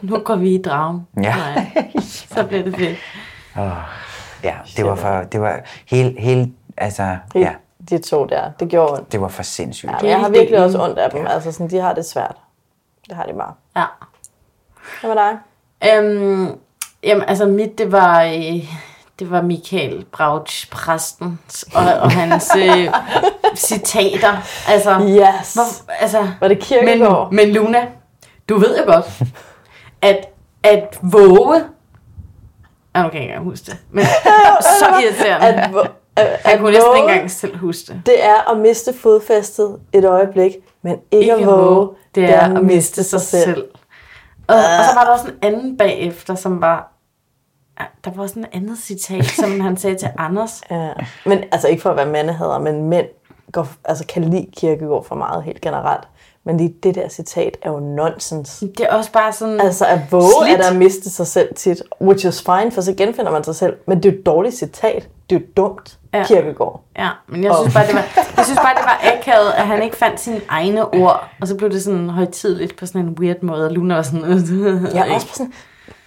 A: nu går vi i dragen.
L: Ja.
A: Nej. Så bliver det fedt.
L: Oh, ja, det var for... Det var hele... hele altså,
K: Det,
L: ja,
K: De to der, det gjorde ondt.
L: det var for sindssygt.
K: Ja, men jeg har virkelig også ondt af dem. Altså, sådan, de har det svært. Det har de bare.
A: Ja.
K: Hvad med dig?
A: Øhm, jamen, altså mit, det var, øh, det var Michael Brauch, præsten, og, og hans
K: <laughs>
A: øh, citater. Altså,
K: yes.
A: hvor, altså,
K: var det
A: Kirkegaard? Men, men Luna, du ved jo godt, at, at våge... Ah, nu kan jeg ikke engang huske det. Men så irriterende.
K: At, vo- at,
A: Jeg kunne næsten
K: våge,
A: ikke engang selv huske det.
K: Det er at miste fodfæstet et øjeblik, men ikke,
A: Ikke
K: at
A: at
K: våge,
A: våge, det er at miste sig selv. Og, og så var der også en anden bagefter, som var... Ah, Der var også en andet citat, som han sagde til Anders.
K: Ja. Men altså ikke for at være mandehader, men mænd går, altså, kan lide kirkegård for meget helt generelt. Men lige det der citat er jo nonsens.
A: Det er også bare sådan...
K: Altså at våge
A: Mm. slidt.
K: Slit. at miste sig selv tit, which is fine, for så genfinder man sig selv. Men det er jo et dårligt citat. Det er jo dumt,
A: Ja.
K: ja. kirkegård.
A: Ja, men jeg
K: Og-
A: synes bare, det var, jeg synes bare, det var akavet, at han ikke fandt sine egne ord. Og så blev det sådan højtidligt på sådan en weird måde, og Luna var sådan...
K: Ja, også på sådan,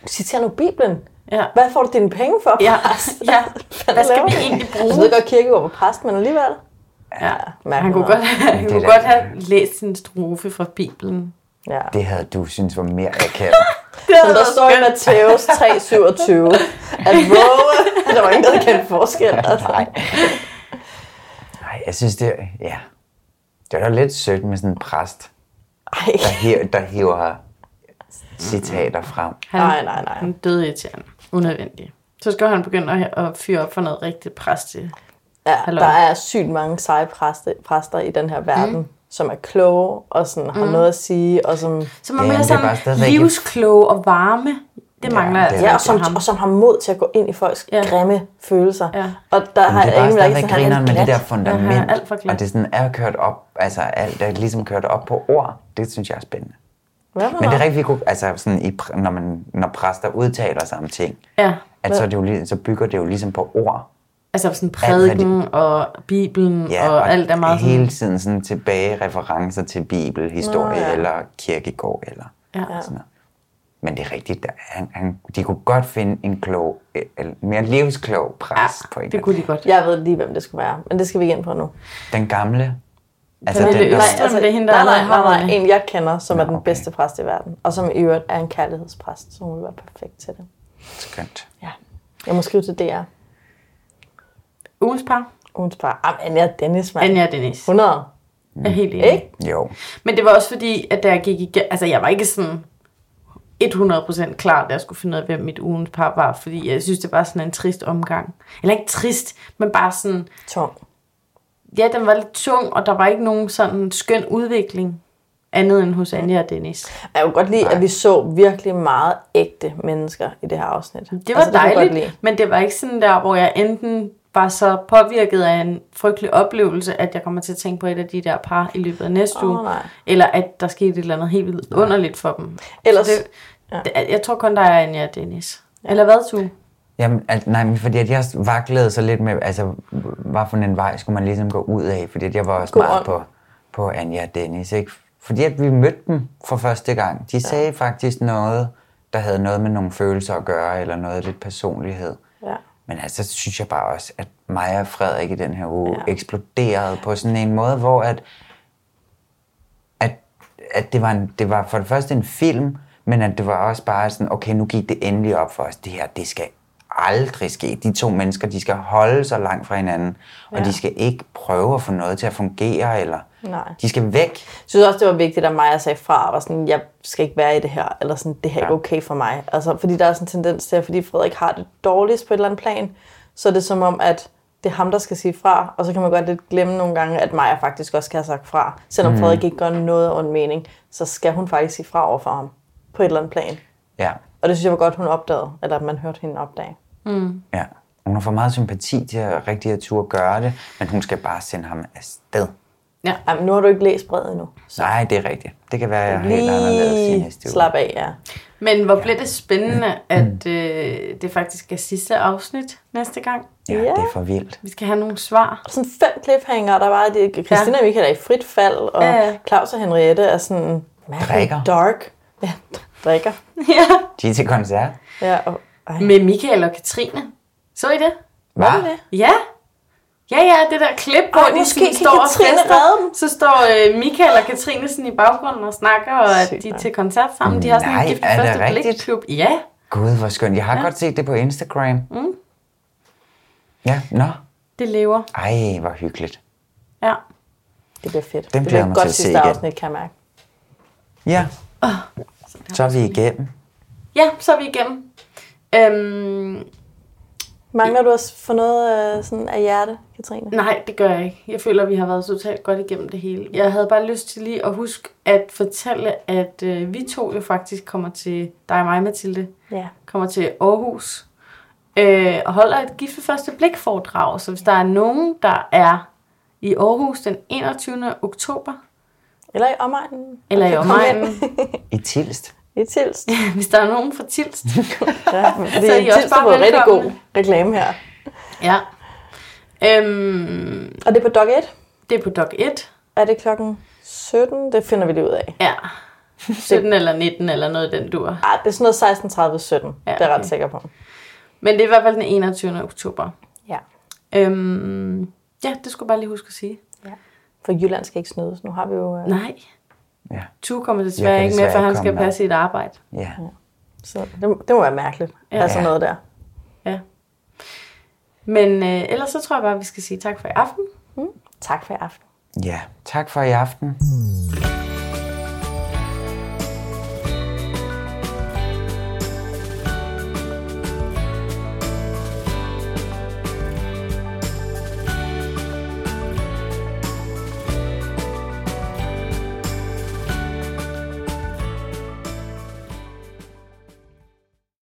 K: citerer nu Bibelen.
A: Ja.
K: Hvad får du dine penge for, <laughs>
A: Ja,
K: præst?
A: ja. Hvad skal
K: laver
A: vi
K: du?
A: egentlig
K: Jeg
A: bruge?
K: ved godt, kirkegård var præst, men alligevel.
A: Ja,
K: mærkeligt
A: han kunne,
K: noget.
A: godt, han
L: Det er
A: kunne
L: da-
A: godt have læst sin strofe fra Bibelen.
K: Ja.
L: Det havde du synes var mere
K: <laughs>
L: akavet.
K: Som der står i Matthæus 3,27. At
A: <laughs>
K: våge, der var ingen, der kendte forskel. Altså.
L: Nej, jeg synes det... Ja. Det var da lidt sødt med sådan en præst,
K: Ej.
L: der, hæver, der hiver citater frem.
A: Han,
K: nej, nej, nej.
A: Han døde irriterende. Unødvendigt. Så skal han begynde at, at fyre op for noget rigtigt præste.
K: Ja,
A: Hallo.
K: der er sygt mange seje præste, præster i den her verden,
A: Mm.
K: mm. som er kloge og sådan, har
A: Mm.
K: noget at sige. Og som,
A: Så man mere sådan livskloge og varme Det mangler jeg altså
K: Ja, og
A: lidt
K: som,
A: af ham.
K: og som har mod til at gå ind i folks ja. grimme følelser. Ja. Og der
L: Men
K: har
L: det er bare
K: ingen været
L: stadigvæk
K: sådan, han er
L: grineren med det
K: glat.
L: der fundament.
K: Ja, han er alt for glat.
L: og det sådan er kørt op, altså alt er ligesom kørt op på ord. Det synes jeg er spændende.
K: Hvad
L: Men det er rigtig godt, altså sådan i, pr- når, man, når præster udtaler sig om ting,
A: Ja.
L: at så, er det jo, lige- så bygger det jo ligesom på ord.
A: Altså sådan
L: Alt, hvad de-
A: prædiken og Bibelen
L: Ja,
A: og, alt er meget sådan...
L: hele tiden sådan tilbage referencer til bibelhistorie
A: Nå,
L: Nå,
A: ja.
L: ja. eller kirkegård. Eller.
A: Ja.
L: Sådan noget. Men det er rigtigt, der, han, han, de kunne godt finde en klog, øh, eller mere livsklog præst ja, på en
K: kunne de godt. Jeg ved lige, hvem det skulle være, men det skal vi ikke ind på nu.
L: Den gamle. altså
K: Pernille
L: der-
K: Østrøm, det er hende, der
A: Nej,
K: nej,
A: nej,
K: nej, nej,
A: nej.
K: En, jeg kender, som er den bedste præst i verden, og som i øvrigt er en kærlighedspræst, som vil være perfekt til det.
L: Skønt.
K: Ja. Jeg må skrive til DR.
A: Ugens par?
K: Ugens par. Jamen, Anja og Dennis, mand.
A: Anja og Dennis.
K: 100.
A: Jeg er helt enig.
L: Jo.
A: Men det var også fordi, at da jeg gik igen, altså jeg var ikke sådan 100% klar, da jeg skulle finde ud af, hvem mit ugens par var, fordi jeg synes, det var sådan en trist omgang. Eller ikke trist, men bare sådan...
K: Tung.
A: Ja, den var lidt tung, og der var ikke nogen sådan skøn udvikling andet end hos Anja og Dennis.
K: Jeg kunne godt lide, at vi så virkelig meget ægte mennesker i det her afsnit.
A: Det var altså, dejligt, det men det var ikke sådan der, hvor jeg enten var så påvirket af en frygtelig oplevelse, at jeg kommer til at tænke på et af de der par i løbet af næste
K: Åh,
A: uge,
K: nej.
A: eller at der skete et eller andet helt vildt underligt for dem.
K: Ellers-
A: Så det, ja. Jeg tror kun, der er Anja og Dennis. Eller hvad, Tue?
L: Jamen, al- nej, men fordi at jeg vaklede så lidt med, altså, hvad for en vej skulle man ligesom gå ud af, fordi at jeg var også
K: God
L: meget
K: ånd.
L: på, på Anja og Dennis, ikke? Fordi at vi mødte dem for første gang. De sagde faktisk noget, der havde noget med nogle følelser at gøre, eller noget lidt personlighed.
K: Ja.
L: Men altså, så synes jeg bare også, at Maja og Frederik i den her uge ja. eksploderede på sådan en måde, hvor at, at, at det, var en, det var for det første en film, men at det var også bare sådan, okay, nu gik det endelig op for os. Det her, det skal aldrig ske. De to mennesker, de skal holde sig langt fra hinanden, ja.
K: Ja.
L: og de skal ikke prøve at få noget til at fungere, eller
K: Nej.
L: de skal væk.
K: Jeg synes også, det var vigtigt, at Maja sagde fra, og var sådan, jeg skal ikke være i det her, eller sådan, det her er ikke okay for mig. Altså, fordi der er sådan en tendens til, at fordi Frederik har det dårligst på et eller andet plan, så er det som om, at det er ham, der skal sige fra, og så kan man godt lidt glemme nogle gange, at Maja faktisk også skal have sagt fra. Selvom
L: Mm.
K: Frederik ikke gør noget af ond mening, så skal hun faktisk sige fra over for ham på et eller andet plan.
L: Ja,
K: Og det synes jeg var godt, hun opdagede, eller at man hørte hende opdage.
A: Mm.
L: ja. Hun har for meget sympati til at rigtig at turde gøre det, men hun skal bare sende ham afsted.
A: Ja.
K: Jamen, nu har du ikke læst brevet endnu.
L: Nej, det er rigtigt. Det kan være, at jeg har helt anderledes i
K: Lige
L: næste uge.
K: slap af, ja.
A: Men hvor blev det spændende, at øh, det faktisk er sidste afsnit næste gang.
L: Ja, det er for vildt.
A: Vi skal have nogle svar.
K: Sådan fem cliffhanger, der var det. Christina ja. og Michael er i frit fald, og
A: Ja, ja.
K: Claus og Henriette er sådan mærkeligt
L: Drikker.
K: dark. <laughs> Ja, drikker.
A: ja.
L: De er til koncert.
K: Ja, og, ej.
A: Med Michael og Katrine. Så I det?
L: Hva?
A: Ja. Ja, ja, det der klip, hvor
K: Ej,
A: de
K: måske
A: sådan
K: kan
A: står og
K: Katrine
A: fester.
K: redde
A: Så står øh, Michael og Katrine sådan i baggrunden og snakker, og at de er til koncert sammen. De har sådan
L: Nej,
A: en gift ved
L: er det
A: første
L: rigtigt?
A: blikklub. Ja.
L: Gud, hvor skønt. Jeg har ja. godt set det på Instagram.
A: Mm,
L: Ja, nå.
A: det lever.
L: Ej, hvor hyggeligt.
A: Ja.
K: Det bliver fedt.
L: Dem glæder
K: det bliver
L: jeg
K: et
L: mig
K: godt
L: til at se
K: sidste
L: igen.
K: afsnit, kan jeg mærke.
L: Ja. Så er vi igennem.
A: Ja, så er vi igennem. Øhm,
K: Mangler du også for noget øh, sådan af hjerte, Katrine?
A: Nej, det gør jeg ikke. Jeg føler, at vi har været totalt godt igennem det hele. Jeg havde bare lyst til lige at huske at fortælle, at øh, vi to jo faktisk kommer til, dig og mig, Mathilde,
K: Ja.
A: kommer til Aarhus øh, og holder et gift ved første blik foredrag. Så hvis der er nogen, der er i Aarhus den 21. oktober,
K: Eller i omegnen.
A: eller i
K: Så kom ind.
A: omegnen,
L: I Tilst.
K: I Tilst.
A: <laughs> hvis der er nogen fra
K: <laughs>
A: Tilst,
K: Ja, fordi
A: Så er I også
K: Tilst har
A: bare
K: fået rigtig god
A: velkomne.
K: reklame her.
A: Ja. Øhm,
K: og det er på Dog 1?
A: Det er på Dog 1.
K: Er det klokken 17? Det finder vi lige ud af.
A: Ja. 17 eller 19 eller noget i den dur.
K: Ah, det er sådan noget 16.30-17. Ja, det er jeg ret
A: okay.
K: sikker på.
A: Men det er i hvert fald den 21. oktober.
K: Ja.
A: Øhm, ja, det skulle jeg bare lige huske at sige.
K: Ja. For Jylland skal ikke snydes. Nu har vi jo... Øh...
A: Nej.
L: Ja.
A: Tue kommer
K: Jeg
A: desværre
K: kan
A: ikke med, for
K: desværre
A: han
K: ikke
A: skal
K: komme med.
A: passe sit arbejde.
L: Ja.
K: Så det, det må være mærkeligt.
A: Ja.
K: Ja. Altså
A: Ja.
K: noget der.
A: Ja. Men øh, ellers så tror jeg bare, vi skal sige tak for i aften.
K: Tak for i aften.
L: Ja. Tak for i aften.